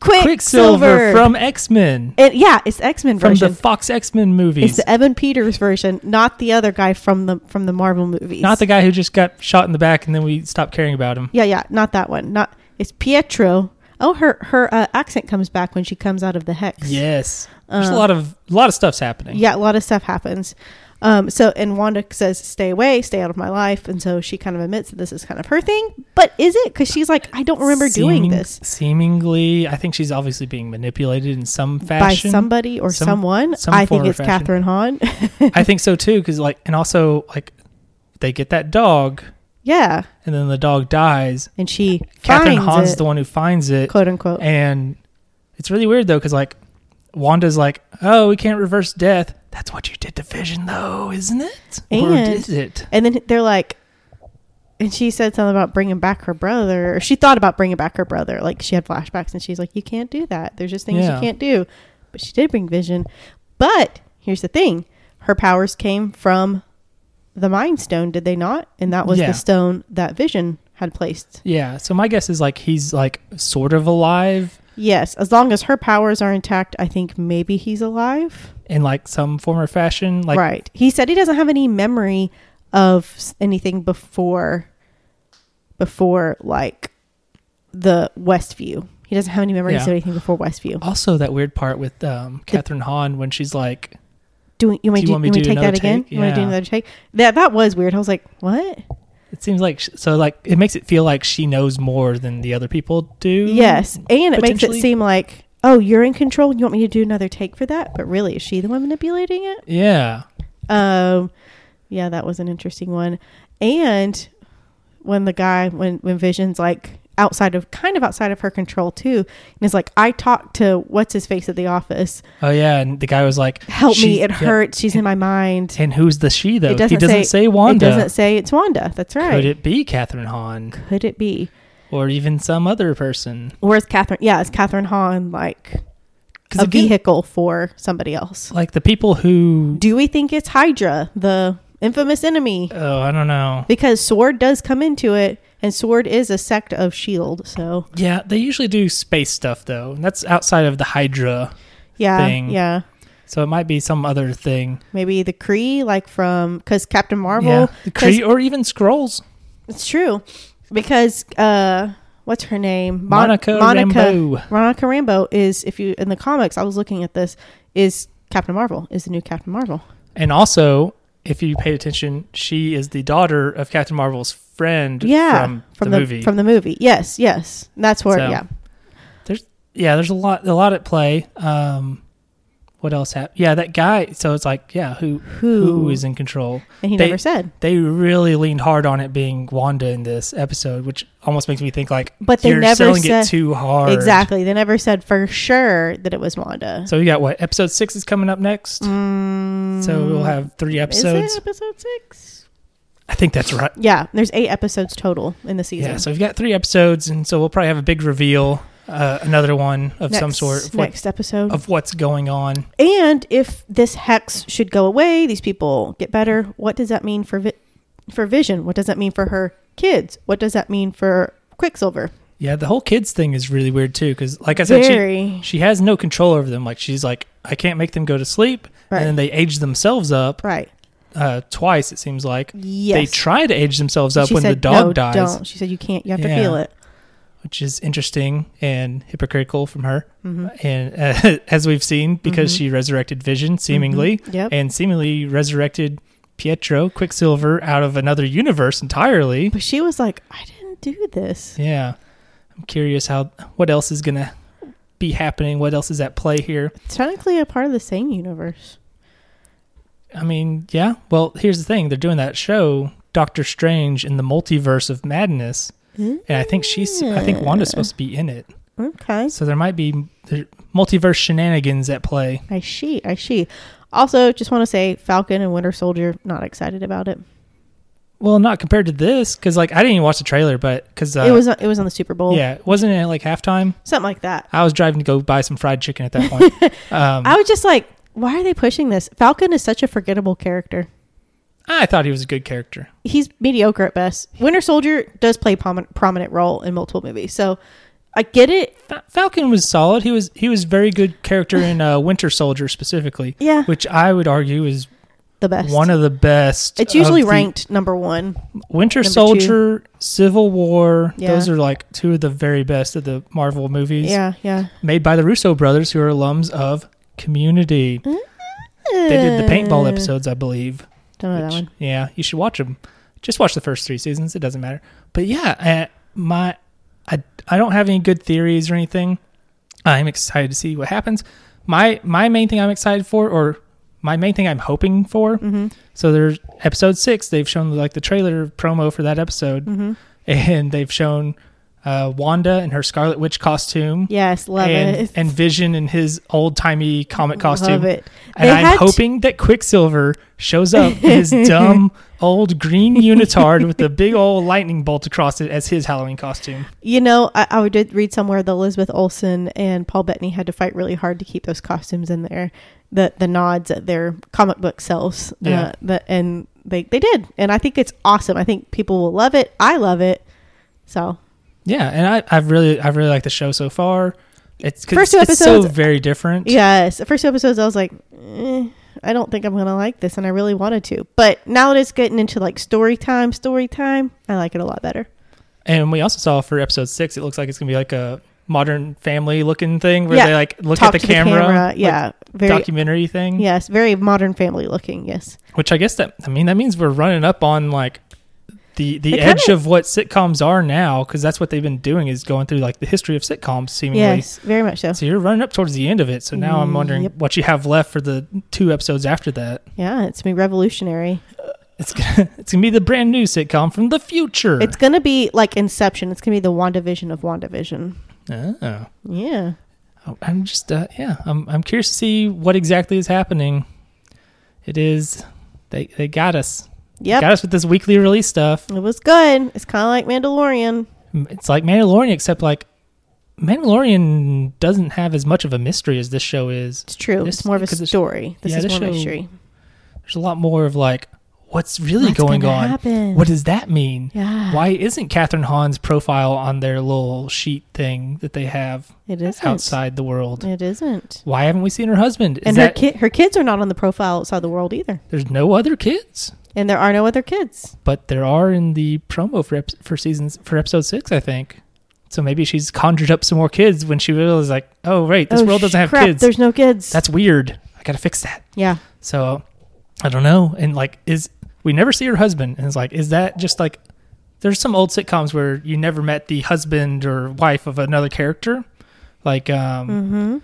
Speaker 2: Quicksilver,
Speaker 1: Quicksilver from X Men,
Speaker 2: It- yeah, it's X Men
Speaker 1: from
Speaker 2: version.
Speaker 1: the Fox X Men
Speaker 2: it's
Speaker 1: movies.
Speaker 2: the Evan Peters version, not the other guy from the from the Marvel movies.
Speaker 1: Not the guy who just got shot in the back and then we stopped caring about him.
Speaker 2: yeah, yeah, not that one. Not it's Pietro. Oh, her her uh, accent comes back when she comes out of the hex.
Speaker 1: Yes, there's a
Speaker 2: Uh,
Speaker 1: lot of a lot of stuff's happening.
Speaker 2: yeah, a lot of stuff happens. Um, so and Wanda says, "Stay away, stay out of my life," and so she kind of admits that this is kind of her thing. But is it? Because she's like, I don't remember doing
Speaker 1: Seeming-
Speaker 2: this
Speaker 1: Seemingly, I think she's obviously being manipulated in some fashion
Speaker 2: by somebody or
Speaker 1: Some-
Speaker 2: someone.
Speaker 1: some
Speaker 2: I
Speaker 1: form
Speaker 2: think
Speaker 1: or
Speaker 2: it's
Speaker 1: fashion.
Speaker 2: Catherine Hahn.
Speaker 1: I think so too, because like, and also like, they get that dog,
Speaker 2: [LAUGHS] yeah,
Speaker 1: and then the dog dies.
Speaker 2: and she
Speaker 1: Catherine
Speaker 2: finds
Speaker 1: Hahn's
Speaker 2: it,
Speaker 1: the one who finds it,
Speaker 2: quote unquote.
Speaker 1: and it's really weird though, because like, Wanda's like, "Oh, we can't reverse death. That's what you did to Vision, though, isn't it? or
Speaker 2: And-
Speaker 1: did it?
Speaker 2: And then they're like, and she said something about bringing back her brother. Or she thought about bringing back her brother. Like she had flashbacks and she's like, you can't do that. There's just things
Speaker 1: Yeah.
Speaker 2: you can't do. But she did bring vision. But here's the thing her powers came from the Mind Stone, did they not? And that was
Speaker 1: Yeah.
Speaker 2: the stone that vision had placed.
Speaker 1: Yeah. So my guess is like he's like sort of alive
Speaker 2: Yes. As long as her powers are intact, I think maybe he's alive.
Speaker 1: in like some form or fashion, like
Speaker 2: right. He said he doesn't have any memory of s- anything before before like the Westview. He doesn't have any memories
Speaker 1: Yeah.
Speaker 2: of anything before Westview.
Speaker 1: Also, that weird part with um, Catherine Hahn when she's like,
Speaker 2: Do you, you,
Speaker 1: Do
Speaker 2: want, me
Speaker 1: you
Speaker 2: to-
Speaker 1: want me
Speaker 2: you want me
Speaker 1: to
Speaker 2: to
Speaker 1: do
Speaker 2: take that
Speaker 1: another
Speaker 2: again?
Speaker 1: take?
Speaker 2: You want me to do
Speaker 1: Yeah. Mm-hmm.
Speaker 2: another take? That that was weird. I was like, what?
Speaker 1: it seems like sh- so like it makes it feel like she knows more than the other people do.
Speaker 2: Yes, and it makes it
Speaker 1: potentially-
Speaker 2: seem like oh, you're in control. You want me to do another take for that? But really, is she the one manipulating it?
Speaker 1: Yeah.
Speaker 2: Um, Yeah, that was an interesting one. And when the guy when when Vision's like outside of kind of outside of her control too, and is like, I talked to what's his face at the office.
Speaker 1: Oh yeah, and the guy was like,
Speaker 2: Help
Speaker 1: "She-
Speaker 2: me, it
Speaker 1: yeah."
Speaker 2: hurts. She's in my mind.
Speaker 1: And who's the she though?
Speaker 2: It doesn't,
Speaker 1: he doesn't say, Wanda.
Speaker 2: It doesn't say it's Wanda. That's right.
Speaker 1: Could it be Catherine Hahn
Speaker 2: Could it be?
Speaker 1: or even some other person?
Speaker 2: Or is Catherine? Yeah, is Catherine Hahn like
Speaker 1: 'Cause
Speaker 2: a
Speaker 1: again,
Speaker 2: vehicle for somebody else?
Speaker 1: Like the people who.
Speaker 2: Do we think it's Hydra, the infamous enemy?
Speaker 1: Oh, I don't know.
Speaker 2: Because Sword does come into it, and Sword is a sect of Shield. E So
Speaker 1: Yeah, they usually do space stuff though. That's outside of the Hydra,
Speaker 2: yeah,
Speaker 1: Thing.
Speaker 2: yeah,
Speaker 1: so it might be some other thing.
Speaker 2: maybe the Kree, like from because Captain Marvel.
Speaker 1: yeah, the
Speaker 2: 'cause
Speaker 1: Kree or even scrolls.
Speaker 2: It's true because uh, what's her name? Mon-
Speaker 1: Monica, Rambeau.
Speaker 2: Monica Rambo is if you in the comics. I was looking at this. Is Captain Marvel is the new Captain Marvel?
Speaker 1: And also, if you paid attention, she is the daughter of Captain Marvel's friend
Speaker 2: Yeah,
Speaker 1: from, the, movie.
Speaker 2: From the movie, yes, yes. That's where,
Speaker 1: So-
Speaker 2: yeah.
Speaker 1: yeah, there's a lot a lot at play. Um what else happened? Yeah, that guy. So it's like, yeah, who who is in control?
Speaker 2: And he
Speaker 1: they-
Speaker 2: never said,
Speaker 1: They really leaned hard on it being Wanda in this episode, which almost makes me think like,
Speaker 2: but they
Speaker 1: you're
Speaker 2: never
Speaker 1: selling
Speaker 2: said
Speaker 1: it too hard.
Speaker 2: exactly. They never said for sure that it was Wanda.
Speaker 1: So we got what episode six is coming up next.
Speaker 2: Mm,
Speaker 1: So we'll have three
Speaker 2: Is
Speaker 1: episodes.
Speaker 2: it episode six?
Speaker 1: I think that's right.
Speaker 2: Yeah, there's eight episodes total in the season.
Speaker 1: Yeah, so we've got three episodes, and so we'll probably have a big reveal, uh, another one of some
Speaker 2: Next-
Speaker 1: sort of, what,
Speaker 2: next episode.
Speaker 1: of what's going on.
Speaker 2: And if this hex should go away, these people get better. What does that mean for vi- for Vision? What does that mean for her kids? What does that mean for Quicksilver?
Speaker 1: Yeah, the whole kids thing is really weird too, because like I said, she,
Speaker 2: Very
Speaker 1: she has no control over them. Like she's like, I can't make them go to sleep,
Speaker 2: Right.
Speaker 1: and then they age themselves up
Speaker 2: right.
Speaker 1: uh, twice. It seems like
Speaker 2: Yes.
Speaker 1: they try to age themselves up
Speaker 2: She
Speaker 1: when the
Speaker 2: said,
Speaker 1: dog
Speaker 2: "No,
Speaker 1: dies,
Speaker 2: Don't. She said you can't. You have
Speaker 1: Yeah.
Speaker 2: to feel it.
Speaker 1: which is interesting and hypocritical from her.
Speaker 2: Mhm.
Speaker 1: And [LAUGHS] uh, as we've seen, because
Speaker 2: Mhm.
Speaker 1: she resurrected Vision seemingly,
Speaker 2: Mhm. Yep.
Speaker 1: and seemingly resurrected Pietro Quicksilver out of another universe entirely.
Speaker 2: But she was like, I didn't do this.
Speaker 1: Yeah, I'm curious how what else is gonna be happening. What else is at play here?
Speaker 2: It's technically a part of the same universe.
Speaker 1: I mean, yeah. Well, here's the thing: they're doing that show, Doctor Strange in the Multiverse of Madness, and I think she's, I think Wanda's supposed to be in it.
Speaker 2: Mm. Okay.
Speaker 1: So there might be there, multiverse shenanigans at play.
Speaker 2: I see. I see. Also, just want to say Falcon and Winter Soldier, not excited about it.
Speaker 1: Well, not compared to this, because like I didn't even watch the trailer, but because uh,
Speaker 2: it was it was on the Super Bowl.
Speaker 1: yeah, wasn't it like halftime?
Speaker 2: Something like that.
Speaker 1: I was driving to go buy some fried chicken at that
Speaker 2: [LAUGHS]
Speaker 1: point. um,
Speaker 2: I was just like, why are they pushing this? Falcon is such a forgettable character.
Speaker 1: I thought he was a good character.
Speaker 2: He's mediocre at best. Winter Soldier does play a prom- prominent role in multiple movies, so I get it.
Speaker 1: Fa- Falcon was solid. He was he was very good character in uh, Winter Soldier specifically,
Speaker 2: Yeah,
Speaker 1: which I would argue is
Speaker 2: the best.
Speaker 1: one of the best.
Speaker 2: it's usually
Speaker 1: of the-
Speaker 2: ranked number one.
Speaker 1: Winter
Speaker 2: Number two.
Speaker 1: Soldier, Civil War.
Speaker 2: Yeah.
Speaker 1: Those are like two of the very best of the Marvel movies
Speaker 2: Yeah, yeah.
Speaker 1: made by the Russo brothers, who are alums of Community. They did
Speaker 2: Uh.
Speaker 1: the paintball episodes, I believe.
Speaker 2: Eh, Don't know that
Speaker 1: which-
Speaker 2: one.
Speaker 1: Yeah, you should watch them. Just watch the first three seasons; it doesn't matter. But yeah, uh, my I I don't have any good theories or anything. I'm excited to see what happens. My my main thing I'm excited for, or my main thing I'm hoping for.
Speaker 2: Mm-hmm,
Speaker 1: So there's episode six. They've shown like the trailer promo for that episode,
Speaker 2: Mm. mm-hmm.
Speaker 1: and they've shown uh, Wanda in her Scarlet Witch costume,
Speaker 2: Yes, love
Speaker 1: and
Speaker 2: it.
Speaker 1: and Vision in his old timey comic costume.
Speaker 2: Love it.
Speaker 1: And
Speaker 2: They
Speaker 1: I'm
Speaker 2: had to-
Speaker 1: hoping that Quicksilver shows up in [LAUGHS] his dumb old green unitard with the big old lightning bolt across it as his Halloween costume.
Speaker 2: You know, I, I did read somewhere that Elizabeth Olsen and Paul Bettany had to fight really hard to keep those costumes in there, the the nods at their comic book selves.
Speaker 1: Yeah.
Speaker 2: Uh, the, and they, they did. And I think it's awesome. I think people will love it. I love it. So,
Speaker 1: Yeah, and I, I've really, I really like the show so far. It's 'cause
Speaker 2: First two
Speaker 1: it's so
Speaker 2: episodes-
Speaker 1: very different.
Speaker 2: yes, the first two episodes, I was like, eh, I don't think I'm going to like this. And I really wanted to. But now that it's getting into like story time, story time, I like it a lot better.
Speaker 1: And we also saw for episode six, it looks like it's gonna be like a Modern Family looking thing where
Speaker 2: Yeah,
Speaker 1: they like look
Speaker 2: Talk
Speaker 1: at the
Speaker 2: to
Speaker 1: camera, like,
Speaker 2: yeah. very,
Speaker 1: documentary thing.
Speaker 2: yes, very modern family looking. Yes.
Speaker 1: Which I guess that I mean that means we're running up on like the the
Speaker 2: They kinda-
Speaker 1: edge of what sitcoms are now because that's what they've been doing is going through like the history of sitcoms seemingly.
Speaker 2: Yes, very much so.
Speaker 1: So you're running up towards the end of it. So now I'm wondering
Speaker 2: Mm, Yep.
Speaker 1: what you have left for the two episodes after that.
Speaker 2: Yeah, it's been revolutionary.
Speaker 1: It's gonna, [LAUGHS] it's gonna be the brand new sitcom from the future.
Speaker 2: It's gonna be like Inception. It's gonna be the WandaVision of WandaVision.
Speaker 1: oh,
Speaker 2: Yeah.
Speaker 1: Oh, I'm just uh, yeah. I'm I'm curious to see what exactly is happening. It is they they got us. They
Speaker 2: Yep.
Speaker 1: got us with this weekly release stuff.
Speaker 2: It was good. It's kind of like Mandalorian.
Speaker 1: It's like Mandalorian, except like Mandalorian doesn't have as much of a mystery as this show is.
Speaker 2: It's true.
Speaker 1: This-
Speaker 2: it's more of a
Speaker 1: 'cause it's-
Speaker 2: story. This
Speaker 1: yeah,
Speaker 2: is
Speaker 1: this
Speaker 2: more
Speaker 1: show-
Speaker 2: mystery.
Speaker 1: There's a lot more of like what's really
Speaker 2: What's
Speaker 1: going
Speaker 2: gonna
Speaker 1: on.
Speaker 2: happen?
Speaker 1: What does that mean?
Speaker 2: Yeah.
Speaker 1: Why isn't Catherine Hahn's profile on their little sheet thing that they have
Speaker 2: It isn't.
Speaker 1: outside the world?
Speaker 2: It isn't.
Speaker 1: Why haven't we seen her husband? Is
Speaker 2: and
Speaker 1: that
Speaker 2: her kid, her kids are not on the profile outside the world either.
Speaker 1: there's no other kids?
Speaker 2: And there are no other kids.
Speaker 1: but there are in the promo for ep- for seasons for episode six, I think. So maybe she's conjured up some more kids when she realized, like, oh right, this
Speaker 2: Oh,
Speaker 1: world doesn't
Speaker 2: sh-
Speaker 1: have
Speaker 2: crap,
Speaker 1: kids.
Speaker 2: There's no kids.
Speaker 1: That's weird. I gotta fix that.
Speaker 2: yeah.
Speaker 1: So I don't know. And like, is we never see her husband, and it's like, is that just like? There's some old sitcoms where you never met the husband or wife of another character, like um,
Speaker 2: Mm-hmm.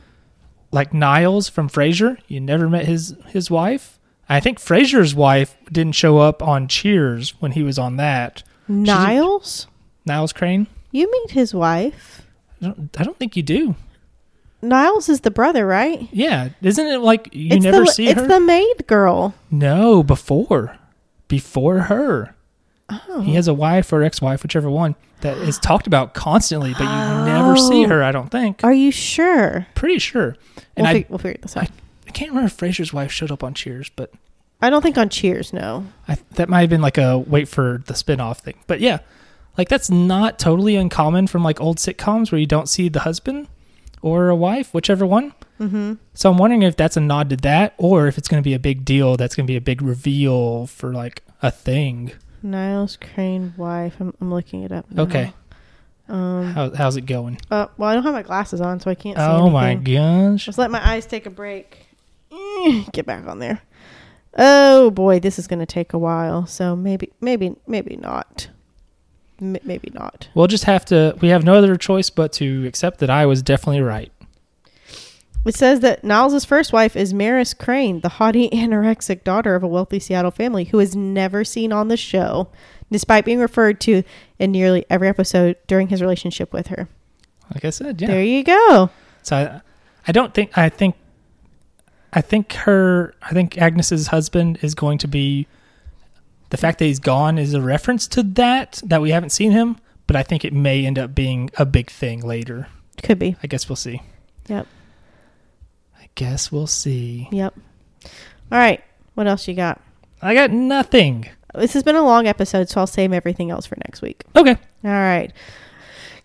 Speaker 1: like Niles from Frasier. You never met his his wife. I think Frasier's wife didn't show up on Cheers when he was on that.
Speaker 2: Niles,
Speaker 1: Niles Crane?
Speaker 2: you meet his wife.
Speaker 1: I don't, I don't think you do.
Speaker 2: Niles is the brother, right?
Speaker 1: Yeah, isn't it like you
Speaker 2: it's
Speaker 1: never
Speaker 2: the,
Speaker 1: see
Speaker 2: It's
Speaker 1: her?
Speaker 2: the maid girl.
Speaker 1: no, before, before her,
Speaker 2: Oh,
Speaker 1: he has a wife or ex-wife, whichever one that is talked about constantly, but you never see
Speaker 2: Oh.
Speaker 1: her. I don't think.
Speaker 2: Are you sure?
Speaker 1: Pretty sure. And
Speaker 2: We'll,
Speaker 1: I,
Speaker 2: fig- we'll figure this out.
Speaker 1: I, I can't remember if Fraser's wife showed up on Cheers, but
Speaker 2: I don't think on Cheers, no.
Speaker 1: I, that might have been like a wait for the spin-off thing. But yeah, like that's not totally uncommon from like old sitcoms where you don't see the husband or a wife, whichever one.
Speaker 2: Mm-hmm.
Speaker 1: So I'm wondering if that's a nod to that, or if it's going to be a big deal. That's going to be a big reveal for like a thing.
Speaker 2: Niles Crane wife. I'm, I'm looking it up. now.
Speaker 1: Okay,
Speaker 2: Um.
Speaker 1: How, how's it going?
Speaker 2: Uh, well, I don't have my glasses on, so I can't. See
Speaker 1: Oh my
Speaker 2: anything.
Speaker 1: gosh!
Speaker 2: Just let my eyes take a break. Mm, Get back on there. Oh boy, this is going to take a while. So maybe, maybe, maybe not. M- maybe not.
Speaker 1: We'll just have to. We have no other choice but to accept that I was definitely right.
Speaker 2: It says that Niles' first wife is Maris Crane, the haughty [LAUGHS] anorexic daughter of a wealthy Seattle family who is never seen on the show, despite being referred to in nearly every episode during his relationship with her.
Speaker 1: Like I said, yeah.
Speaker 2: There you go.
Speaker 1: So I, I don't think I think I think her I think Agnes's husband is going to be the fact that he's gone is a reference to that that we haven't seen him, but I think it may end up being a big thing later.
Speaker 2: Could be.
Speaker 1: I guess we'll see.
Speaker 2: Yep.
Speaker 1: I guess we'll see.
Speaker 2: Yep. All right. What else you got?
Speaker 1: I got nothing.
Speaker 2: This has been a long episode, so I'll save everything else for next week.
Speaker 1: Okay.
Speaker 2: All right.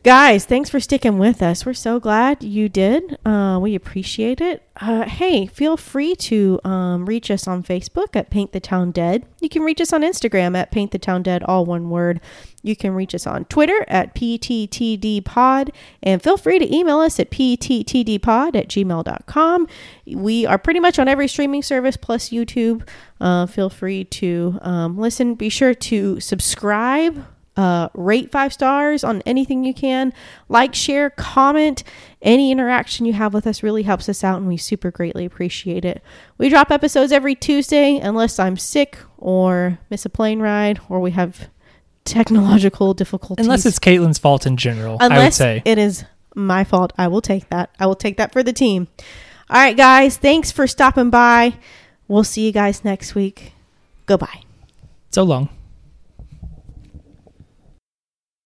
Speaker 2: Guys, thanks for sticking with us. We're so glad you did. Uh, we appreciate it. Uh, hey, feel free to um, reach us on Facebook at Paint the Town Dead. You can reach us on Instagram at Paint the Town Dead, all one word. You can reach us on Twitter at PTTD Pod. And feel free to email us at PTTDpod at gmail.com. We are pretty much on every streaming service plus YouTube. Uh, feel free to um, listen. Be sure to subscribe uh, rate five stars on anything you can. Like, share, comment. Any interaction you have with us really helps us out, and we super greatly appreciate it. We drop episodes every Tuesday, unless I'm sick or miss a plane ride or we have technological difficulties.
Speaker 1: Unless it's Caitlin's fault in general, I would
Speaker 2: Unless
Speaker 1: say.
Speaker 2: it is my fault, I will take that. I will take that for the team. All right, guys, thanks for stopping by. We'll see you guys next week. Goodbye.
Speaker 1: so long.